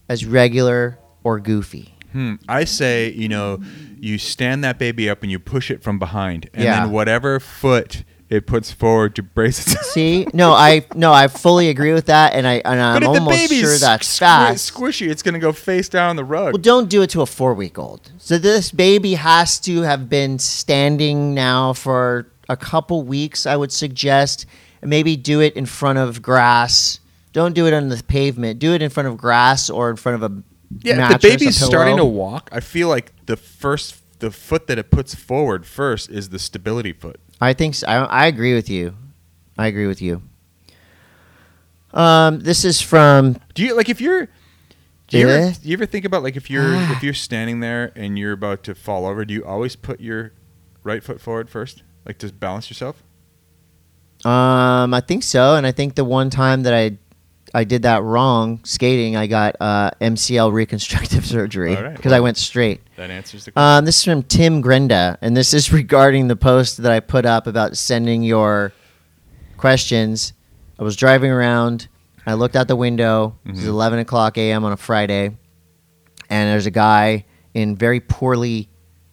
Speaker 1: as regular or goofy?
Speaker 2: Hmm. I say, you know, you stand that baby up and you push it from behind, and
Speaker 1: Yeah.
Speaker 2: then whatever foot it puts forward to brace *laughs* itself.
Speaker 1: See, no, I no, I fully agree with that, and I and I'm
Speaker 2: but if the
Speaker 1: almost
Speaker 2: baby's
Speaker 1: sure that's
Speaker 2: squ-
Speaker 1: fact.
Speaker 2: squishy, it's gonna go face down on the rug.
Speaker 1: Well, don't do it to a four week old. So this baby has to have been standing now for a couple weeks, I would suggest. And Maybe do it in front of grass. Don't do it on the pavement. Do it in front of grass or in front of a
Speaker 2: yeah, if
Speaker 1: mattress,
Speaker 2: the
Speaker 1: a
Speaker 2: baby's starting to
Speaker 1: pillow.
Speaker 2: walk, I feel like the first the foot that it puts forward first is the stability foot.
Speaker 1: I think so. I, I agree with you. I agree with you. Um, this is from
Speaker 2: Do you like if you're do you,
Speaker 1: Yeah.
Speaker 2: ever, do you ever think about like if you're
Speaker 1: Ah.
Speaker 2: if you're standing there and you're about to fall over, do you always put your right foot forward first, like to balance yourself?
Speaker 1: Um, I think so, and I think the one time that I, I did that wrong skating, I got uh, MCL reconstructive *laughs* surgery
Speaker 2: All
Speaker 1: because
Speaker 2: right,
Speaker 1: I
Speaker 2: well.
Speaker 1: went straight.
Speaker 2: That answers the question.
Speaker 1: Um, this is from Tim Grenda, and this is *laughs* regarding the post that I put up about sending your questions. I was driving around. I looked out the window. It was
Speaker 2: Mhm.
Speaker 1: 11 o'clock a.m. on a Friday, and there's a guy in very poorly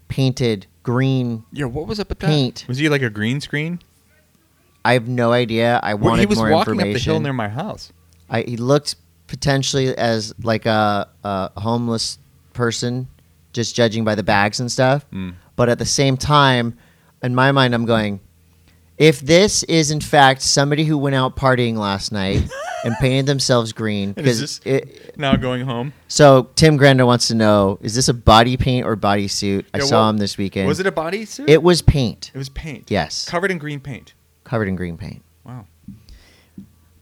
Speaker 1: painted green
Speaker 2: yeah, what was up with
Speaker 1: paint.
Speaker 2: Was he like a green screen?
Speaker 1: I have no idea. I
Speaker 2: Well,
Speaker 1: wanted
Speaker 2: he was
Speaker 1: more
Speaker 2: walking up
Speaker 1: information.
Speaker 2: the hill near my house.
Speaker 1: I, he looked potentially as like a, a homeless person, just judging by the bags and stuff.
Speaker 2: Mm.
Speaker 1: But at the same time, in my mind, I'm going, if this is in fact somebody who went out partying last night
Speaker 2: *laughs*
Speaker 1: and painted themselves green,
Speaker 2: And
Speaker 1: because
Speaker 2: is this- Now going home.
Speaker 1: so Tim Granda wants to know: Is this a body paint or bodysuit? I
Speaker 2: Yeah,
Speaker 1: saw
Speaker 2: well,
Speaker 1: him this weekend.
Speaker 2: Was it a bodysuit?
Speaker 1: It was paint.
Speaker 2: It was paint.
Speaker 1: Yes,
Speaker 2: Covered in green paint.
Speaker 1: covered in green paint.
Speaker 2: Wow.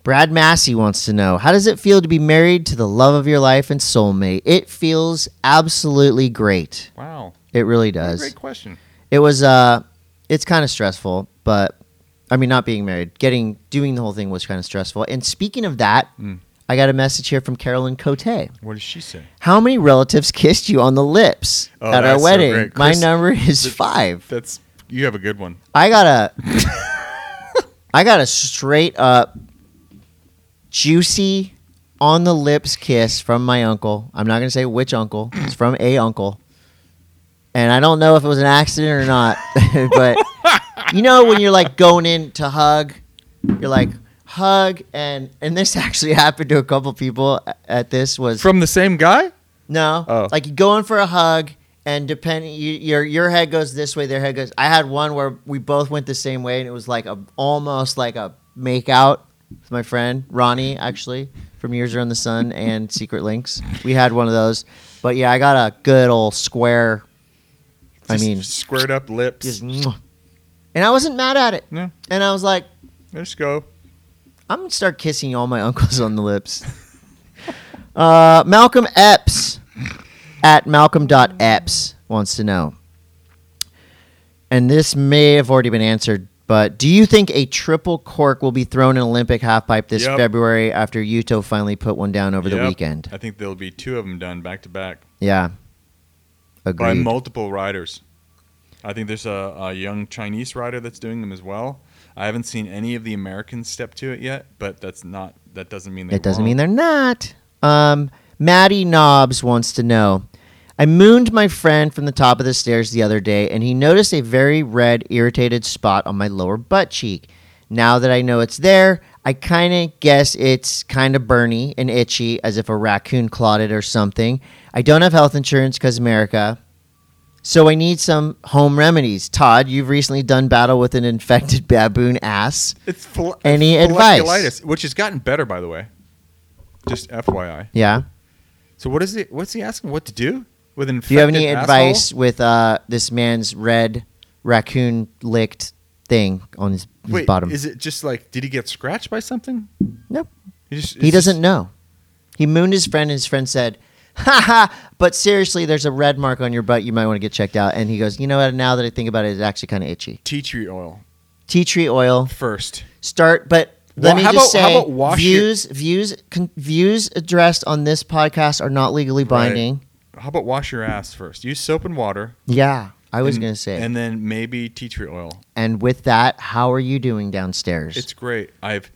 Speaker 1: Brad Massey wants to know How does it feel to be married to the love of your life and soulmate? It feels absolutely great.
Speaker 2: Wow.
Speaker 1: It really
Speaker 2: What a
Speaker 1: does.
Speaker 2: Great question.
Speaker 1: It was uh it's kind of stressful, but I mean not being married, getting doing the whole thing was kind of stressful. And speaking of that,
Speaker 2: Mm.
Speaker 1: I got a message here from Carolyn Cote.
Speaker 2: What does she say?
Speaker 1: How many relatives kissed you on the lips
Speaker 2: Oh,
Speaker 1: at our
Speaker 2: that's so
Speaker 1: wedding?
Speaker 2: great.
Speaker 1: My
Speaker 2: Chris-
Speaker 1: number is 5.
Speaker 2: That's you have a good one.
Speaker 1: I got a *laughs* I got a straight up juicy on the lips kiss from my uncle. I'm not gonna say which uncle. It's from a uncle. And I don't know if it was an accident or not, *laughs* but you know when you're like going in to hug, you're like hug and and this *laughs* actually happened to a couple people a- at this was
Speaker 2: From the same guy?
Speaker 1: no.
Speaker 2: Oh.
Speaker 1: Like you go in for a hug, and depending, you, your your head goes this way, their head goes. I had one where we both went the same way, and it was like a almost like a make out with my friend Ronnie, actually from Years Around the Sun and Secret Links. We had one of those, but yeah, I got a good old square. I
Speaker 2: Just
Speaker 1: mean,
Speaker 2: squared up lips.
Speaker 1: just, mwah. and I wasn't mad at it,
Speaker 2: No.
Speaker 1: and I was like,
Speaker 2: Let's go.
Speaker 1: I'm gonna start kissing all my *laughs* uncles on the lips. Uh, Malcolm Epps at malcolm.epps wants to know, and this may have already been answered, but do you think a triple cork will be thrown in Olympic halfpipe this
Speaker 2: Yep.
Speaker 1: February after Yuto finally put one down over the
Speaker 2: Yep.
Speaker 1: weekend?
Speaker 2: I think there'll be two of them done back to back
Speaker 1: Yeah,
Speaker 2: by
Speaker 1: agreed.
Speaker 2: multiple riders. I think there's a, a young Chinese rider that's doing them as well. I haven't seen any of the Americans step to it yet, but that's not that doesn't mean they
Speaker 1: That doesn't
Speaker 2: won't.
Speaker 1: mean they're not. Um, Maddie Knobs wants to know. I mooned my friend from the top of the stairs the other day, and he noticed a very red, irritated spot on my lower butt cheek. Now that I know it's there, I kind of guess it's kind of burny and itchy, as if a raccoon clawed it or something. I don't have health insurance because America, so I need some home remedies. Todd, you've recently done battle with an infected *laughs* baboon ass.
Speaker 2: It's phil-
Speaker 1: Any advice?
Speaker 2: folliculitis, which has gotten better by the way. Just FYI.
Speaker 1: Yeah.
Speaker 2: So what is it? What's he asking? What to do with an?
Speaker 1: Do you have any
Speaker 2: infected asshole?
Speaker 1: advice with uh, this man's red raccoon licked thing on his, his
Speaker 2: Wait,
Speaker 1: bottom?
Speaker 2: is it just like did he get scratched by something?
Speaker 1: Nope.
Speaker 2: He, just,
Speaker 1: he
Speaker 2: it's just-
Speaker 1: doesn't know. He mooned his friend, and his friend said, "Ha ha!" But seriously, there's a red mark on your butt. You might want to get checked out. And he goes, "You know what? Now that I think about it, it's actually kind of itchy.
Speaker 2: tea tree oil
Speaker 1: Tea tree oil.
Speaker 2: first.
Speaker 1: Start, but."
Speaker 2: Well,
Speaker 1: Let me
Speaker 2: how
Speaker 1: just
Speaker 2: about-
Speaker 1: say,
Speaker 2: how about wash your-
Speaker 1: views, views, con- views addressed on this podcast are not legally
Speaker 2: Right.
Speaker 1: binding.
Speaker 2: How about wash your ass first? Use soap and water.
Speaker 1: Yeah, I was
Speaker 2: and-
Speaker 1: gonna say. And,
Speaker 2: and then maybe tea tree oil.
Speaker 1: with that, how are you doing downstairs?
Speaker 2: It's great. I've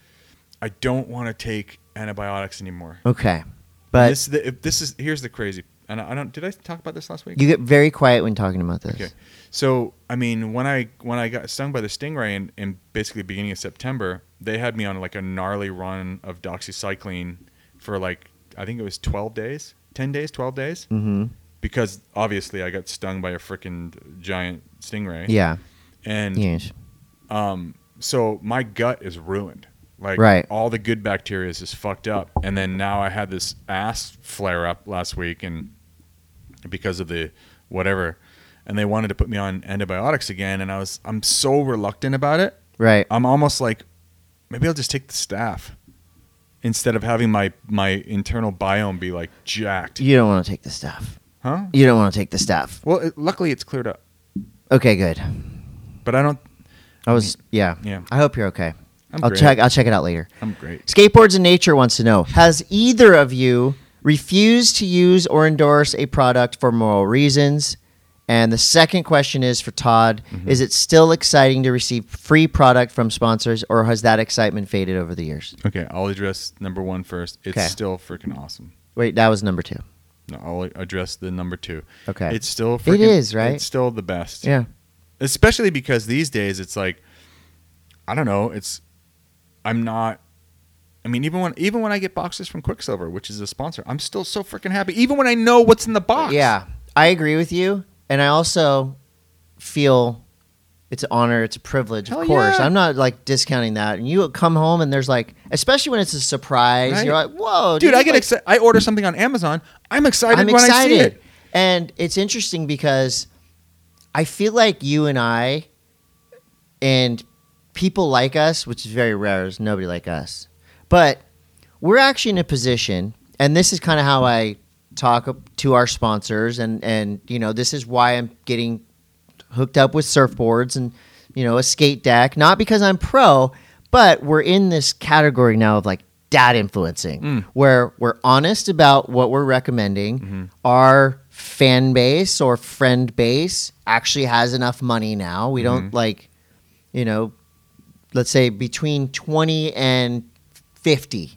Speaker 2: I don't want to take antibiotics anymore.
Speaker 1: okay, but
Speaker 2: this the, if this is here's the crazy. And I I don't did I talk about this last week?
Speaker 1: You get very quiet when talking about this.
Speaker 2: Okay. So I mean, when I when I got stung by the stingray in, in basically beginning of September, they had me on like a gnarly run of doxycycline for like I think it was twelve days, ten days, twelve days,
Speaker 1: Mm-hmm.
Speaker 2: because obviously I got stung by a freaking giant stingray.
Speaker 1: Yeah.
Speaker 2: And
Speaker 1: Yes.
Speaker 2: um, so my gut is ruined. Like
Speaker 1: Right.
Speaker 2: all the good bacteria is just fucked up. And then now I had this ass flare up last week and because of the whatever. And they wanted to put me on antibiotics again and I was I'm so reluctant about it.
Speaker 1: Right.
Speaker 2: I'm almost like maybe I'll just take the staff instead of having my my internal biome be like jacked.
Speaker 1: You don't want to take the stuff.
Speaker 2: Huh?
Speaker 1: You don't want to take the stuff.
Speaker 2: Well, it, luckily it's cleared up.
Speaker 1: Okay, good.
Speaker 2: But I don't
Speaker 1: I was yeah.
Speaker 2: Yeah.
Speaker 1: I hope you're okay.
Speaker 2: I'm
Speaker 1: will
Speaker 2: great.
Speaker 1: check I'll check it out later.
Speaker 2: I'm great.
Speaker 1: Skateboards in Nature wants to know, has either of you refused to use or endorse a product for moral reasons? And the second question is for Todd,
Speaker 2: Mm-hmm.
Speaker 1: is it still exciting to receive free product from sponsors or has that excitement faded over the years?
Speaker 2: Okay, I'll address number one first. It's
Speaker 1: Okay.
Speaker 2: still freaking awesome.
Speaker 1: Wait, that was number 2.
Speaker 2: No, I'll address the number two.
Speaker 1: Okay.
Speaker 2: It's still
Speaker 1: It is, right?
Speaker 2: It's still the best.
Speaker 1: yeah.
Speaker 2: Especially because these days it's like I don't know, it's I'm not I mean even when even when I get boxes from Quicksilver, which is a sponsor, I'm still so freaking happy even when I know what's in the box.
Speaker 1: Yeah, I agree with you, and I also feel it's an honor, it's a privilege,
Speaker 2: Hell
Speaker 1: of course.
Speaker 2: yeah.
Speaker 1: I'm not like discounting that. And you come home and there's like, especially when it's a surprise,
Speaker 2: Right.
Speaker 1: you're like, "Whoa,
Speaker 2: Dude, I get
Speaker 1: like,
Speaker 2: excited. I order something on Amazon. I'm excited
Speaker 1: I'm
Speaker 2: when I see
Speaker 1: excited.
Speaker 2: it.
Speaker 1: And it's interesting because I feel like you and I and people like us, which is very rare, there's nobody like us. But we're actually in a position, and this is kind of how I talk up to our sponsors, and and you know this is why I'm getting hooked up with surfboards and you know a skate deck, not because I'm pro, but we're in this category now of like dad influencing, where we're honest about what we're recommending. Our fan base or friend base actually has enough money now. We don't like, you know, let's say between 20 and 50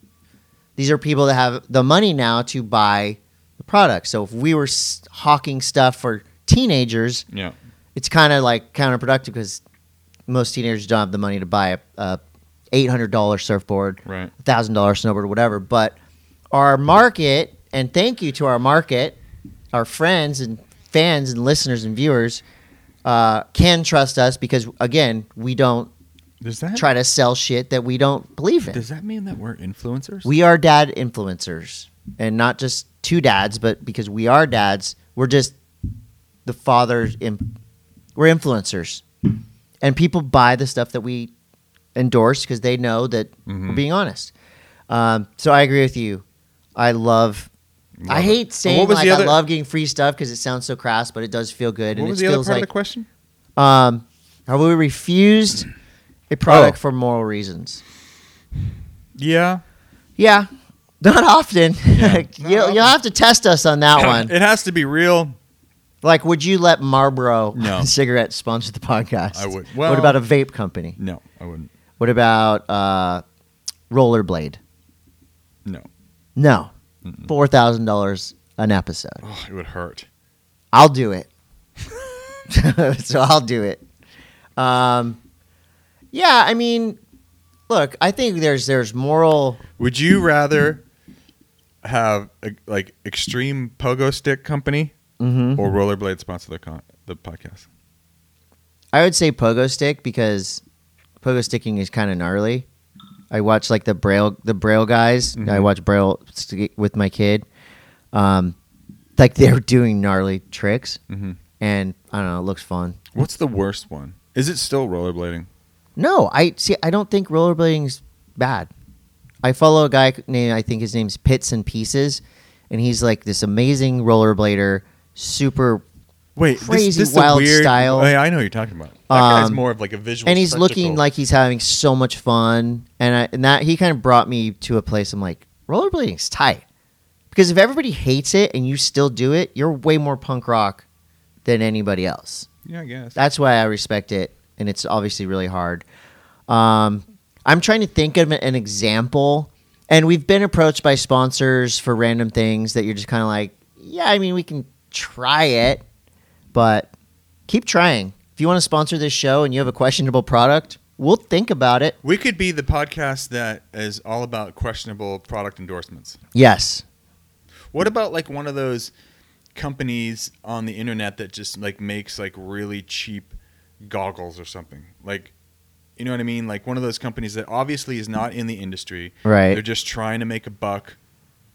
Speaker 1: these are people that have the money now to buy the product so if we were s- hawking stuff for teenagers
Speaker 2: Yeah.
Speaker 1: it's kind of like counterproductive because most teenagers don't have the money to buy a, a $800 surfboard
Speaker 2: Right.
Speaker 1: $1000 snowboard or whatever but our market and thank you to our market our friends and fans and listeners and viewers uh, can trust us because again we don't
Speaker 2: Does that
Speaker 1: try to sell shit that we don't believe in.
Speaker 2: Does that mean that we're influencers?
Speaker 1: We are dad influencers, and not just two dads, but because we are dads, we're just the fathers. In, we're influencers, and people buy the stuff that we endorse because they know that we're
Speaker 2: Mhm.
Speaker 1: being honest. Um, so I agree with you. I love.
Speaker 2: Love
Speaker 1: I
Speaker 2: it.
Speaker 1: hate saying
Speaker 2: what was
Speaker 1: like
Speaker 2: the other-
Speaker 1: I love getting free stuff because it sounds so crass, but it does feel good,
Speaker 2: what
Speaker 1: and it
Speaker 2: was the other
Speaker 1: feels
Speaker 2: part of
Speaker 1: like
Speaker 2: the question?
Speaker 1: um, have we refused a product
Speaker 2: Oh.
Speaker 1: for moral reasons?
Speaker 2: Yeah,
Speaker 1: Yeah, not often. *laughs*
Speaker 2: Yeah.
Speaker 1: you'll, you'll have to test us on that one.
Speaker 2: it has to be real.
Speaker 1: Like, would you let Marlboro *laughs*
Speaker 2: *laughs* No.
Speaker 1: cigarettes sponsor the podcast?
Speaker 2: I would.
Speaker 1: what
Speaker 2: Well-
Speaker 1: about a vape company?
Speaker 2: No, I wouldn't.
Speaker 1: What about uh, Rollerblade?
Speaker 2: No,
Speaker 1: No, four thousand dollars an episode.
Speaker 2: oh, it would hurt.
Speaker 1: I'll do it. *laughs* so I'll do it. Um, yeah, I mean, look, I think there's there's moral.
Speaker 2: Would you rather have a, like extreme pogo stick company
Speaker 1: Mhm.
Speaker 2: or rollerblade sponsor the con- the podcast?
Speaker 1: I would say pogo stick because pogo sticking is kind of gnarly. I watch like the braille the braille guys. I watch braille st- with my kid. Um, like they're doing gnarly tricks,
Speaker 2: Mhm.
Speaker 1: and I don't know. It looks fun.
Speaker 2: What's the worst one? Is it still rollerblading?
Speaker 1: No, I see. I don't think rollerblading's bad. I follow a guy named I think his name's Pits and Pieces, and he's like this amazing rollerblader, super
Speaker 2: Wait, this-
Speaker 1: Crazy
Speaker 2: this, is a
Speaker 1: wild
Speaker 2: weird-
Speaker 1: style.
Speaker 2: Oh, yeah, I know what you're talking about. That guy's
Speaker 1: Um,
Speaker 2: more of like a visual,
Speaker 1: and he's looking
Speaker 2: spectacle.
Speaker 1: like he's having so much fun and I, and that he kind of brought me to a place I'm like rollerblading's tight because if everybody hates it and you still do it you're way more punk rock than anybody else
Speaker 2: yeah, I guess.
Speaker 1: that's why I respect it and it's obviously really hard um, I'm trying to think of an example and we've been approached by sponsors for random things that you're just kind of like yeah I mean we can try it but keep trying. If you want to sponsor this show and you have a questionable product, we'll think about it.
Speaker 2: We could be the podcast that is all about questionable product endorsements.
Speaker 1: Yes.
Speaker 2: What about like one of those companies on the internet that just like makes like really cheap goggles or something? Like you know what I mean? Like one of those companies that obviously is not in the industry.
Speaker 1: Right.
Speaker 2: They're just trying to make a buck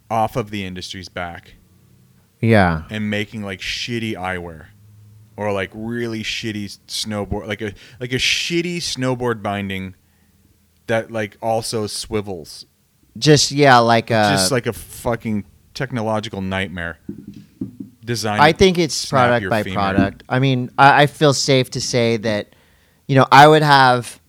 Speaker 2: off of the industry's back
Speaker 1: Yeah.
Speaker 2: and making like shitty eyewear or like really shitty snowboard like a like a shitty snowboard binding that like also swivels.
Speaker 1: Just yeah, like uh
Speaker 2: just like a fucking technological nightmare. Design
Speaker 1: I think it's
Speaker 2: snap
Speaker 1: product
Speaker 2: your
Speaker 1: by
Speaker 2: femur.
Speaker 1: product. I mean, I, I feel safe to say that, you know, I would have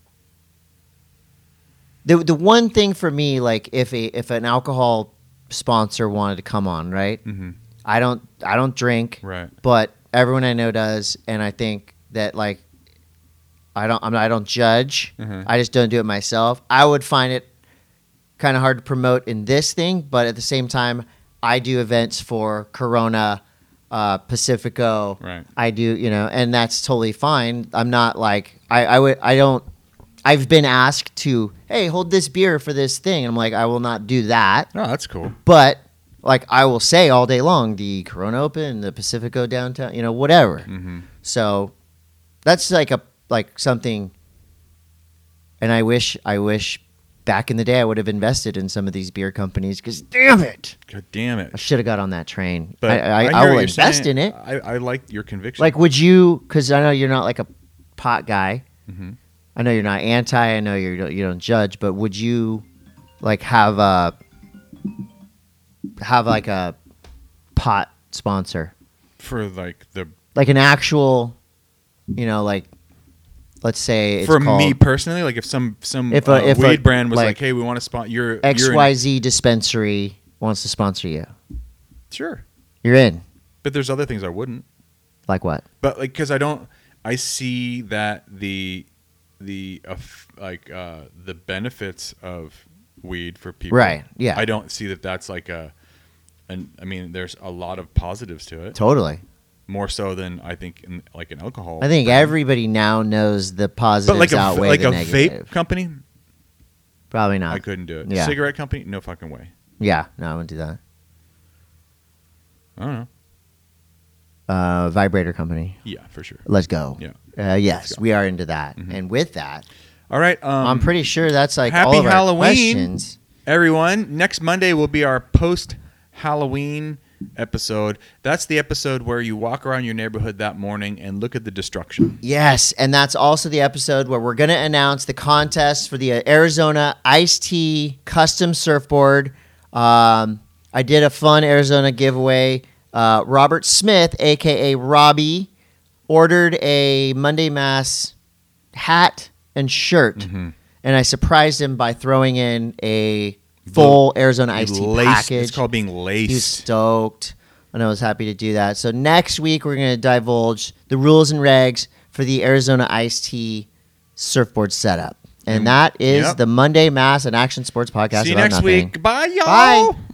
Speaker 1: the the one thing for me, like if a if an alcohol sponsor wanted to come on, right?
Speaker 2: Mhm.
Speaker 1: I don't I don't drink.
Speaker 2: Right.
Speaker 1: but everyone I know does, and I think that like I don't I'm, I don't judge.
Speaker 2: Mhm.
Speaker 1: I just don't do it myself. I would find it kind of hard to promote in this thing, but at the same time, I do events for Corona, uh, Pacifico.
Speaker 2: Right.
Speaker 1: I do you know, and that's totally fine. I'm not like I I would I don't. I've been asked to, hey, hold this beer for this thing. And I'm like, I will not do that.
Speaker 2: Oh, that's cool.
Speaker 1: But like I will say all day long, the Corona Open, the Pacifico downtown, you know, whatever.
Speaker 2: Mm-hmm.
Speaker 1: So that's like a like something. And I wish I wish back in the day I would have invested in some of these beer companies because damn it,
Speaker 2: God damn it!
Speaker 1: I should have got on that train.
Speaker 2: But
Speaker 1: I I,
Speaker 2: hear
Speaker 1: I,
Speaker 2: what
Speaker 1: will
Speaker 2: you're
Speaker 1: invest
Speaker 2: saying.
Speaker 1: in it.
Speaker 2: I, I like your conviction.
Speaker 1: Like, would you? Because I know you're not like a pot guy.
Speaker 2: Mhm.
Speaker 1: I know you're not anti. I know you're, you don't judge. But would you like have a have like a pot sponsor,
Speaker 2: for like the
Speaker 1: like an actual, you know, like let's say it's
Speaker 2: for
Speaker 1: called
Speaker 2: me personally, like if some some
Speaker 1: If a-
Speaker 2: uh,
Speaker 1: if a,
Speaker 2: weed brand was like,
Speaker 1: like,
Speaker 2: "Hey, we want to spot your
Speaker 1: X Y Z dispensary wants to sponsor you.
Speaker 2: sure,"
Speaker 1: You're in.
Speaker 2: but there's other things I wouldn't.
Speaker 1: Like what?
Speaker 2: but like because i don't i see that the the eff- like uh the benefits of weed for people
Speaker 1: Right, yeah.
Speaker 2: i don't see that that's like a and i mean there's a lot of positives to it
Speaker 1: Totally.
Speaker 2: more so than i think in, like an alcohol
Speaker 1: I think
Speaker 2: brand.
Speaker 1: everybody now knows the
Speaker 2: but
Speaker 1: positives
Speaker 2: like a f-
Speaker 1: outweigh
Speaker 2: like
Speaker 1: the
Speaker 2: a
Speaker 1: negative.
Speaker 2: vape company
Speaker 1: Probably not.
Speaker 2: i couldn't do it
Speaker 1: yeah.
Speaker 2: cigarette company no fucking way
Speaker 1: Yeah, no, I wouldn't do that.
Speaker 2: i don't know
Speaker 1: Uh, vibrator company.
Speaker 2: yeah for sure
Speaker 1: Let's go.
Speaker 2: Yeah.
Speaker 1: Uh, yes,
Speaker 2: go.
Speaker 1: we are into that.
Speaker 2: Mhm.
Speaker 1: And with that,
Speaker 2: all right um
Speaker 1: I'm pretty sure that's like
Speaker 2: Happy
Speaker 1: all of our
Speaker 2: Halloween.
Speaker 1: questions.
Speaker 2: everyone next monday will be our post halloween episode that's the episode where you walk around your neighborhood that morning and look at the destruction
Speaker 1: Yes, and that's also the episode where we're going to announce the contest for the uh, Arizona Ice Tea Custom Surfboard. Um, I did a fun Arizona giveaway. Uh, Robert Smith, aka Robbie, ordered a Monday Mass hat and shirt,
Speaker 2: Mm-hmm.
Speaker 1: and I surprised him by throwing in a full Arizona Ice Tea
Speaker 2: Laced-
Speaker 1: package.
Speaker 2: it's called being
Speaker 1: He was
Speaker 2: laced
Speaker 1: stoked, and I was happy to do that. So next week we're going to divulge the rules and regs for the Arizona Ice Tea surfboard setup, and that is
Speaker 2: Yep.
Speaker 1: the Monday Mass and Action Sports Podcast.
Speaker 2: see you
Speaker 1: about
Speaker 2: next
Speaker 1: nothing.
Speaker 2: week bye y'all
Speaker 1: Bye.